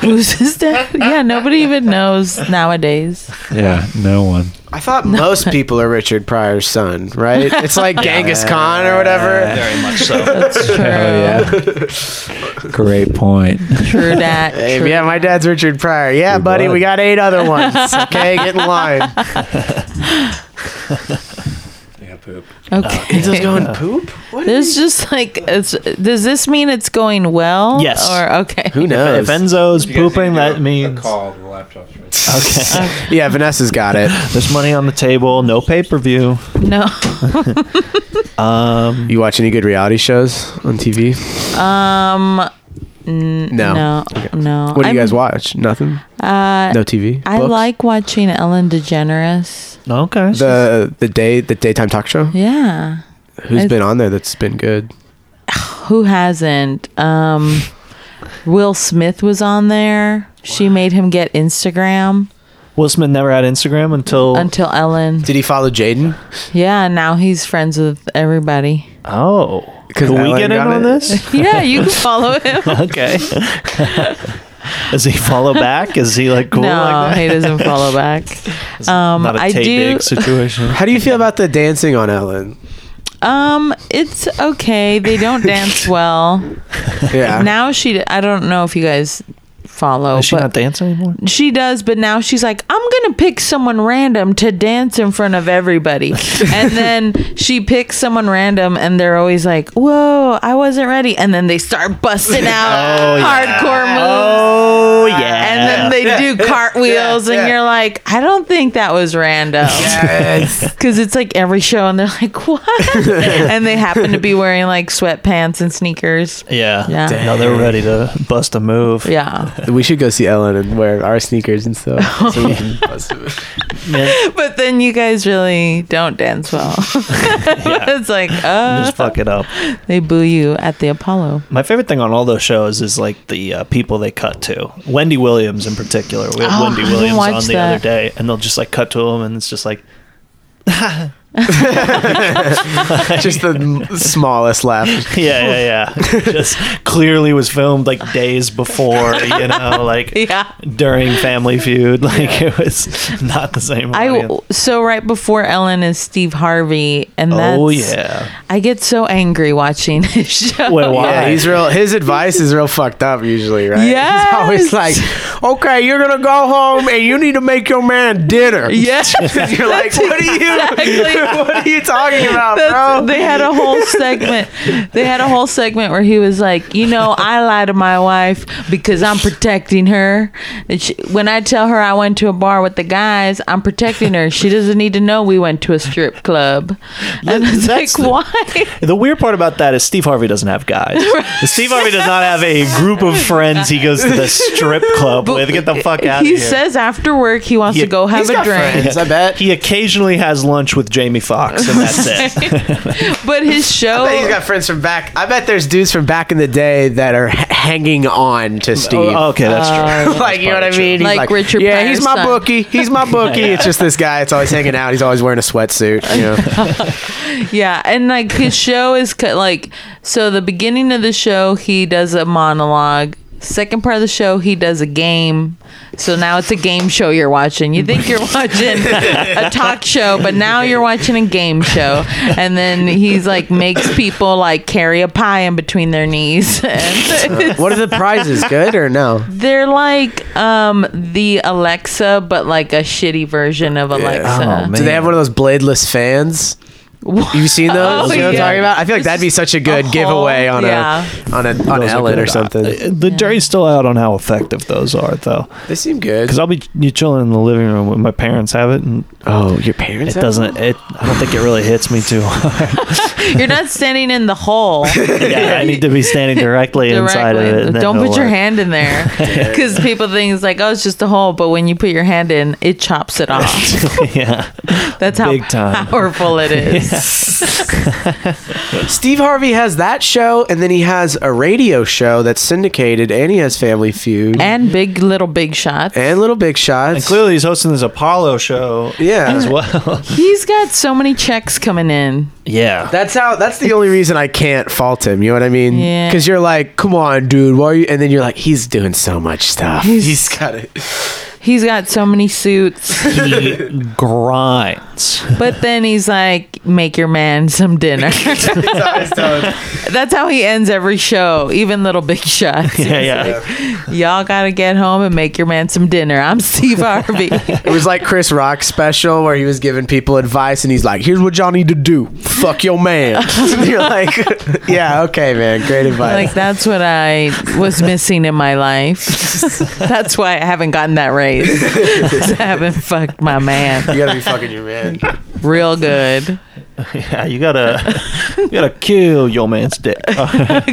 Who's his dad? Yeah. Nobody even knows nowadays.
Yeah, no one.
I thought most people are Richard Pryor's son, right? It's <laughs> like Genghis Khan or whatever.
Very much so.
That's true.
<laughs> Great
<laughs>
point.
True that.
Hey,
true
yeah, my
that.
dad's Richard Pryor. Yeah,
Your
buddy,
bud.
we got eight other ones. Okay, get in line. <laughs>
Okay. <laughs>
poop? What
There's just like, it's, does this mean it's going well?
Yes.
Or okay.
Who
If
knows?
Enzo's pooping, that means
the laptop's
okay.
Oh.
<laughs> yeah, Vanessa's got it.
There's money on the table. No pay per view.
No.
Um,
You watch any good reality shows on TV?
Um. n-
No.
No. No.
What do you
I'm-
guys watch? Nothing.
Uh,
No TV.
I
Books?
like watching Ellen DeGeneres.
okay.
the the day the daytime talk show.
Yeah.
Who's
I-
been on there that's been good?
Who hasn't? Um, Will Smith was on there. She made him get Instagram
Will Smith never had Instagram until.
until Ellen.
Did he follow Jaden?
Yeah, now he's friends with everybody.
oh.
'Cause
Can we
Ellen
get in
got
on
it.
this?
Yeah, you can follow him.
<laughs>
okay. <laughs> Does he follow back? Is he like cool
no,
like that?
he doesn't
<laughs>
follow back. Um,
Not a
I
Tay
do.
Diggs
<laughs>
situation.
How do you feel about the dancing on Ellen?
Um, it's okay. They don't
<laughs>
dance well.
Yeah.
now she i don't know if you guys follow
Is Ah. she
but Uh,
not dancing anymore?
she does but now she's like i'm gonna pick someone random to dance in front of
<laughs>
everybody and then she picks someone random and they're always like whoa i wasn't ready and then they start
<laughs>
busting out hardcore moves
Oh yeah.
and then they do cartwheels, and you're like, I don't think that was random. Because it's like every show, and they're like,
<laughs>
what? and they happen to be wearing like sweatpants and sneakers.
yeah.
Yeah.
No, they're ready to bust a move.
Yeah.
we should go see Ellen and wear our sneakers and stuff. So
<laughs>
we can bust it.
<laughs> But then you guys really don't dance
<laughs>
well. it's like, uh,
Just fuck it up.
they boo you at the Apollo.
My favorite thing on all those shows is like the uh, people they cut to. Wendy Williams in particular. We had
Oh, I
Wendy
didn't
Williams on
watch
the
that.
other day, and they'll just like cut to him, and it's just like, <laughs>
Just the m- smallest laugh.
yeah, yeah, yeah. just clearly was filmed like days before, you know, like
<laughs> Yeah.
during
<laughs>
Family Feud. Like it was not the same.
I
audience.
so right before Ellen is Steve Harvey, and that's,
oh yeah.
I get so angry watching his <laughs> show.
Wait, why?
Yeah, he's real. His advice is real fucked up usually, right?
Yes.
He's always like, "Okay, you're gonna go home and you need to make your man dinner." <laughs>
Yeah, <laughs>
You're like, what are you? <laughs>
<laughs>
What are you talking about,
That's-
bro?
they had a
<laughs>
whole segment. They had a whole segment where he was like, you know, I lie to my wife because I'm protecting her. And she, when I tell her I went to a bar with the guys, I'm protecting her. She doesn't need to know we went to a strip club. And it's like,
That's the-
why?
The weird part about that is Steve Harvey doesn't
<laughs>
have guys. Steve Harvey does not have a group of friends he goes to the strip club with. Get the fuck out of
he
here.
says after work he wants
Yeah,
to go have
He's
a
got
drink,
friends, I bet.
he occasionally has lunch with Jamie Foxx, and
<laughs>
that's it.
<laughs> but his show.
I bet he's got friends from back. I bet there's dudes from back in the day that are h- hanging on to Steve. <laughs>
Oh, okay, that's true.
like you know what I mean? He's
Like Richard
Yeah,
Pryor's
he's my
son."
bookie. He's
<laughs>
my bookie. It's just this guy. It's always hanging out. He's always wearing a sweatsuit. You
<laughs>
know?
Yeah, and like his show is cut like so the beginning of the show he does a monologue. Second part of the show he does a game. So now it's a game show you're watching. You think you're watching a talk show, but now you're watching a game show. And then he's like makes people like carry a pie in between their knees. <laughs>
<laughs>
And
what are the prizes? Good or no?
they're like um the Alexa but like a shitty version of Alexa.
Oh, man.
Do they have one of those bladeless fans? You've seen those?
Oh,
you know what
yeah.
I'm talking about? I feel like that'd be such a good
whole-
giveaway on
yeah.
a on a on
Those are
Ellen or
good.
something.
Uh, The jury's still out on how effective those are, though.
they seem good.
Because I'll be you chilling in the living room when my parents have it, and
Oh, your parents?
it doesn't. It I don't think it really hits me too. hard.
You're not standing in the hole
yeah, I need to be standing directly, inside of
directly.
it. and then
Don't put
it'll
your
work. <laughs>
hand in there because people think it's like, oh, it's just a hole. But when you put your hand in, it chops it off.
<laughs> yeah,
That's how
Big
<laughs>
time.
powerful it
<laughs>
is.
Steve Harvey has that show, and then he has a radio show that's syndicated, and he has Family Feud and,
And big little big shots.
Little Big Shots.
and clearly he's hosting this Apollo show
yeah.
as well.
He's got so many checks coming in.
yeah,
That's how. That's the only reason I can't fault him. You know what I mean?
Yeah.
Because you're like, come on, dude, why are you? And then you're like, he's doing so much stuff.
He's-
he's got it.
He's got so many
<laughs>
suits.
he grinds.
But then he's like, make your man some
<laughs>
dinner. That's how he ends every show, even little big shots.
<laughs> Yeah, yeah.
Y'all gotta get home and make your man some dinner. I'm Steve Harvey.
<laughs>
It was like Chris Rock's special where he was giving people advice, and he's like, here's what y'all need to do: fuck your man. <laughs> And you're like, yeah, okay, man, great advice.
like that's what I was missing in my life. <laughs> that's why I haven't gotten that raise. <laughs> 'Cause I haven't fucked my man
you gotta be fucking your man.
real good. <laughs>
Yeah, you gotta, you gotta kill your
<laughs>
man's dick.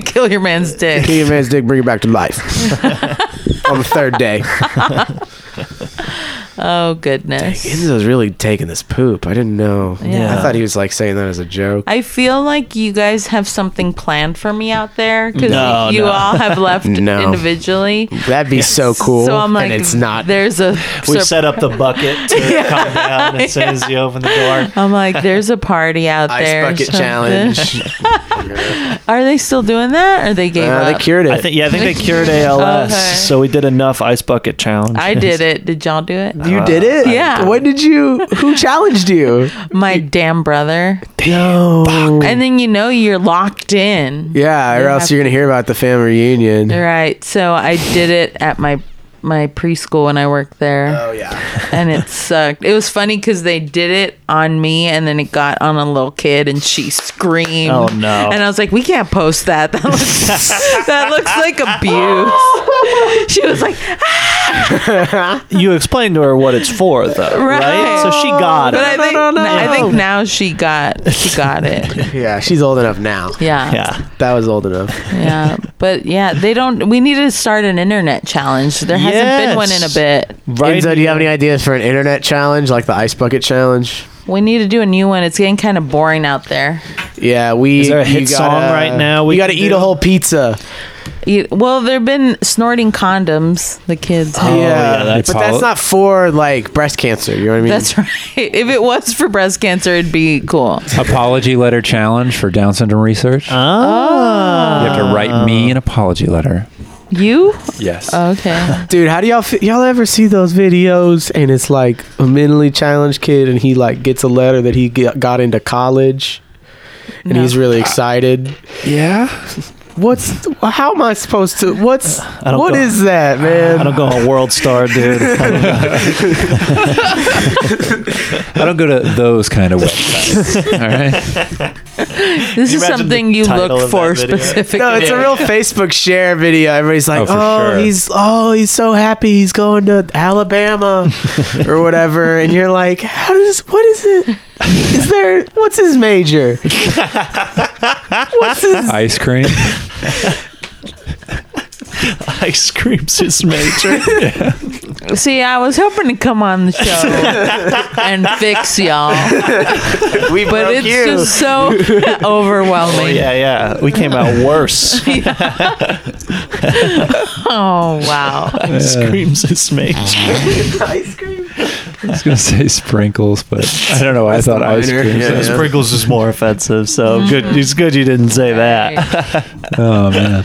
Kill your man's dick.
Kill your man's dick, bring it back to
<laughs>
life. On the third day,
Oh goodness.
Enzo's really taking this poop. I didn't know.
Yeah.
I thought he was like saying that as a joke.
I feel like you guys have something planned for me out there because
No,
you
no.
all have
<laughs>
left
No.
individually.
That'd be so cool.
So I'm like,
and it's not.
There's a.
We
sur-
set up the bucket
<laughs>
to come down as soon as you open the door.
I'm like, there's a party out
Ice
there. or
bucket
something.
challenge.
<laughs> Are they still doing that, or they gave
Uh,
up?
they cured it.
I think yeah, I think
<laughs>
they cured ALS,
Okay.
so we did enough ice bucket challenge.
I did it. Did y'all do it?
You did it?
Yeah.
What did you who challenged you?
My damn brother.
No.
And then you know you're locked in.
Yeah, or
You
else
have-
you're gonna hear about the family reunion.
Right. So I did it at my my preschool when I worked there.
Oh yeah.
and it sucked. It was funny because they did it on me, and then it got on a little kid, and she screamed.
<laughs> Oh, no.
And I was like, "We can't post that. That looks, <laughs> that looks like abuse." she was like,
You explained to her what it's for, though, right?
Right.
So she got
"But
it.
I think I think now she got she got
<laughs>
it.
Yeah, she's old enough now.
Yeah, yeah,
yeah,
That was old <laughs> enough.
But yeah, they don't. We need to start an internet challenge. There hasn't been one in a
Yes.
bit.
right.
Enzo, do you have any ideas for an internet challenge, like the ice bucket challenge?
We need to do a new one. It's getting kind of boring out there.
Yeah, we
Is there a
you
hit song right now we
you gotta
can
eat
do?
a whole pizza.
You- well, there've been snorting condoms. The kids. have.
yeah, that's
but
all-
Oh, that's not for like breast cancer. You know what I mean?
<laughs> That's right. If it was for breast cancer, it'd be cool.
apology letter challenge for Down syndrome research.
Ah.
you have to write me an apology letter.
Oh. You?
Yes.
Uh,
<laughs>
Okay.
Dude, how do y'all fe- y'all ever see those videos and it's like a mentally challenged kid and he like gets a letter that he get, got into college and he's really excited.
yeah.
What's how am I supposed to? What's
don't
what
go-
is that, man?
I don't go on World
<laughs>
Star, dude.
I don't go to those kind of websites. All right.
This is
imagine
something
the
you
title
look
of
for
that video?
specifically.
no, it's a <laughs> real Facebook share video. Everybody's like,
Oh, for
"Oh,
sure.
he's oh, he's so happy. He's going to Alabama <laughs> or whatever." And you're like, "How does what is it? Is there what's his <laughs> major? what's his
Ice cream.
<laughs> Ice cream's his <laughs> major.
See, I was hoping to come on the show
<laughs>
and fix y'all,
we
but
broke
it's
you.
just so
<laughs>
oh
overwhelming.
yeah, yeah. We came out worse.
Oh, wow.
<laughs> Ice cream's his <laughs> major.
I was gonna say sprinkles, but I don't know. why I thought ice
minor.
cream.
Yeah, yeah.
Sprinkles is more offensive, so good. It's good you didn't say that.
Oh man.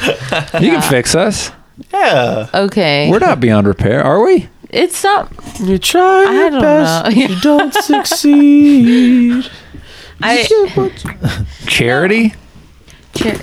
You can fix us.
Yeah.
Okay.
We're not beyond repair, are we?
It's not.
You try
I
your
don't
best,
know. <laughs>
you don't succeed.
I,
Charity.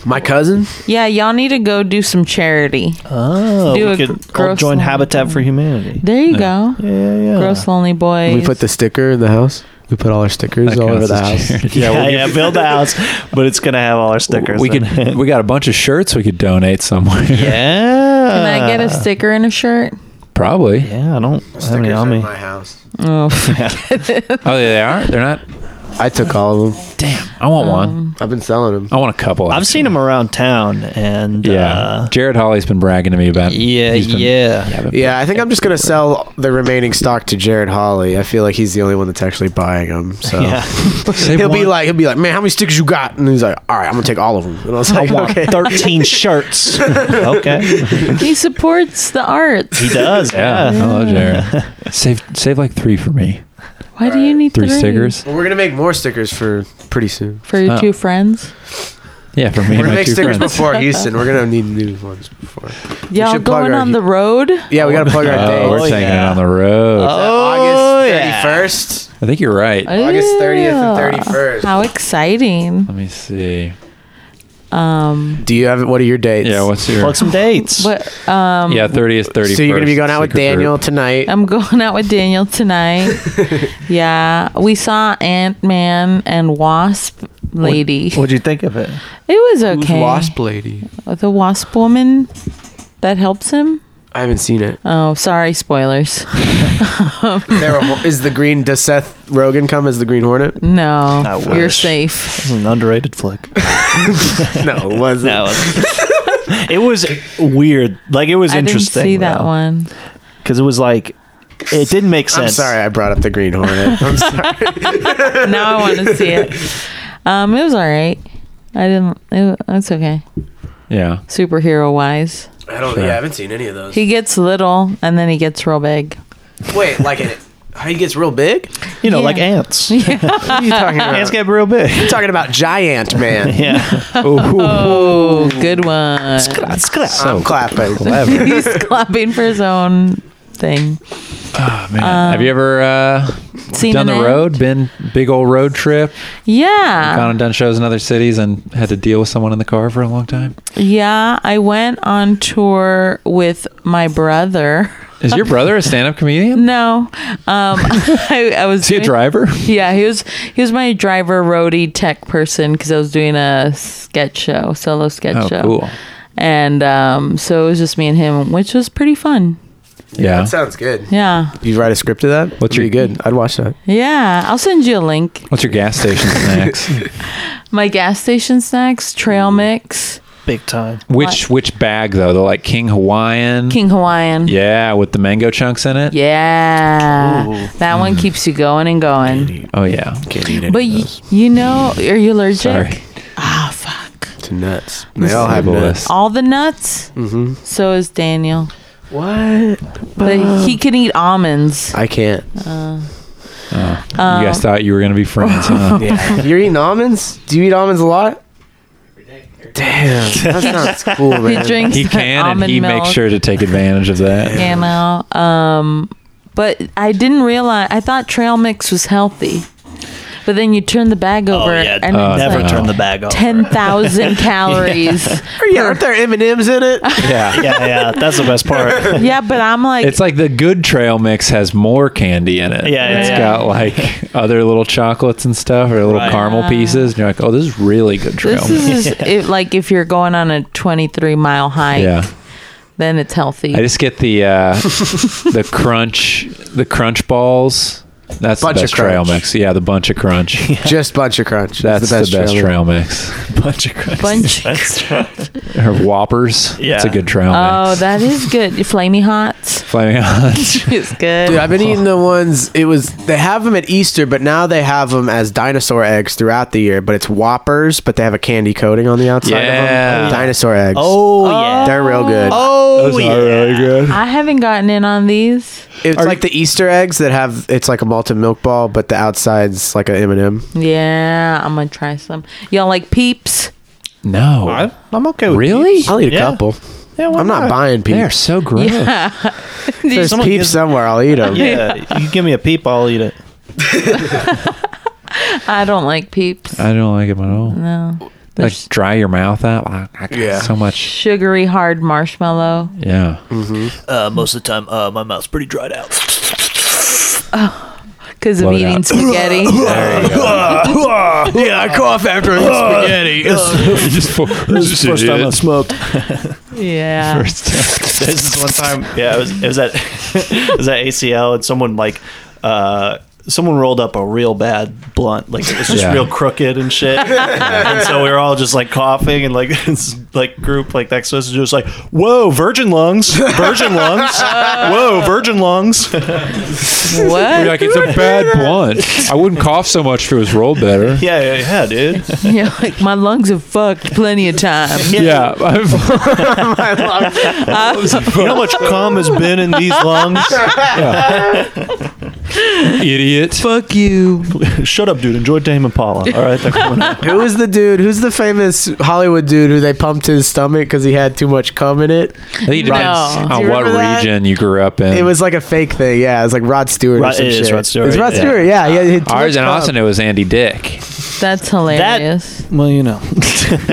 My cousin?
yeah, y'all need to go do some charity.
<laughs> Oh,
Do a
we could all
gross
join
line.
Habitat for Humanity.
There you go.
Yeah, yeah.
Gross Lonely Boys.
We put the sticker in the house. We put all our stickers
That
all over
counts
the
as
house.
charity.
Yeah, yeah, build <laughs> the house, but it's gonna have all our stickers.
we
in
could.
it.
<laughs> We got a bunch of shirts we could donate somewhere.
<laughs> yeah.
Can I
Uh.
get a sticker and a shirt?
<laughs> Probably.
Yeah, I don't have any on me.
house.
Oh,
Oh, they are. They're not.
I took all of them.
Damn. I want one.
I've been selling them.
I want a couple.
Um, I've seen them around town, and
Yeah.
uh,
Jared Holly's been bragging to me about.
yeah,
he's been-
yeah.
Yeah. but-
Yeah, I think I'm just gonna sell the remaining stock to Jared Holly. I feel like he's the only one that's actually buying them. So
<laughs> <laughs> Yeah.
<laughs>
Save
he'll be
one.
like, he'll be like, man, how many stickers you got? And he's like, all right, I'm gonna take all of them. And I was like, okay.
13 <laughs> shirts. okay.
he supports the arts.
<laughs> He does.
Yeah.
Yeah.
Hello,
<laughs>
Jared. save save like three for me.
Why do you need
Three
three,
stickers.
Well, we're gonna make more stickers for pretty soon.
for your
Oh.
two friends?
Yeah, for me
We're
and
gonna
my
make
two
stickers
friends.
before Houston. We're gonna need new ones before.
Y'all
should plug
going
our-
on the road?
Yeah, we gotta plug our
Oh,
dates.
we're taking it
yeah.
on the road.
Oh,
August
yeah.
31st.
I think you're right.
August 30th and
Yeah.
31st.
How exciting!
Let me see.
Um,
Do you have what are your dates?
Yeah, what's your?
Plug some dates.
what? Um,
yeah, thirtieth, thirty.
so you're gonna be going out with Daniel tonight.
I'm <laughs> going out with Daniel tonight.
<laughs>
yeah, we saw Ant Man and Wasp Lady.
What'd you think of it?
It was okay.
Wasp Lady.
The Wasp woman that helps him.
I haven't seen it.
Oh, sorry, spoilers.
There are- is the green. Does Seth Rogen come as the Green Hornet?
I
No,
wish.
you're safe.
It's an underrated <laughs> flick.
No, it wasn't.
it was weird. Like it was
I didn't
interesting.
see that one.
because it was like it didn't make sense.
I'm sorry, I brought up the Green Hornet. <laughs> I'm sorry.
now I want to see
<laughs>
it. Um, it was all right. I didn't. It, that's okay.
Yeah,
Superhero wise,
I don't.
Sure.
Yeah, I haven't seen any of those.
he gets little and then he gets real big.
Wait, like it. How he gets real big?
You
<laughs>
know,
Yeah.
like ants. ants get real big.
<laughs>
You're talking about Giant Man.
Yeah.
Oh, good
<laughs>
one.
I'm <laughs> clapping.
He's clapping for his own thing.
oh, man. Have you ever uh,
Seen
done
an
the
ad?
road? Been big old road trip? Gone
Yeah,
and done shows in other cities and had to deal with someone in the car for a long time.
yeah. I went on tour with my brother. <laughs>
Is your brother a stand-up comedian?
No, um, <laughs> I, I was.
Is he a
doing-
driver?
Yeah, he was he was my driver, roadie, tech person because I was doing a sketch show, solo sketch
Oh,
show.
cool.
And um, so it was just me and him, which was pretty fun.
Yeah.
That sounds good.
Yeah,
You write a script of that?
What's
Pretty
your-
good? I'd watch that.
yeah. I'll send you a link.
What's your gas
<laughs>
station snacks?
My gas station snacks, trail mix,
Big time.
which which bag though? The like King Hawaiian.
King Hawaiian.
Yeah, with the mango chunks in it.
Yeah, that
Mm.
one keeps you going and going.
Oh yeah.
But y- you know, are you allergic?
Sorry.
Ah, fuck.
To nuts. They all have nuts.
All the nuts. Mm-hmm. So is Daniel,
What?
<gasps>
but he can eat almonds. Um,
I <laughs> can't.
you guys thought you were gonna be friends,
<laughs>
huh?
You're eating almonds? Do you eat almonds a lot? Damn, that sounds <laughs> cool,
He
man.
drinks
He
that
can, and
almond
he
milk.
makes sure to take advantage of that.
you know. Um, but I didn't realize. I thought trail mix was healthy, but then you turn the bag over and
Oh,
it's
<laughs> never
like
turn the bag off.
ten thousand calories. yeah.
Yeah, aren't there M and M's in <laughs> it?
Yeah.
yeah, yeah. That's the best part. yeah, <laughs>
but I'm like,
It's like the good trail mix has more candy in it.
yeah,
It's
yeah.
got <laughs> like other little chocolates and stuff or little
Right.
caramel pieces. And you're like, oh, this is really good trail
Ah. this
mix.
is if, like if you're going on a twenty three mile hike,
Yeah.
then it's healthy.
I just get the <laughs> uh, the crunch the crunch balls. That's
Bunch
the
of
best trail
crunch.
mix. <laughs> Yeah, the bunch of crunch.
Just bunch of crunch.
That's the best,
trail.
trail, mix. <laughs> bunch of crunch.
Bunch.
Or whoppers.
Yeah.
It's a good trail
Oh,
mix.
that is good. Flamey hot
Flaming <laughs> Hot.
is good.
Dude, I've been eating the ones. It was they have them at Easter, but now they have them as dinosaur eggs throughout the year. But it's Whoppers, but they have a candy coating on the outside
Yeah.
of them. Dinosaur eggs.
Oh, yeah.
they're real good.
Oh yeah.
I haven't gotten in on these.
it's like the Easter eggs that have. It's like a malted milk ball, but the outside's like an M and m
Yeah, I'm gonna try some. Y'all like peeps?
no.
I, I'm okay with
really?
Oh,
I'll eat a
Yeah.
couple.
Yeah, why
I'm not buying peeps.
They are so gross.
<laughs>
There's
Someone
peeps
gives-
somewhere. I'll eat them.
<laughs> Yeah, you give me a peep, I'll eat it.
I don't like peeps.
I don't like them at all.
No.
Like
Mm, There's
dry your mouth out. I, I got
Yeah.
so much.
sugary hard marshmallow.
<laughs> Yeah.
Uh, most of the time, uh, my mouth's pretty dried out.
because of
Blow it
eating
out.
spaghetti.
<laughs> There you go.
yeah, I cough after eating spaghetti.
Just for-
smoked.
yeah.
<laughs> this is one time. Yeah, it was, it was at <laughs> it was at ACL, and someone like uh, someone rolled up a real bad blunt, like it was just
Yeah.
real crooked and <laughs> shit. and so we were all just like coughing, and like <laughs> this like group like next to us was just like, "Whoa, virgin lungs, virgin lungs, whoa, virgin lungs." <laughs>
You're
<laughs> What?
like, it's a bad blunt. I wouldn't cough so much if it was rolled better.
yeah, yeah, yeah, dude.
yeah, like my lungs have fucked plenty
<laughs>
of times.
Yeah. I've-
You know how much cum has been in these <laughs> lungs?
idiot.
Fuck you.
Shut up, dude. Enjoy Dame Impala. All right, they're coming up.
Who was the dude? Who's the famous Hollywood dude who they pumped his stomach because he had too much cum in it?
I think it
No.
depends
Do
on
you
Oh, what
remember that?
region you grew up in.
It was like a fake thing. Yeah, it was like Rod Stewart
Rod-
or some
it is
shit.
Rod Stewart,
It's Rod
yeah.
Stewart. Yeah, yeah. he had too
Ours
much
in
cum.
Austin, it was Andy
<laughs>
Dick.
That's hilarious.
Well, you <laughs> know,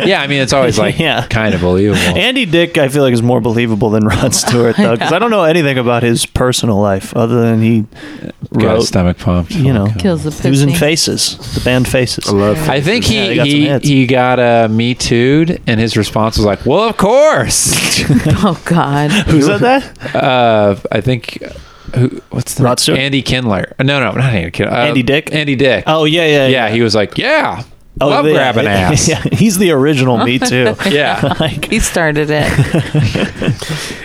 Yeah, I mean, it's always like
Yeah.
kind of
<laughs>
believable.
Andy Dick, I feel like is more believable than <laughs> Rod Stewart, though, because I don't know anything about his personal life other than he
Got
wrote.
his stomach pumped. Oh,
You know,
Kills the pussy.
he was in Faces, the band Faces. I love.
I think
Yeah,
he
they got some
he,
hits.
he got a Me Too'd, and his response was like, "Well, of
<laughs>
course."
Oh God. <laughs>
Who said that?
uh, I think uh, who? What's the
Rod Stewart?
Andy Kindler? No, no, not Andy Kindler. Uh,
Andy Dick?
Andy Dick.
Oh yeah, yeah,
yeah, he was like, "Yeah,
Oh,
love
yeah.
grabbing ass."
<laughs> Yeah, he's the original Me <laughs> Too.
Yeah.
like,
He started it. <laughs>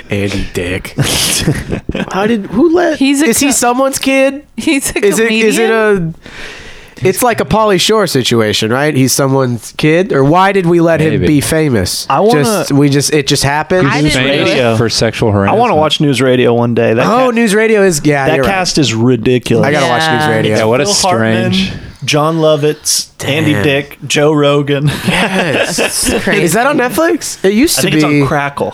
Andy Dick. <laughs> How did who let?
He's a
is he
co-
someone's kid?
He's a
Is it?
comedian. Oh,
Is it a? It's like a Polly Shore situation, right? He's someone's kid, or why did we let him
Maybe.
be famous?
I wanna-
Just we just it just happened.
I didn't
Famous
really-
radio.
for sexual
I
harassment.
want to watch News Radio one day. That
Oh,
ca-
news radio is yeah.
that
you're right.
cast is ridiculous.
I gotta watch
Yeah.
news radio.
Yeah, what a
Phil Hartman,
strange.
John Lovitz, Andy
Damn.
Dick, Joe Rogan.
Yes.
It's
<laughs>
crazy.
Is that on Netflix? It used
<laughs> I
to
think
be.
it's on
<laughs>
Crackle. <laughs>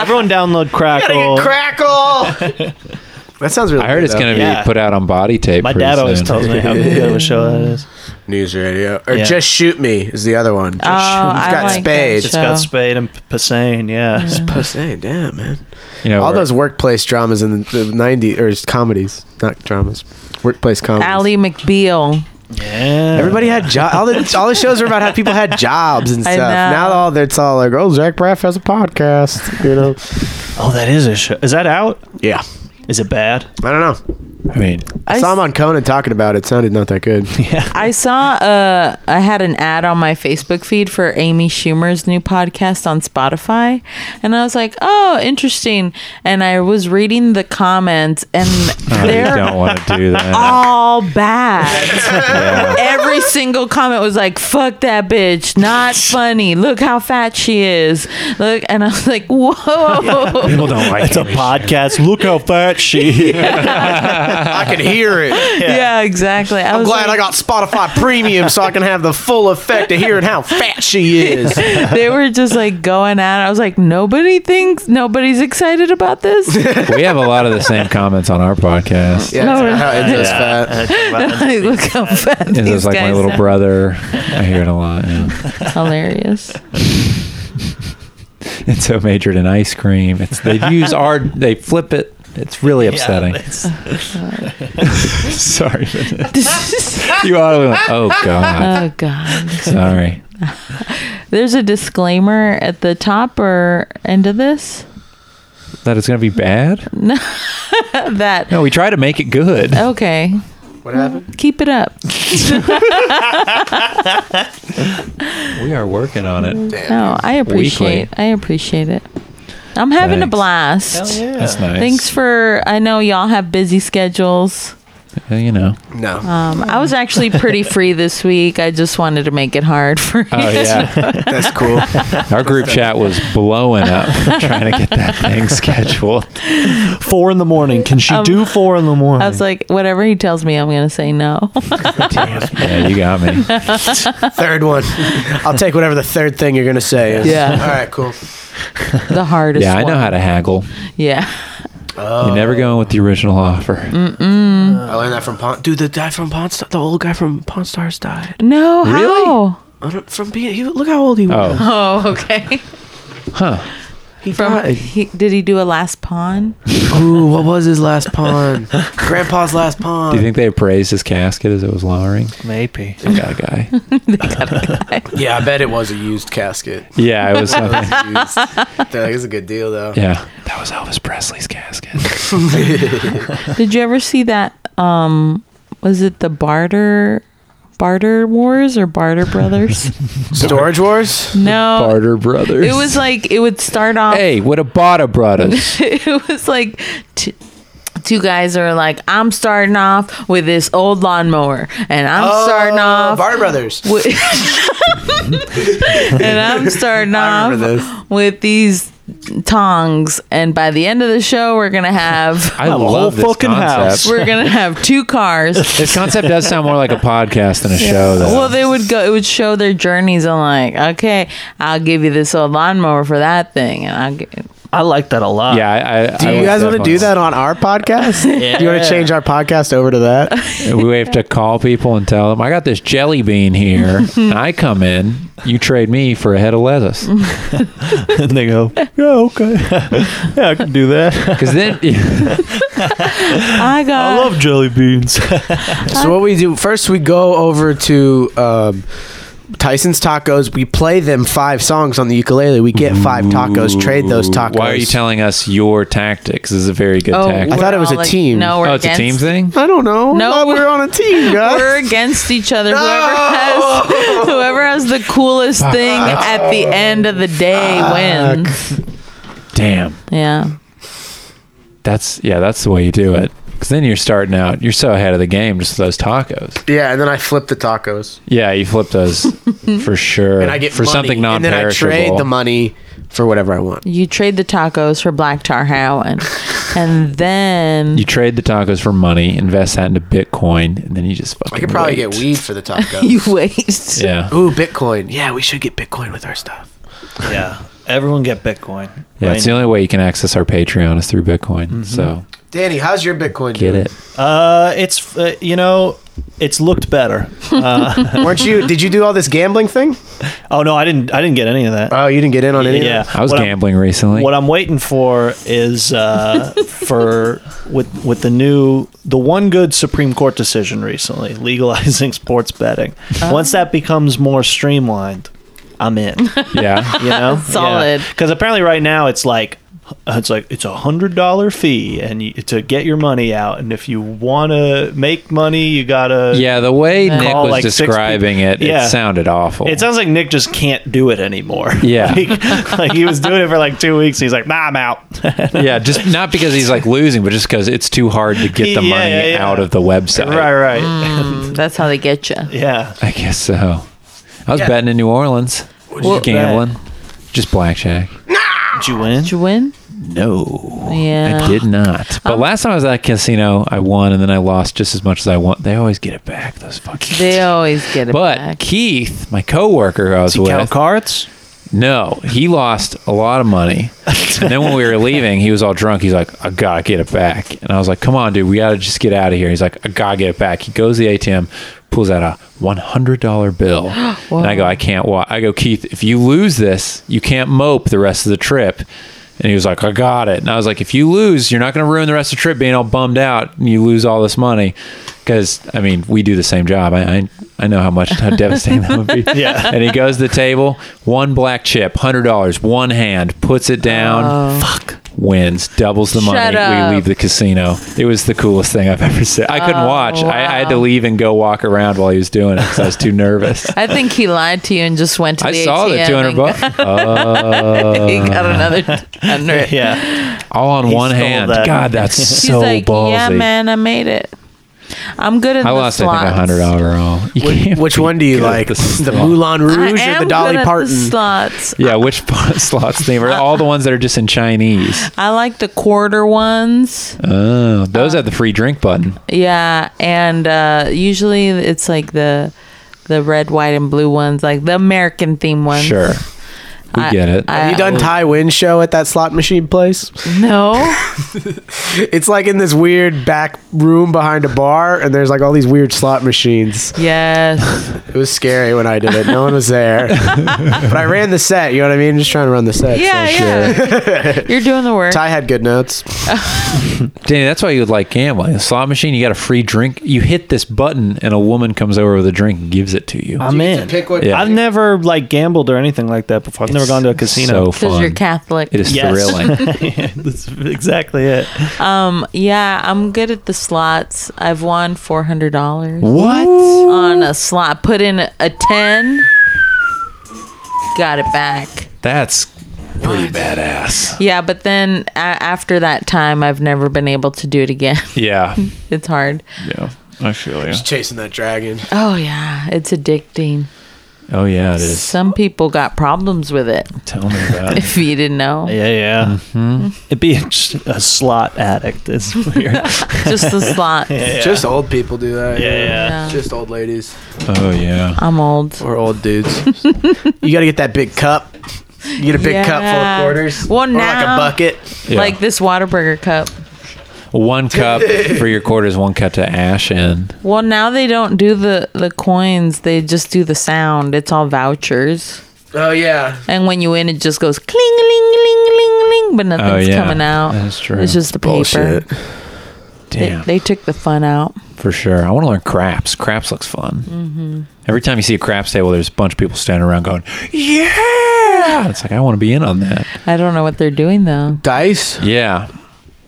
Everyone download Crackle.
Crackle.
<laughs>
that sounds really.
I heard it's going to be
Yeah.
put out on body tape.
My
pretty
dad always
soon.
tells me how good of a show that is.
to news radio or
Yeah.
just shoot me is the other one. Just
Oh,
Shoot Me.
I
It's got
like that
spades.
It's
show.
got Spade and Passain, yeah.
Hey, damn man!
You know,
All
we're-
those workplace dramas in the, the '90s or it's comedies, not dramas. Workplace comedies.
Ally McBeal.
Yeah.
Everybody had jobs. All the all the shows were about how people had jobs and
<laughs> I
stuff. Now
know.
all it's all like, oh, Zach Braff has a podcast. You know?
Oh, that is a show. Is that out?
Yeah.
Is it bad?
I don't know.
I mean,
I,
I
saw him on Conan talking about it. Sounded not that
<laughs>
good.
I saw uh I had an ad on my Facebook feed for Amy Schumer's new podcast on Spotify and I was like, "Oh, interesting." And I was reading the comments
<laughs>
and
Oh,
I
they're
don't want to
<laughs>
do that.
all
<laughs>
bad. Every single comment was like, "Fuck that
<laughs>
bitch. Not funny. Look how fat she is." Look and I was like, <laughs>
<laughs>
"Whoa."
People don't like
It's a
it.
podcast. Look how fat <laughs> she is.
I can hear it.
Yeah, exactly. I
I'm
was
glad
like-
I
<laughs>
got Spotify Premium so I can have the full effect of hearing how fat she
<laughs>
is.
they were just like going at it. I was like, nobody thinks nobody's excited
<laughs>
about this.
We have a lot of the same comments on our podcast.
Yeah, it's how it is fat.
Like, look how fat
It's
these
just like my
guys
little
are.
brother. I hear it a lot.
<laughs>
Yeah.
Hilarious.
It's so majored in ice cream. It's they use our they flip it. It's really <laughs> upsetting. Sorry. you all went, oh god.
oh god.
Sorry.
There's a disclaimer at the top or end of this
That it's gonna be bad?
that
No, we try to make it good.
<laughs> okay.
What happened?
Keep it up.
We are working on it.
No, I appreciate. I appreciate it. I'm having a
Thanks.
blast.
That's nice.
Thanks for. I know y'all have busy schedules.
Uh, you know.
No.
Um, I was actually <laughs> pretty free this week. I just wanted to make it hard for you.
Oh yeah.
That's cool.
Our group chat was blowing up trying to get that thing scheduled.
Four in the morning. Can she do four in the morning?
Um, I was like, whatever he tells me, I'm gonna say no. <laughs>
Yeah, you got me.
Third one. I'll take whatever the third thing you're going to say is.
Yeah.
All right, cool.
the hardest.
Yeah, I know
one.
how to haggle.
Yeah.
You're never going with the original offer.
Uh, I learned that from Pawn. Dude, the guy from Pawn Star, the old guy from Pawn Stars died.
No.
Really?
How? <laughs>
I don't- From being, he, look how old he was.
Oh.
Oh, okay.
Huh.
He
From
died.
he, did he do a last pawn?
Ooh, what was his last pawn? Grandpa's last pawn.
Do you think they appraised his casket as it was lowering?
Maybe.
They got a guy.
yeah, I bet it was a used
<laughs>
casket.
Yeah, it was
<laughs>
nothing.
Used. They're like, it's a good deal though.
Yeah. That was Elvis Presley's casket.
Did you ever see that? Um, was it the barter, barter wars or
<laughs>
barter brothers?
Storage Wars.
no,
Barter Brothers.
Oh, it was like it would start off.
Hey, what a bada brothers.
<laughs> it was like t- two guys are like, I'm starting off with this old lawnmower, and I'm starting off.
Oh, Barter Brothers.
with- and I'm
<laughs>
starting
I
off
remember this.
with these tongs, and by the end of the show, we're
<laughs>
gonna have
I
A whole
love this
fucking
concept.
house.
we're gonna have two cars.
This concept does sound more like a podcast than a
Oh,
show, though.
Well, they would go. It would show their journeys. I'm like, okay, I'll give you this old lawnmower for that thing, and I'll get.
I like that a lot.
yeah, I, I,
Do you guys want to do that on our <laughs> podcast? Do you want to change our podcast over to that?
We have to call people and tell them, I got this jelly bean here. and I come in, you trade me for a head of lettuce.
and <laughs> they go, yeah, okay, <laughs> yeah, I can do
Uh,
that.
Because then, <laughs>
I got.
I love
<laughs>
jelly beans.
<laughs> So what we do first, we go over to um, Tyson's Tacos. We play them five songs on the ukulele. We get five tacos. Trade those tacos.
Why are you telling us your tactics is a very good
I
tactic?
thought
Oh, we're
it was
all
a team.
No, we're
Oh, it's a
against,
team thing?
I don't know.
No.
No, we <laughs> were on a team, guys.
We're against each other. Whoever has whoever has the coolest thing at the end of the day wins.
Damn.
Yeah.
That's, yeah, that's the way you do it. Because then you're starting out, you're so ahead of the game, just those tacos.
yeah, and then I flip the tacos,
Yeah, you flip those for sure.
and I get
for
money,
something non
and then I trade the money for whatever I want.
You trade the tacos for black tar heroin. And then
You trade the tacos for money, invest that into Bitcoin, and then you just fucking.
I could probably
wait.
get weed for <laughs> the tacos.
<laughs> you waste.
Yeah.
Ooh, Bitcoin. Yeah, we should get Bitcoin with our stuff.
yeah, everyone get Bitcoin.
Yeah,
Right Mm-hmm.
it's the only way you can access our Patreon is through Bitcoin. So
Danny, how's your Bitcoin?
get
doing?
it.
Uh, it's uh, you know, it's looked better.
Weren't you? Did you do all this gambling thing?
Oh no, I didn't. I didn't get any of that.
Oh, you didn't get in on any. of
yeah,
that?
I was
What I'm-
gambling recently.
What I'm waiting for
<laughs>
is uh, for with with the new the one good Supreme Court decision recently <laughs> legalizing sports betting. Once that becomes more streamlined, I'm in.
<laughs> yeah.
<laughs> You know,
Solid.
Because apparently, right now it's like it's like it's a hundred dollar fee and you, to get your money out, and if you want to make money, you gotta
Yeah, the way
Call,
Nick was
like, six
describing
people.
it,
Yeah.
it sounded awful.
It sounds like Nick just can't do it anymore.
Yeah.
<laughs> like, like he was doing it for like two weeks. And he's like, nah,
<laughs>
I'm out.
yeah, just not because he's like losing, but just because it's too hard to get the
Yeah,
money
yeah, yeah.
out of the website.
<laughs> right, right.
That's how they get you.
Yeah.
I guess so. I was betting in New Orleans, just
you bet?
gambling, just blackjack.
Did you win?
Did you win?
No,
Yeah. Um,
I did not. But last time I was at a casino, I won, and then I lost just as much as I won. They always get it back. Those fucking.
They always get it
But
back.
Keith, my coworker who I was
Did you
with,
count cards?
no, he lost a lot of money. and then when we were leaving, he was all drunk. He's like, "I gotta get it back," and I was like, "Come on, dude, we gotta just get out of here." He's like, "I gotta get it back." He goes to the ATM, pulls out a one hundred dollar bill, and I go, "I can't walk." I go, "Keith, if you lose this, you can't mope the rest of the trip." And he was like, "I got it," and I was like, "If you lose, you're not gonna ruin the rest of the trip being all bummed out, and you lose all this money." Because I mean, we do the same job. I, I I know how much how <laughs> devastating that would be.
<laughs> Yeah.
And he goes to the table, one black chip, hundred dollars, one hand, puts it down, fuck, wins, doubles the
Oh. Shut
money.
up. Oh,
We leave the casino. It was the coolest thing I've ever seen. I couldn't watch. I, I had to leave and go walk around while he was doing it because I was too
<laughs>
nervous.
I think he lied to you and just went to
I
the
saw
ATM
the two hundred
and
bucks,
<laughs> He got <laughs> another
<laughs>
hundred.
Yeah.
all on
He
one
stole
hand.
that.
God, that's
<laughs> He's
so
like,
ballsy.
yeah, man, I made it. I'm good at
I
the
lost, I think,
slots.
a hundred overall.
<laughs>
You can't
Which
be
one do you
good at
like? The,
the
Moulin Rouge
I
or the
am
Dolly
good at
Parton?
The slots.
Yeah, which <laughs> slots they were? All the ones that are just in Chinese.
I like the quarter ones.
Oh, those have the free drink button.
Yeah, and uh, usually it's like the the red, white, and blue ones, like the American theme ones.
Sure. We get it.
Have you done Ty Wynn's show at that slot machine place?
<laughs>
No.
It's like in this weird back room behind a bar, and there's like all these weird slot machines.
Yes.
It was scary when I did it. No one was <laughs> there, but I ran the set. You know what I mean? Just trying to run the set. so
Yeah,
sure.
yeah. You're doing the work.
Ty had good notes.
Danny, that's why you would like gambling. The slot machine, you got a free drink. You hit this button, and a woman comes over with a drink and gives it to you.
I'm in.
Yeah.
I've never like gambled or anything like that before. I've never gone to a casino.
So
Because
fun.
you're Catholic.
It is
Yes.
<laughs>
thrilling.
<laughs> That's exactly it.
Um, yeah, I'm good at the slots. I've won four hundred dollars
what?
on a slot. Put in a ten, got it back.
That's pretty badass.
Yeah, but then a- after that time, I've never been able to do it again. <laughs>
Yeah.
it's hard.
Yeah. I feel you.
Chasing that dragon.
Oh yeah, it's addicting.
Oh, yeah, it is.
Some people got problems with it.
Tell me
<laughs>
about it.
If you didn't know,
Yeah, yeah.
Mm-hmm.
It'd be <laughs> a, a slot addict. <laughs> It's weird.
just the
<laughs>
slots.
Just old people do that.
Yeah, yeah.
Just old ladies
Oh, yeah.
I'm old.
or old dudes. <laughs> you gotta get that big cup. You get a big cup full
Yeah.
of quarters.
Well,
or like
now-
a bucket.
Yeah.
Like this Waterburger cup.
One
<laughs>
cup for your quarters, one cup to ash in.
Well, now they don't do the the coins; they just do the sound. It's all vouchers,
Oh yeah.
and when you win, it just goes cling, ling, ling, ling, ling, but
Oh,
nothing's
yeah.
coming out.
That's true.
It's just the paper.
Bullshit.
They,
Damn.
they took the fun out.
for sure. I want to learn craps. Craps looks fun.
Mm-hmm.
Every time you see a craps table, there's a bunch of people standing around going, yeah. It's like, I want to be in on that.
I don't know what they're doing though.
Dice.
Yeah.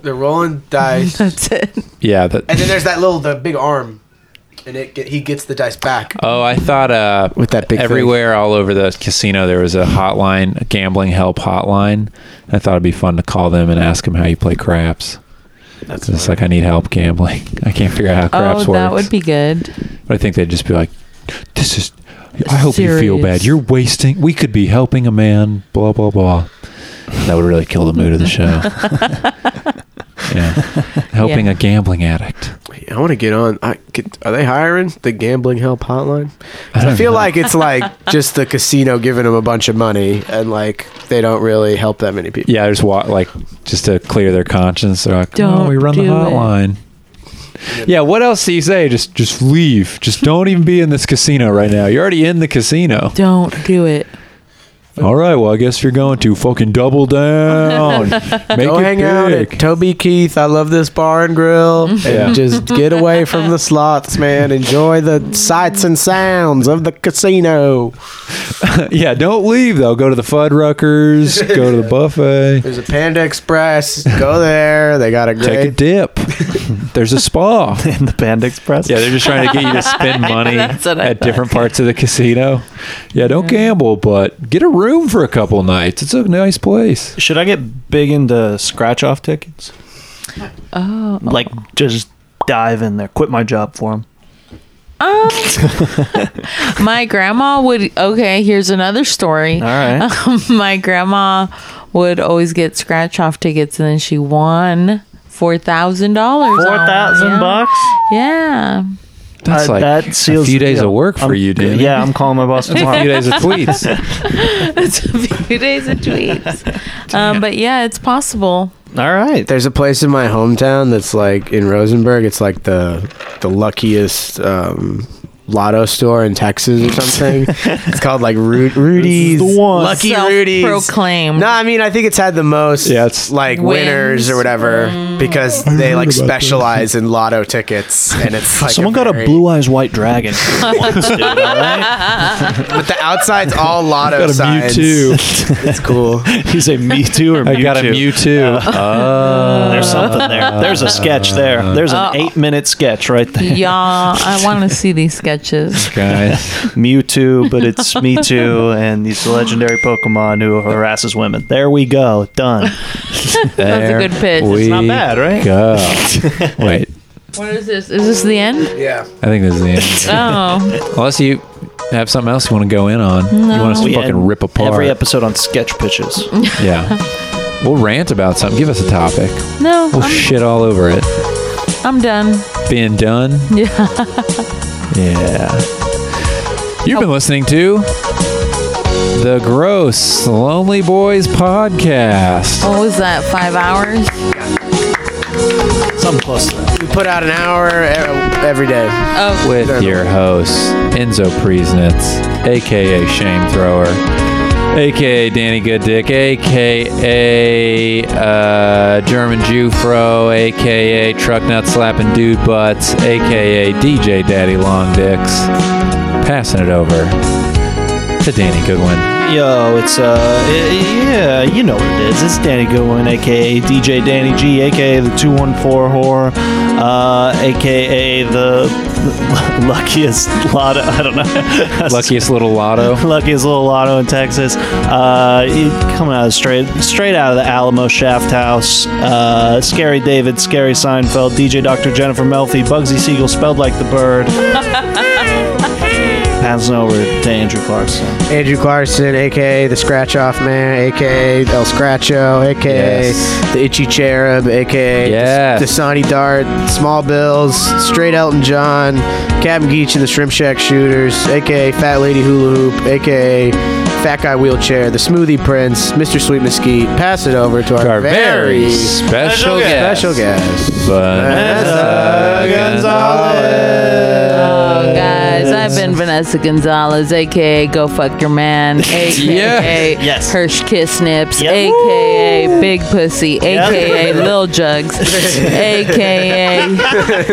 They're rolling dice.
<laughs> That's it.
Yeah. That,
And then there's that little, the big arm, and it get, he gets the dice back.
Oh, I thought uh,
With that big
everywhere all over the casino there was a hotline, a gambling help hotline. I thought it'd be fun to call them and ask them how you play craps. That's it's like I need help gambling. <laughs> I can't figure out how
oh,
craps works.
that would be good.
but I think they'd just be like, "This is." I hope you feel bad.
Serious.
You're wasting. We could be helping a man. Blah blah blah. That would really kill the mood of the
<laughs>
show. yeah, helping
Yeah.
a gambling addict.
I want to get on. I could, are they hiring the gambling help hotline? 'Cause I,
don't
feel
know.
like it's like
<laughs>
just the casino giving them a bunch of money, and like they don't really help that many people.
Yeah, I just wa- like just to clear their conscience. They're like,
Don't
"Oh, we run the
do it."
hotline." Yeah, what else do you say? Just just leave. Just don't even be in this casino right now. You're already in the casino.
Don't do it.
All right, well, I guess you're going to fucking double
<laughs>
down. Make
Go
it
hang out at
big.
Toby Keith. I love this bar and
<laughs>
grill.
Yeah.
And just get away from
<laughs>
the slots, man. Enjoy the sights and sounds of the casino.
yeah, don't leave though. Go to the Fuddruckers. go to the buffet.
There's a Panda Express. Go there. They got a great.
Take a dip. There's a spa.
<laughs> In the Band Express.
Yeah, they're just trying to get you to spend money at
That's what I thought.
different parts of the casino. Yeah, don't gamble, but get a room for a couple nights. It's a nice place.
Should I get big into scratch off tickets?
Oh,
Like just dive in there, quit my job for them.
<laughs>
Um, <laughs> my grandma would. Okay, here's another story. <laughs>
All right.
my grandma would always get scratch off tickets, and then she won four thousand dollars.
<laughs> Four thousand bucks.
Yeah.
That's
Uh,
like
that
a
seals
few
the
days
deal.
of work for
I'm-
you, dude.
Yeah, I'm calling my
<laughs>
boss
a few
tomorrow.
days of tweets.
it's a few <laughs> days of tweets. Um, but yeah, it's possible.
All right.
There's a place in my hometown that's like in Rosenberg. It's like the the luckiest um, lotto store in Texas or
<laughs>
something. it's called like Ru- Rudy's
the one.
Lucky Rudy's.
Proclaimed.
No, I mean I think it's had the most
Yeah, it's-
like
Wins. Mm.
winners or whatever because they like specialize in lotto tickets and
<laughs>
it's like
Someone got a
very-
blue eyes white dragon. Once, dude, all right?
but the outside's
<laughs>
all lotto
Got a
signs.
Mewtwo. <laughs>
It's cool.
You say me too or Mewtwo?
I got a Mewtwo. Oh.
There's something there. There's a sketch there. There's an eight minute sketch right
<laughs>
there.
Y'all, I want to see these sketches.
<laughs>
guys.
Mewtwo, but it's me too, and these legendary Pokemon who harasses women. There we go. Done.
That's a
There
good pitch.
We
It's
Not bad, right?
Go. Wait,
What is this? Is this the <laughs> end?
Yeah.
I think this is the end.
Oh,
Unless you have something else you want to go in on. You want us to
We
fucking
end
rip apart.
Every episode on sketch pitches.
yeah. We'll rant about something. Give us a topic.
no,
We'll
I'm,
shit all over it.
I'm done.
Being done.
Yeah.
Yeah. You've been listening to The Gross Lonely Boys Podcast.
What was that? Five hours?
Something close to that.
We put out an hour e- every day.
Oh,
with your hosts, Enzo Priesnitz, aka Shame Thrower, aka Danny Goodick, aka uh, German Jew Fro, aka Truck Nut Slapping Dude Butts, aka DJ Daddy Long Dicks. Passing it over to Danny Goodwin.
Yo, it's uh, i- yeah, you know what it is. It's Danny Goodwin, aka DJ Danny G, aka the Two One Four Whore, uh, aka the, <laughs> the luckiest lot. I don't know. <laughs>
Luckiest little lotto.
luckiest little lotto in Texas. Uh, you coming out of straight straight out of the Alamo Shaft House. Uh, Scary David, Scary Seinfeld, DJ Dr. Jennifer Melfi, Bugsy Siegel, spelled like the bird. Passing over to Andrew Clarkson.
Andrew Clarkson, aka the Scratch Off Man, aka El Scratcho, aka
Yes.
the Itchy Cherub, aka
Yes.
the Dasani Dart, Small Bills, Straight Elton John, Captain Geach and the Shrimp Shack Shooters, aka Fat Lady Hula Hoop, aka Fat Guy Wheelchair, the Smoothie Prince, Mr. Sweet Mesquite. Pass it over to our,
Our very
very
special guest.
special guest.
Vanessa
Vanessa
Gonzalez.
Oh, guys, I've been Vanessa Gonzalez, aka Go Fuck Your Man, aka
Yes.
Hirsch Kiss Nips,
Yep.
aka Big Pussy, aka Lil Jugs, aka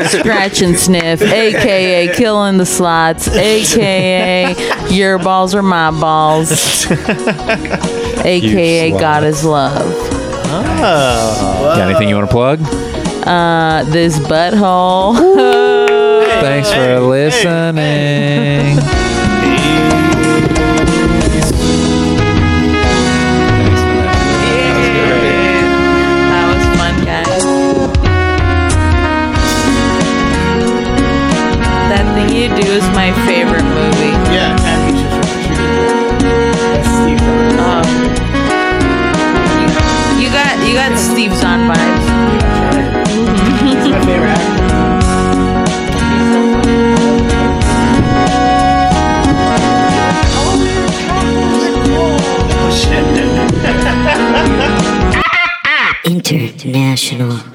Scratch and Sniff, aka Killing the Slots, aka Your Balls Are My Balls, aka
slut.
God is Love.
Got anything you want to plug?
Uh, this butthole. <laughs>
Thanks for listening.
that was fun, guys. That thing you do is my favorite movie.
Yeah, Happy
Um, Oh. you, you got you got Steve Zahn vibes.
International.